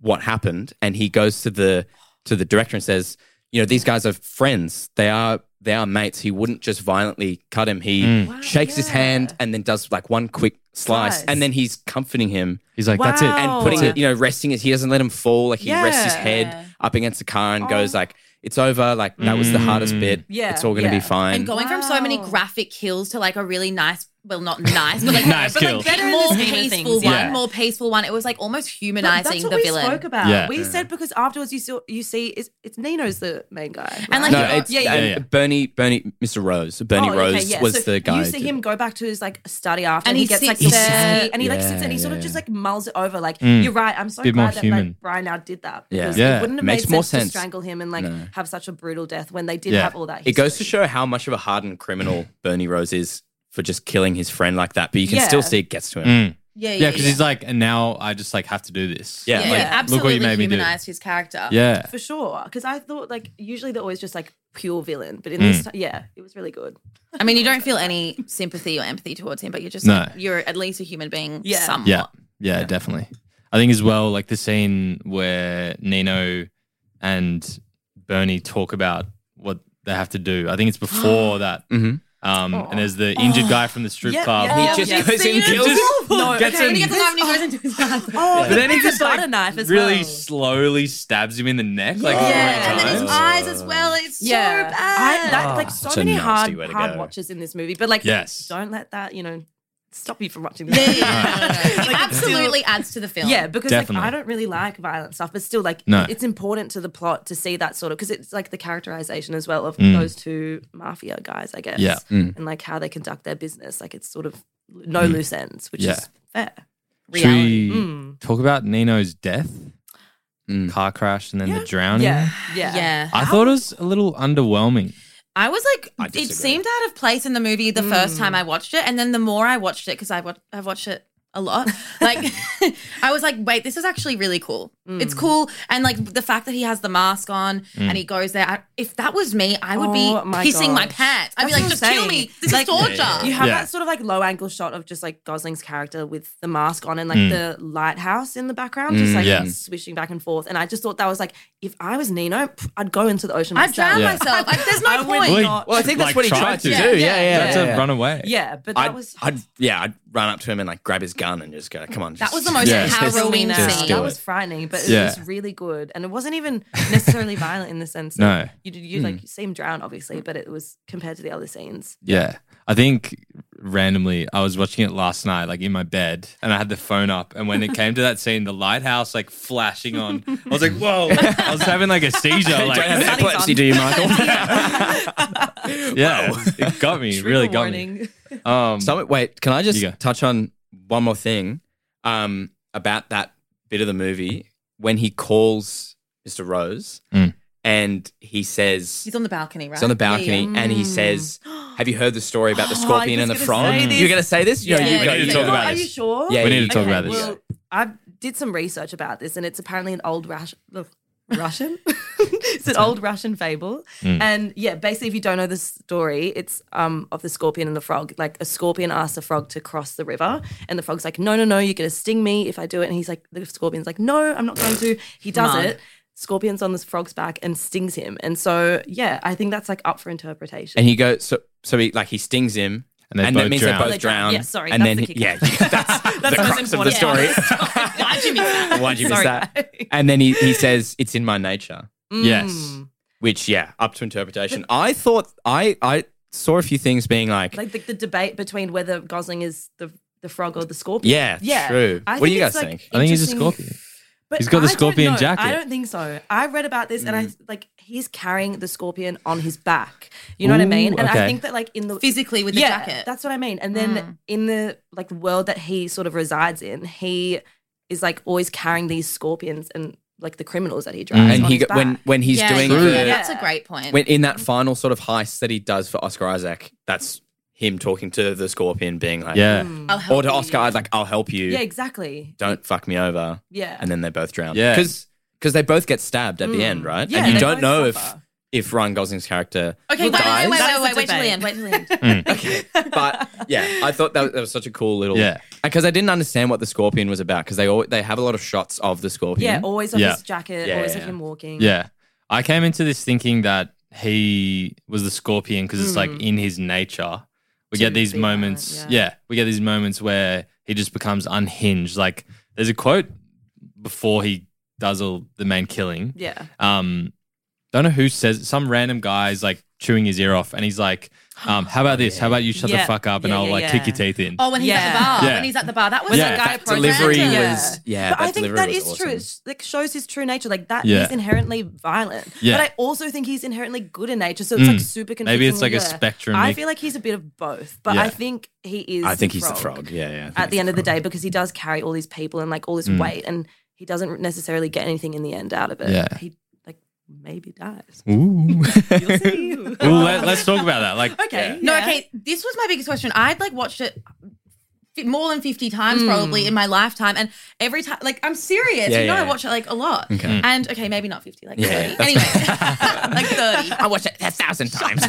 [SPEAKER 8] what happened, and he goes to the to the director and says, "You know, these guys are friends. They are." They are mates. He wouldn't just violently cut him. He shakes his hand and then does like one quick slice,
[SPEAKER 7] Slice.
[SPEAKER 8] and then he's comforting him
[SPEAKER 1] He's like, that's it.
[SPEAKER 7] Wow.
[SPEAKER 8] and putting
[SPEAKER 7] Oh.
[SPEAKER 8] it, you know, resting it. He doesn't let him fall. Like he rests his
[SPEAKER 9] Yeah.
[SPEAKER 8] head up against the car and goes like, "It's over. Like that was the hardest bit.
[SPEAKER 7] Yeah,
[SPEAKER 8] it's all gonna be
[SPEAKER 7] yeah.
[SPEAKER 8] fine."
[SPEAKER 9] And going from so many
[SPEAKER 7] Wow.
[SPEAKER 9] graphic kills to like a really nice, well, not nice, but like,
[SPEAKER 1] Nice
[SPEAKER 9] but
[SPEAKER 1] kill.
[SPEAKER 9] like
[SPEAKER 1] Better
[SPEAKER 9] better
[SPEAKER 7] in
[SPEAKER 9] more
[SPEAKER 7] the scheme
[SPEAKER 9] peaceful
[SPEAKER 7] of
[SPEAKER 9] one,
[SPEAKER 7] things,
[SPEAKER 1] yeah.
[SPEAKER 9] more peaceful one. It was like almost
[SPEAKER 7] But
[SPEAKER 9] humanizing
[SPEAKER 7] that's what
[SPEAKER 9] the
[SPEAKER 7] we
[SPEAKER 9] villain. Mm.
[SPEAKER 7] spoke about.
[SPEAKER 1] Yeah.
[SPEAKER 7] We said because afterwards you saw you see is it's Nino's the main guy.
[SPEAKER 9] And,
[SPEAKER 7] right?
[SPEAKER 9] like,
[SPEAKER 8] no,
[SPEAKER 9] Yeah,
[SPEAKER 8] it's
[SPEAKER 9] yeah, yeah,
[SPEAKER 8] and
[SPEAKER 1] yeah.
[SPEAKER 8] Bernie, Bernie, Mr. Rose, Bernie
[SPEAKER 7] Oh, okay,
[SPEAKER 8] Rose
[SPEAKER 7] yeah.
[SPEAKER 8] was
[SPEAKER 7] So
[SPEAKER 8] the guy.
[SPEAKER 7] You see him go back to his like study after,
[SPEAKER 9] And
[SPEAKER 7] and,
[SPEAKER 9] he
[SPEAKER 7] he, gets like
[SPEAKER 9] sits
[SPEAKER 7] the
[SPEAKER 9] there.
[SPEAKER 7] whiskey, and he like
[SPEAKER 8] Yeah,
[SPEAKER 7] sits and he sort of
[SPEAKER 8] yeah.
[SPEAKER 7] just like mulls it over. Like
[SPEAKER 1] Mm.
[SPEAKER 7] you're right. I'm so
[SPEAKER 1] Bit more
[SPEAKER 7] glad that
[SPEAKER 1] human.
[SPEAKER 7] like Brian now did that.
[SPEAKER 8] Yeah.
[SPEAKER 7] because
[SPEAKER 1] Yeah.
[SPEAKER 7] It wouldn't have
[SPEAKER 8] Makes
[SPEAKER 7] made
[SPEAKER 8] more
[SPEAKER 7] sense,
[SPEAKER 8] sense.
[SPEAKER 7] to strangle him and like
[SPEAKER 8] No.
[SPEAKER 7] have such a brutal death when they did
[SPEAKER 1] Yeah.
[SPEAKER 7] have all that.
[SPEAKER 8] It goes to
[SPEAKER 7] history.
[SPEAKER 8] show how much of a hardened criminal Bernie Rose is for just killing his friend like that. But you can
[SPEAKER 7] Yeah.
[SPEAKER 8] still see it gets to him.
[SPEAKER 1] Mm.
[SPEAKER 9] Yeah,
[SPEAKER 1] Yeah, because he's like, and now I just like have to do this.
[SPEAKER 9] yeah,
[SPEAKER 8] Yeah, like,
[SPEAKER 1] look what
[SPEAKER 9] absolutely
[SPEAKER 1] you made me do.
[SPEAKER 9] humanized his character.
[SPEAKER 1] Yeah.
[SPEAKER 7] for sure. Because I thought like usually they're always just like pure villain, but in
[SPEAKER 1] Mm.
[SPEAKER 7] this, time, yeah, it was really good.
[SPEAKER 9] I mean, you don't feel any sympathy or empathy towards him, but you're just
[SPEAKER 1] No.
[SPEAKER 9] like, you're at least a human being.
[SPEAKER 7] Yeah.
[SPEAKER 9] somewhat.
[SPEAKER 1] Yeah. Yeah, definitely. I think as well, like the scene where Nino and Bernie talk about what they have to do. I think it's before that.
[SPEAKER 8] Mhm.
[SPEAKER 1] Um, and there's the injured guy from the strip club.
[SPEAKER 8] He just
[SPEAKER 9] Oh. yeah.
[SPEAKER 8] goes and
[SPEAKER 9] See,
[SPEAKER 8] kills him.
[SPEAKER 7] No,
[SPEAKER 1] Gets
[SPEAKER 7] okay.
[SPEAKER 1] in-
[SPEAKER 9] He gets a knife and he goes into his bathroom.
[SPEAKER 7] Oh,
[SPEAKER 1] But then he
[SPEAKER 7] there's
[SPEAKER 1] just
[SPEAKER 7] a butter
[SPEAKER 1] like
[SPEAKER 7] knife as
[SPEAKER 1] really
[SPEAKER 7] well.
[SPEAKER 1] slowly stabs him in the neck. Like
[SPEAKER 9] Yeah,
[SPEAKER 1] three
[SPEAKER 9] and then
[SPEAKER 1] times.
[SPEAKER 9] his eyes as well. It's so bad.
[SPEAKER 1] Ah,
[SPEAKER 7] I, that, like so
[SPEAKER 8] It's a
[SPEAKER 7] many
[SPEAKER 8] nasty
[SPEAKER 7] hard
[SPEAKER 8] way to
[SPEAKER 7] hard
[SPEAKER 8] go.
[SPEAKER 7] watches in this movie, but like
[SPEAKER 1] Yes.
[SPEAKER 7] don't let that you know stop you from watching.
[SPEAKER 9] Yeah, yeah,
[SPEAKER 7] This.
[SPEAKER 9] yeah. It
[SPEAKER 7] Like, it's
[SPEAKER 9] absolutely adds to the film.
[SPEAKER 7] Yeah, because
[SPEAKER 1] Definitely.
[SPEAKER 7] like I don't really like violent stuff, but still like
[SPEAKER 1] No.
[SPEAKER 7] it's important to the plot to see that sort of because it's like the characterization as well of
[SPEAKER 1] Mm.
[SPEAKER 7] those two mafia guys, I guess.
[SPEAKER 1] Yeah. Hmm.
[SPEAKER 8] Mm.
[SPEAKER 7] And like how they conduct their business. Like it's sort of no
[SPEAKER 1] Mm.
[SPEAKER 7] loose ends, which
[SPEAKER 1] Yeah.
[SPEAKER 7] is fair.
[SPEAKER 1] Should we
[SPEAKER 7] Mm.
[SPEAKER 1] talk about Nino's death?
[SPEAKER 8] Mm.
[SPEAKER 1] Car crash and then the drowning.
[SPEAKER 7] Yeah.
[SPEAKER 9] yeah.
[SPEAKER 7] Yeah.
[SPEAKER 1] I thought it was a little underwhelming.
[SPEAKER 9] I was like,
[SPEAKER 8] I
[SPEAKER 9] it
[SPEAKER 8] disagree.
[SPEAKER 9] seemed out of place in the movie the first time I watched it, and then the more I watched it because I watch, I've watched it a lot. Like, I was like, wait, this is actually really cool. It's cool, and like the fact that he has the mask on
[SPEAKER 8] Mm.
[SPEAKER 9] and he goes there. I, if that was me, I would
[SPEAKER 7] Oh,
[SPEAKER 9] be
[SPEAKER 7] my
[SPEAKER 9] pissing my
[SPEAKER 7] gosh.
[SPEAKER 9] pants. I'd be like,
[SPEAKER 7] That's what
[SPEAKER 9] just
[SPEAKER 7] I'm
[SPEAKER 9] kill
[SPEAKER 7] saying.
[SPEAKER 9] me. This
[SPEAKER 7] Like,
[SPEAKER 9] is torture.
[SPEAKER 7] You have
[SPEAKER 1] Yeah.
[SPEAKER 7] that sort of like low angle shot of just like Gosling's character with the mask on and like the lighthouse in the background, just
[SPEAKER 1] Mm.
[SPEAKER 7] like
[SPEAKER 1] yeah.
[SPEAKER 7] swishing back and forth. And I just thought that was like, if I was Nino, pff, I'd go into the ocean
[SPEAKER 9] I'd
[SPEAKER 7] myself.
[SPEAKER 9] drown
[SPEAKER 1] Yeah.
[SPEAKER 9] myself. Like, there's no
[SPEAKER 7] I would
[SPEAKER 9] point.
[SPEAKER 7] not-
[SPEAKER 8] Well, I think that's
[SPEAKER 1] Like,
[SPEAKER 8] what he
[SPEAKER 1] tried
[SPEAKER 8] tried to
[SPEAKER 1] to.
[SPEAKER 8] do. Yeah, yeah, yeah.
[SPEAKER 1] That's a runaway.
[SPEAKER 7] Yeah, but that
[SPEAKER 8] I'd,
[SPEAKER 7] was
[SPEAKER 8] I'd, yeah, I'd run up to him and like grab his gun and just go, "Come on."
[SPEAKER 9] That
[SPEAKER 8] just-
[SPEAKER 9] was the most
[SPEAKER 1] Yeah.
[SPEAKER 9] harrowing
[SPEAKER 1] Just
[SPEAKER 9] scene.
[SPEAKER 1] do
[SPEAKER 7] that
[SPEAKER 1] it.
[SPEAKER 7] was frightening, but it
[SPEAKER 1] Yeah.
[SPEAKER 7] was really good, and it wasn't even necessarily violent in the sense.
[SPEAKER 1] No. Hmm.
[SPEAKER 7] that you did you like you see him drown, obviously, but it was compared to the other scenes.
[SPEAKER 1] Yeah. I think randomly I was watching it last night, like in my bed, and I had the phone up. And when it came to that scene, the lighthouse like flashing on, I was like, whoa. I was having like a seizure.
[SPEAKER 8] Don't have
[SPEAKER 1] Like,
[SPEAKER 8] epilepsy, do you, Michael?
[SPEAKER 1] yeah. It got me, really got me. Um,
[SPEAKER 8] So wait, can I just
[SPEAKER 1] You go.
[SPEAKER 8] touch on one more thing um, about that bit of the movie when he calls Mr. Rose
[SPEAKER 1] Mm.
[SPEAKER 8] and he says
[SPEAKER 9] He's on the balcony, right?
[SPEAKER 8] he's on the balcony
[SPEAKER 9] Yeah,
[SPEAKER 8] and he says, "Have you heard the story about the scorpion and the
[SPEAKER 7] gonna
[SPEAKER 8] frog?"
[SPEAKER 7] say this.
[SPEAKER 8] You're going to say this? Yeah,
[SPEAKER 9] Yeah,
[SPEAKER 8] you
[SPEAKER 9] yeah,
[SPEAKER 8] go.
[SPEAKER 1] yeah.
[SPEAKER 8] You talk
[SPEAKER 1] Oh,
[SPEAKER 8] about
[SPEAKER 7] Are
[SPEAKER 8] this.
[SPEAKER 7] you sure?
[SPEAKER 8] Yeah,
[SPEAKER 1] We
[SPEAKER 8] yeah,
[SPEAKER 1] need to
[SPEAKER 8] yeah.
[SPEAKER 1] talk about this.
[SPEAKER 7] Well, I did some research about this, and it's apparently an old Rush, the Russian. it's an old Russian fable, and yeah, basically, if you don't know the story, it's um of the scorpion and the frog. Like a scorpion asks the frog to cross the river, and the frog's like, "No, no, no, you're gonna sting me if I do it." And he's like, "The scorpion's like, no, I'm not going to." He does
[SPEAKER 9] Mug.
[SPEAKER 7] it. Scorpion's on this frog's back and stings him, and so yeah, I think that's like up for interpretation.
[SPEAKER 8] And he goes, so so he like he stings him,
[SPEAKER 1] And they
[SPEAKER 8] and that
[SPEAKER 1] both
[SPEAKER 8] means
[SPEAKER 1] drown.
[SPEAKER 8] they
[SPEAKER 1] They
[SPEAKER 8] both drown.
[SPEAKER 7] Yeah, sorry,
[SPEAKER 8] and
[SPEAKER 7] that's
[SPEAKER 8] then
[SPEAKER 7] the
[SPEAKER 8] he- yeah,
[SPEAKER 7] kicker.
[SPEAKER 8] yeah, that's, the
[SPEAKER 7] most
[SPEAKER 8] crux of the
[SPEAKER 7] important.
[SPEAKER 8] story.
[SPEAKER 9] Why'd you miss that?
[SPEAKER 8] Why'd you miss
[SPEAKER 7] Sorry,
[SPEAKER 8] that?
[SPEAKER 7] guys.
[SPEAKER 8] And then he he says, "It's in my nature."
[SPEAKER 1] yes.
[SPEAKER 7] Mm,
[SPEAKER 8] which yeah up to interpretation i thought i i saw a few things being like,
[SPEAKER 7] like the, the debate between whether Gosling is the the frog or the scorpion.
[SPEAKER 8] yeah true
[SPEAKER 7] I
[SPEAKER 8] what do you guys
[SPEAKER 7] it's, like,
[SPEAKER 8] think
[SPEAKER 1] I think he's a
[SPEAKER 7] interesting-
[SPEAKER 1] scorpion.
[SPEAKER 7] But
[SPEAKER 1] He's got the
[SPEAKER 7] I don't
[SPEAKER 1] scorpion
[SPEAKER 7] know.
[SPEAKER 1] jacket. Mm.
[SPEAKER 7] I don't think so. I read about this and I like he's carrying the scorpion on his back. You know what I
[SPEAKER 1] Ooh,
[SPEAKER 7] mean? And
[SPEAKER 1] okay.
[SPEAKER 7] I think that like in the
[SPEAKER 9] Physically with the
[SPEAKER 7] yeah,
[SPEAKER 9] jacket. Mm.
[SPEAKER 7] That's what I mean. And then in the like world that he sort of resides in, he is like always carrying these scorpions and like the criminals that he
[SPEAKER 1] Mm.
[SPEAKER 7] drives.
[SPEAKER 8] and
[SPEAKER 7] on
[SPEAKER 8] he
[SPEAKER 7] his
[SPEAKER 8] got, when
[SPEAKER 7] back.
[SPEAKER 8] when he's
[SPEAKER 9] yeah,
[SPEAKER 8] doing
[SPEAKER 9] yeah,
[SPEAKER 8] the,
[SPEAKER 9] yeah, that's a great point.
[SPEAKER 8] when in that final sort of heist that he does for oscar isaac that's him talking to the scorpion being like
[SPEAKER 1] Yeah.
[SPEAKER 7] Mm.
[SPEAKER 9] I'll
[SPEAKER 8] or
[SPEAKER 9] help
[SPEAKER 8] to
[SPEAKER 9] you.
[SPEAKER 8] oscar Isaac, like i'll help you
[SPEAKER 7] yeah, exactly.
[SPEAKER 8] don't fuck me over
[SPEAKER 7] Yeah.
[SPEAKER 8] and then they both drown
[SPEAKER 1] Yeah.
[SPEAKER 8] because they both get stabbed at the end right
[SPEAKER 7] Mm. Yeah,
[SPEAKER 8] and you
[SPEAKER 7] they
[SPEAKER 8] don't
[SPEAKER 7] both
[SPEAKER 8] know
[SPEAKER 7] suffer.
[SPEAKER 8] if Ryan Gosling's character
[SPEAKER 9] Okay, wait, wait,
[SPEAKER 8] dies.
[SPEAKER 9] wait, wait,
[SPEAKER 10] That's
[SPEAKER 9] wait,
[SPEAKER 10] a
[SPEAKER 9] wait, wait till the
[SPEAKER 10] debate.
[SPEAKER 9] end. Wait till the end.
[SPEAKER 8] okay. But yeah, I thought that, that was such a cool little.
[SPEAKER 1] Yeah.
[SPEAKER 8] Because I didn't understand what the scorpion was about because they all, they have a lot of shots of the scorpion.
[SPEAKER 7] Yeah, always on
[SPEAKER 1] Mm. Yeah.
[SPEAKER 7] his jacket,
[SPEAKER 8] Yeah,
[SPEAKER 7] always
[SPEAKER 8] yeah,
[SPEAKER 7] of
[SPEAKER 8] yeah.
[SPEAKER 7] him walking.
[SPEAKER 1] Yeah. I came into this thinking that he was the scorpion because it's like in his nature. We get these
[SPEAKER 7] Mm. be violent,
[SPEAKER 1] moments.
[SPEAKER 7] yeah.
[SPEAKER 1] yeah. We get these moments where he just becomes unhinged. Like there's a quote before he does all the main killing.
[SPEAKER 7] Yeah.
[SPEAKER 1] Um, don't know who says some random guy's like chewing his ear off and he's like, um, how about this? How about you shut
[SPEAKER 7] Yeah.
[SPEAKER 1] the fuck up and
[SPEAKER 7] Yeah,
[SPEAKER 1] I'll
[SPEAKER 7] yeah,
[SPEAKER 1] like
[SPEAKER 7] yeah.
[SPEAKER 1] kick your teeth in?
[SPEAKER 9] Oh, when he's at the
[SPEAKER 7] Yeah.
[SPEAKER 9] bar.
[SPEAKER 1] Yeah.
[SPEAKER 9] When he's at the bar. That was
[SPEAKER 1] Yeah,
[SPEAKER 9] the guy
[SPEAKER 1] that
[SPEAKER 9] approached
[SPEAKER 8] delivery
[SPEAKER 9] him.
[SPEAKER 7] Yeah.
[SPEAKER 8] was yeah.
[SPEAKER 7] but I think
[SPEAKER 8] delivery
[SPEAKER 7] that
[SPEAKER 8] was
[SPEAKER 7] is
[SPEAKER 8] awesome.
[SPEAKER 7] true. It's, like shows his true nature. Like that
[SPEAKER 1] Yeah.
[SPEAKER 7] he's inherently violent.
[SPEAKER 1] Yeah.
[SPEAKER 7] But I also think he's inherently good in nature. So it's
[SPEAKER 1] Mm.
[SPEAKER 7] like super confusing.
[SPEAKER 1] Maybe it's like a
[SPEAKER 7] yeah.
[SPEAKER 1] spectrum.
[SPEAKER 7] I
[SPEAKER 1] Nick.
[SPEAKER 7] feel like he's a bit of both, but
[SPEAKER 1] Yeah.
[SPEAKER 7] I think he is.
[SPEAKER 8] I think he's the frog. Yeah, yeah. I think
[SPEAKER 7] At the
[SPEAKER 8] he's
[SPEAKER 7] end of the day, because he does carry all these people and like all this
[SPEAKER 1] Mm.
[SPEAKER 7] weight, and he doesn't necessarily get anything in the end out of it.
[SPEAKER 1] Yeah.
[SPEAKER 7] He like maybe dies.
[SPEAKER 1] Ooh.
[SPEAKER 7] You'll see.
[SPEAKER 1] Well, let, let's talk about that. Like,
[SPEAKER 7] okay.
[SPEAKER 9] No,
[SPEAKER 7] yeah.
[SPEAKER 9] okay. This was my biggest question. I'd like watched it fi- more than 50 times probably in my lifetime. And every time, like, I'm serious.
[SPEAKER 8] Yeah,
[SPEAKER 9] you know,
[SPEAKER 8] yeah,
[SPEAKER 9] I watch it like a lot.
[SPEAKER 8] Okay. Mm.
[SPEAKER 9] And okay, maybe not 50, like
[SPEAKER 8] Yeah,
[SPEAKER 9] 30. Anyway, like 30. I watch it.
[SPEAKER 8] a thousand times.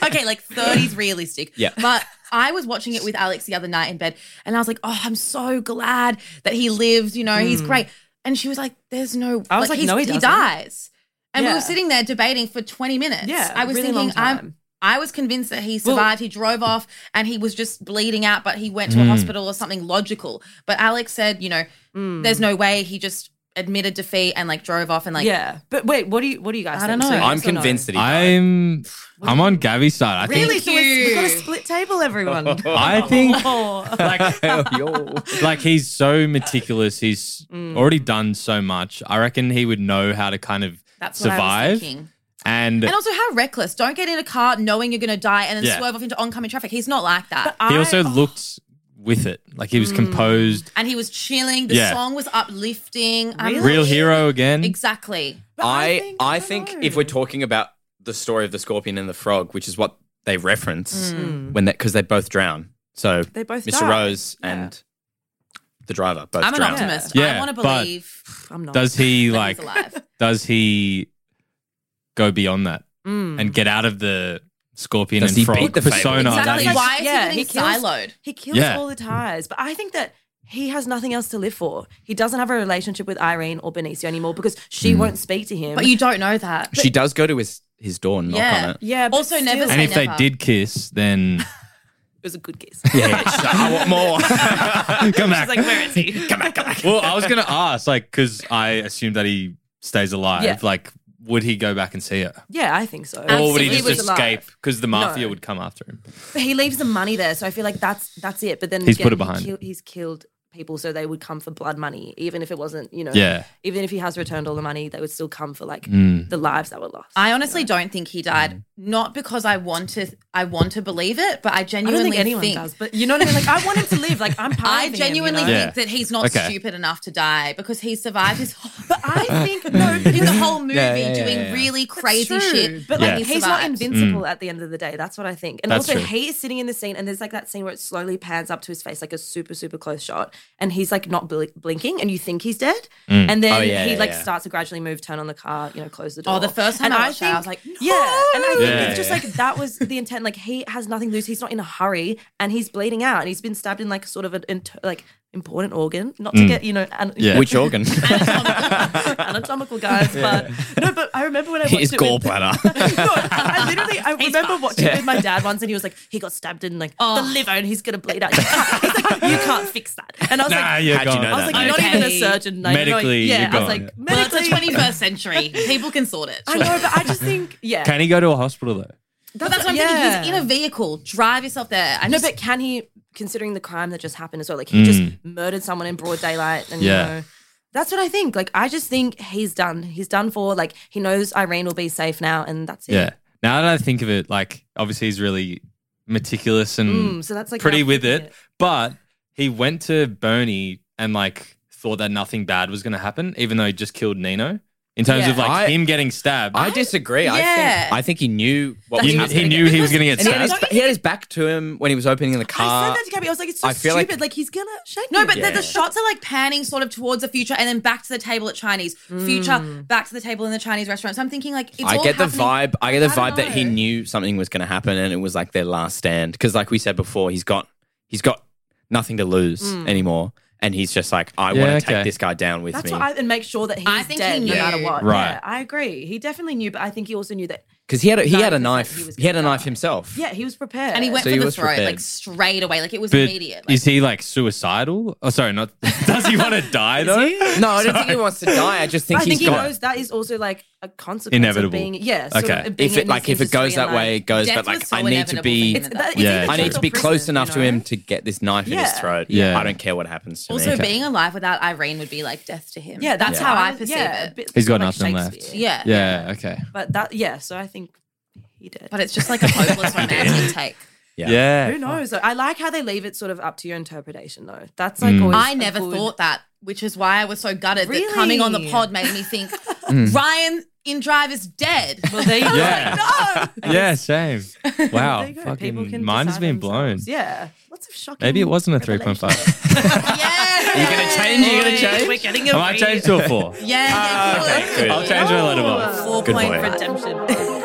[SPEAKER 9] okay, like 30 is realistic.
[SPEAKER 8] Yeah.
[SPEAKER 9] But I was watching it with Alex the other night in bed and I was like, oh, I'm so glad that he lives, you know, he's great. And she was like, there's no,
[SPEAKER 7] Hmm. I was like,
[SPEAKER 9] he's-
[SPEAKER 7] no, he
[SPEAKER 9] he
[SPEAKER 7] doesn't.
[SPEAKER 9] dies. And we
[SPEAKER 7] Yeah.
[SPEAKER 9] were sitting there debating for 20 minutes.
[SPEAKER 7] Yeah,
[SPEAKER 9] I was
[SPEAKER 7] really long
[SPEAKER 9] thinking, I'm,
[SPEAKER 7] time.
[SPEAKER 9] I was convinced that he survived. he drove off and he was just bleeding out, but he went to a hospital or something logical. But Alex said, you know,
[SPEAKER 7] Hmm.
[SPEAKER 9] there's no way he just admitted defeat and like drove off and like,
[SPEAKER 7] yeah. But wait, what do you what do you guys
[SPEAKER 9] I
[SPEAKER 7] think?
[SPEAKER 9] don't know.
[SPEAKER 7] So
[SPEAKER 8] I'm
[SPEAKER 7] yes or no?
[SPEAKER 8] convinced that he died.
[SPEAKER 1] I'm I'm on Gavi's side. I think
[SPEAKER 7] Really? So we- we've got a
[SPEAKER 9] Thank you.
[SPEAKER 7] split table, everyone.
[SPEAKER 1] I think
[SPEAKER 7] Oh.
[SPEAKER 1] like
[SPEAKER 8] Yo.
[SPEAKER 1] like he's so meticulous. He's
[SPEAKER 9] Mm.
[SPEAKER 1] already done so much. I reckon he would know how to kind of
[SPEAKER 9] that's what I
[SPEAKER 1] survive.
[SPEAKER 9] was thinking.
[SPEAKER 1] And,
[SPEAKER 9] And also, how reckless. Don't get in a car knowing you're going to die and then
[SPEAKER 1] Yeah.
[SPEAKER 9] swerve off into oncoming traffic. He's not like that.
[SPEAKER 1] he also looked with it. Like he was
[SPEAKER 9] Mm.
[SPEAKER 1] composed.
[SPEAKER 9] and he was chilling. The
[SPEAKER 1] Yeah.
[SPEAKER 9] song was uplifting. I'm
[SPEAKER 7] Really?
[SPEAKER 9] like-
[SPEAKER 1] Real hero again.
[SPEAKER 9] Exactly.
[SPEAKER 8] I I think, if we're talking about the story of the scorpion and the frog, which is what they reference when that because they both drown. So
[SPEAKER 7] Mm. They both
[SPEAKER 8] Mr.
[SPEAKER 7] die.
[SPEAKER 8] Rose and the driver both
[SPEAKER 9] I'm an
[SPEAKER 8] drown.
[SPEAKER 9] optimist.
[SPEAKER 1] Yeah,
[SPEAKER 9] I want
[SPEAKER 1] but
[SPEAKER 9] to believe
[SPEAKER 7] I'm not.
[SPEAKER 1] Does he
[SPEAKER 9] that
[SPEAKER 1] like
[SPEAKER 9] he's alive.
[SPEAKER 1] does he go beyond that
[SPEAKER 7] Mm.
[SPEAKER 1] and get out of the scorpion
[SPEAKER 8] Does he
[SPEAKER 1] and frog
[SPEAKER 8] beat the fable?
[SPEAKER 1] persona? that
[SPEAKER 9] exactly.
[SPEAKER 1] he's-
[SPEAKER 9] Why is
[SPEAKER 7] Yeah,
[SPEAKER 9] he
[SPEAKER 7] he
[SPEAKER 9] getting
[SPEAKER 7] kills-
[SPEAKER 9] siloed?
[SPEAKER 7] He kills
[SPEAKER 1] Yeah.
[SPEAKER 7] all the ties, but I think that he has nothing else to live for. He doesn't have a relationship with Irene or Benicio anymore because
[SPEAKER 1] Hmm.
[SPEAKER 7] she won't speak to him.
[SPEAKER 9] But you don't know that.
[SPEAKER 8] She does go to his his door and knock
[SPEAKER 9] Yeah.
[SPEAKER 8] on it.
[SPEAKER 7] yeah, but
[SPEAKER 9] Also
[SPEAKER 7] still,
[SPEAKER 9] never
[SPEAKER 1] and
[SPEAKER 9] say
[SPEAKER 1] if they
[SPEAKER 9] never.
[SPEAKER 1] did kiss, then
[SPEAKER 7] it was a good kiss.
[SPEAKER 8] Yeah, she's like, I want more.
[SPEAKER 1] come back.
[SPEAKER 7] like, where is he?
[SPEAKER 8] come back, come back.
[SPEAKER 1] well, I was gonna ask, like, because I assume that he stays alive.
[SPEAKER 7] Yeah.
[SPEAKER 1] Like, would he go back and see her,
[SPEAKER 7] yeah, I think so.
[SPEAKER 1] or would he
[SPEAKER 9] Absolutely.
[SPEAKER 1] just
[SPEAKER 9] He was
[SPEAKER 1] escape? Because the mafia
[SPEAKER 7] No.
[SPEAKER 1] would come after him.
[SPEAKER 7] But he leaves the money there, so I feel like that's that's it. But then
[SPEAKER 1] He's
[SPEAKER 7] again,
[SPEAKER 1] put it
[SPEAKER 7] he
[SPEAKER 1] behind.
[SPEAKER 7] kill- he's killed people, so they would come for blood money, even if it wasn't, you know,
[SPEAKER 1] Yeah.
[SPEAKER 7] Even if he has returned all the money, they would still come for like
[SPEAKER 1] Mm.
[SPEAKER 7] the lives that were lost.
[SPEAKER 9] I honestly don't think he died.
[SPEAKER 1] Mm-hmm.
[SPEAKER 9] Not because I want to. I want to believe it, but I
[SPEAKER 7] I
[SPEAKER 9] genuinely
[SPEAKER 7] don't think anyone does, but you know what I mean. Like I want him to live. Like I'm part
[SPEAKER 9] I
[SPEAKER 7] of him, you
[SPEAKER 9] genuinely
[SPEAKER 7] know?
[SPEAKER 1] Yeah.
[SPEAKER 9] think that he's not
[SPEAKER 1] Okay.
[SPEAKER 9] stupid enough to die because he survived his whole
[SPEAKER 7] But I think no, but
[SPEAKER 9] in the whole movie
[SPEAKER 8] Yeah, yeah, yeah,
[SPEAKER 9] doing
[SPEAKER 8] yeah.
[SPEAKER 9] really crazy
[SPEAKER 7] That's true.
[SPEAKER 9] shit.
[SPEAKER 7] But
[SPEAKER 1] Yeah.
[SPEAKER 7] like, he's not invincible
[SPEAKER 8] Mm.
[SPEAKER 7] at the end of the day. That's what I think. And
[SPEAKER 1] That's
[SPEAKER 7] also,
[SPEAKER 1] true.
[SPEAKER 7] he is sitting in the scene, and there's like that scene where it slowly pans up to his face, like a super, super close shot, and he's like not bl- blinking, and you think he's dead, and then
[SPEAKER 8] Oh, yeah,
[SPEAKER 7] he
[SPEAKER 8] yeah,
[SPEAKER 7] like
[SPEAKER 8] yeah.
[SPEAKER 7] starts to gradually move, turn on the car, you know, close the door.
[SPEAKER 9] Oh, the first time
[SPEAKER 7] and
[SPEAKER 9] I watched that, I was like,
[SPEAKER 7] yeah, and I think
[SPEAKER 1] Yeah,
[SPEAKER 7] it's just
[SPEAKER 8] yeah.
[SPEAKER 7] like that was the intent. Like he has nothing to lose. He's not in a hurry, and he's bleeding out, and he's been stabbed in like sort of an inter- like important organ, not to
[SPEAKER 8] Mm.
[SPEAKER 7] get you know, an-
[SPEAKER 1] Yeah.
[SPEAKER 8] Which organ?
[SPEAKER 7] anatomical, anatomical guys, but no, but I remember when I watched
[SPEAKER 8] His
[SPEAKER 7] it with-
[SPEAKER 8] gallbladder.
[SPEAKER 7] no, I literally I remember watching it with my dad once, and he was like, he got stabbed in like
[SPEAKER 9] Oh.
[SPEAKER 7] the liver, and he's gonna bleed out. You can't, he's like, you can't fix that. And I was
[SPEAKER 1] Nah,
[SPEAKER 7] like,
[SPEAKER 1] you're
[SPEAKER 8] How'd you
[SPEAKER 1] gone.
[SPEAKER 8] know
[SPEAKER 7] I was
[SPEAKER 8] that?
[SPEAKER 7] like, you're not
[SPEAKER 9] Okay.
[SPEAKER 7] even a surgeon. Like, you're not-
[SPEAKER 1] Medically,
[SPEAKER 7] yeah.
[SPEAKER 1] you're
[SPEAKER 7] I was
[SPEAKER 1] gone.
[SPEAKER 7] like,
[SPEAKER 9] Well, it's the
[SPEAKER 7] medically.
[SPEAKER 9] 21st century. People can sort it.
[SPEAKER 7] I know, but I just think, yeah.
[SPEAKER 1] Can he go to a hospital though?
[SPEAKER 9] But that's what I'm
[SPEAKER 7] Yeah.
[SPEAKER 9] thinking. He's in a vehicle. Drive yourself there. I
[SPEAKER 7] no,
[SPEAKER 9] just-
[SPEAKER 7] but can he? Considering the crime that just happened as well, like he just murdered someone in broad daylight, and
[SPEAKER 1] Mm. Yeah.
[SPEAKER 7] you know. That's what I think. Like, I just think he's done. He's done for. Like, he knows Irene will be safe now, and that's it.
[SPEAKER 1] Yeah. Now that I think of it, like, obviously he's really meticulous and
[SPEAKER 7] Mm, so that's like
[SPEAKER 1] pretty
[SPEAKER 7] how I'm
[SPEAKER 1] with
[SPEAKER 7] thinking
[SPEAKER 1] it, but he went to Bernie and like thought that nothing bad was going to happen, even though he just killed Nino. in terms
[SPEAKER 9] Yeah.
[SPEAKER 1] of like
[SPEAKER 8] I-
[SPEAKER 1] him getting stabbed.
[SPEAKER 8] I disagree. I
[SPEAKER 9] Yeah.
[SPEAKER 8] think I think he knew what
[SPEAKER 9] That
[SPEAKER 8] was
[SPEAKER 1] he,
[SPEAKER 9] he
[SPEAKER 1] kn-
[SPEAKER 8] happening.
[SPEAKER 1] he knew he was going to get
[SPEAKER 8] and he had,
[SPEAKER 1] stabbed.
[SPEAKER 8] his, he had his back to him when he was opening the
[SPEAKER 7] I
[SPEAKER 8] car.
[SPEAKER 7] said that to
[SPEAKER 1] Uh,
[SPEAKER 7] Gabby. I was like, it's so
[SPEAKER 8] I feel like-
[SPEAKER 7] stupid. Like, he's gonna shake.
[SPEAKER 9] No,
[SPEAKER 7] you.
[SPEAKER 9] but the,
[SPEAKER 8] Yeah.
[SPEAKER 9] the shots are like panning sort of towards the future and then back to the table at Chinese. Future, back to the table in the Chinese restaurant. So I'm thinking like it's
[SPEAKER 8] I
[SPEAKER 9] all
[SPEAKER 8] get the
[SPEAKER 9] happening-
[SPEAKER 8] vibe. I get the
[SPEAKER 7] I don't
[SPEAKER 8] vibe that he
[SPEAKER 7] know.
[SPEAKER 8] knew something was going to happen, and it was like their last stand. Because, like we said before, he's got he's got nothing to lose anymore, and he's just like, I
[SPEAKER 1] Yeah,
[SPEAKER 8] want to
[SPEAKER 1] okay.
[SPEAKER 8] take this guy down with
[SPEAKER 7] Mm. That's
[SPEAKER 8] me
[SPEAKER 7] what I and make sure that he's
[SPEAKER 9] I think he
[SPEAKER 7] dead no
[SPEAKER 9] knew.
[SPEAKER 7] matter what.
[SPEAKER 1] Right.
[SPEAKER 7] Yeah, I agree. He definitely knew, but I think he also knew that.
[SPEAKER 8] because he had a, he had a
[SPEAKER 7] 90%
[SPEAKER 8] knife.
[SPEAKER 7] he was
[SPEAKER 8] He had a
[SPEAKER 7] gonna
[SPEAKER 8] knife
[SPEAKER 7] die.
[SPEAKER 8] himself.
[SPEAKER 7] Yeah, he was prepared.
[SPEAKER 9] And he went
[SPEAKER 8] So
[SPEAKER 9] for
[SPEAKER 8] he
[SPEAKER 9] the
[SPEAKER 8] was
[SPEAKER 9] throat
[SPEAKER 8] prepared.
[SPEAKER 9] like straight away. Like it was
[SPEAKER 1] But
[SPEAKER 9] immediate. Like,
[SPEAKER 1] is he like suicidal? Oh, sorry, not. Does he want to die though?
[SPEAKER 8] No, I don't think he wants to die. I just
[SPEAKER 7] But
[SPEAKER 8] think
[SPEAKER 7] I
[SPEAKER 8] he's
[SPEAKER 7] think he
[SPEAKER 8] got.
[SPEAKER 7] knows that is also like a consequence
[SPEAKER 1] Inevitable.
[SPEAKER 7] of being yeah. Sort
[SPEAKER 1] Okay.
[SPEAKER 7] okay. Of being
[SPEAKER 8] if it
[SPEAKER 7] in
[SPEAKER 8] like
[SPEAKER 7] this
[SPEAKER 8] if it goes
[SPEAKER 7] industry
[SPEAKER 8] that
[SPEAKER 7] and,
[SPEAKER 8] way, it
[SPEAKER 7] like,
[SPEAKER 8] goes.
[SPEAKER 9] death
[SPEAKER 8] But like,
[SPEAKER 9] was so
[SPEAKER 8] I need to
[SPEAKER 9] inevitable for
[SPEAKER 8] be.
[SPEAKER 9] him at
[SPEAKER 7] that-
[SPEAKER 1] Yeah,
[SPEAKER 7] it's
[SPEAKER 8] I need
[SPEAKER 7] still
[SPEAKER 8] to be
[SPEAKER 7] prison,
[SPEAKER 8] close enough
[SPEAKER 7] you
[SPEAKER 8] to
[SPEAKER 7] know?
[SPEAKER 8] him to get this knife in his
[SPEAKER 7] Yeah.
[SPEAKER 8] throat.
[SPEAKER 1] Yeah.
[SPEAKER 8] I don't care what happens to
[SPEAKER 9] also
[SPEAKER 8] me.
[SPEAKER 9] being alive without Irene would be like death to him.
[SPEAKER 7] Yeah,
[SPEAKER 9] that's
[SPEAKER 7] yeah.
[SPEAKER 9] how I perceive
[SPEAKER 7] yeah, a
[SPEAKER 9] it.
[SPEAKER 7] bit
[SPEAKER 1] He's got
[SPEAKER 7] like
[SPEAKER 1] nothing left.
[SPEAKER 7] Shakespeare.
[SPEAKER 9] Yeah.
[SPEAKER 1] Yeah. Okay.
[SPEAKER 7] but that yeah. So I think he did.
[SPEAKER 9] But it's just like a hopeless romantic take.
[SPEAKER 8] Yeah.
[SPEAKER 7] Who knows? though? I like how they leave it sort of up to your interpretation, though. That's like
[SPEAKER 1] Mm.
[SPEAKER 7] always
[SPEAKER 9] I
[SPEAKER 7] a
[SPEAKER 9] never
[SPEAKER 7] good-
[SPEAKER 9] thought that, which is why I was so gutted
[SPEAKER 7] Really?
[SPEAKER 9] that coming on the pod made me think Ryan in Drive is dead.
[SPEAKER 7] Well, there you go.
[SPEAKER 1] Yeah. Yeah. Same.
[SPEAKER 7] There
[SPEAKER 1] Wow.
[SPEAKER 7] you "Oh, go. People
[SPEAKER 1] Fucking
[SPEAKER 7] can
[SPEAKER 1] mind has
[SPEAKER 7] decide
[SPEAKER 1] been blown.
[SPEAKER 7] themselves. Yeah, lots of shocking.
[SPEAKER 1] Maybe it wasn't a three
[SPEAKER 7] revelation.
[SPEAKER 1] point five.
[SPEAKER 9] yeah.
[SPEAKER 8] You're gonna change. You're gonna change.
[SPEAKER 7] We're getting
[SPEAKER 1] I might change to a four.
[SPEAKER 9] Yeah.
[SPEAKER 8] Ah, Okay, good.
[SPEAKER 1] I'll change my letterbox.
[SPEAKER 9] Four
[SPEAKER 8] Good
[SPEAKER 9] point
[SPEAKER 8] boy.
[SPEAKER 7] redemption.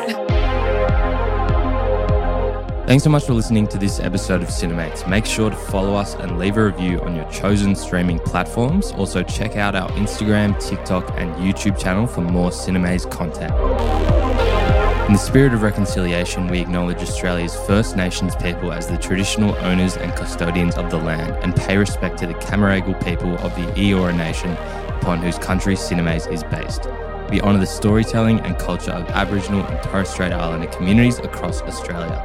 [SPEAKER 1] Thanks so much for listening to this episode of Cinemates. Make sure to follow us and leave a review on your chosen streaming platforms. Also, check out our Instagram, TikTok, and YouTube channel for more Cinemates content. In the spirit of reconciliation, we acknowledge Australia's First Nations people as the traditional owners and custodians of the land and pay respect to the Camaragal people of the Eora Nation, upon whose country Cinemaze is based. We honour the storytelling and culture of Aboriginal and Torres Strait Islander communities across Australia.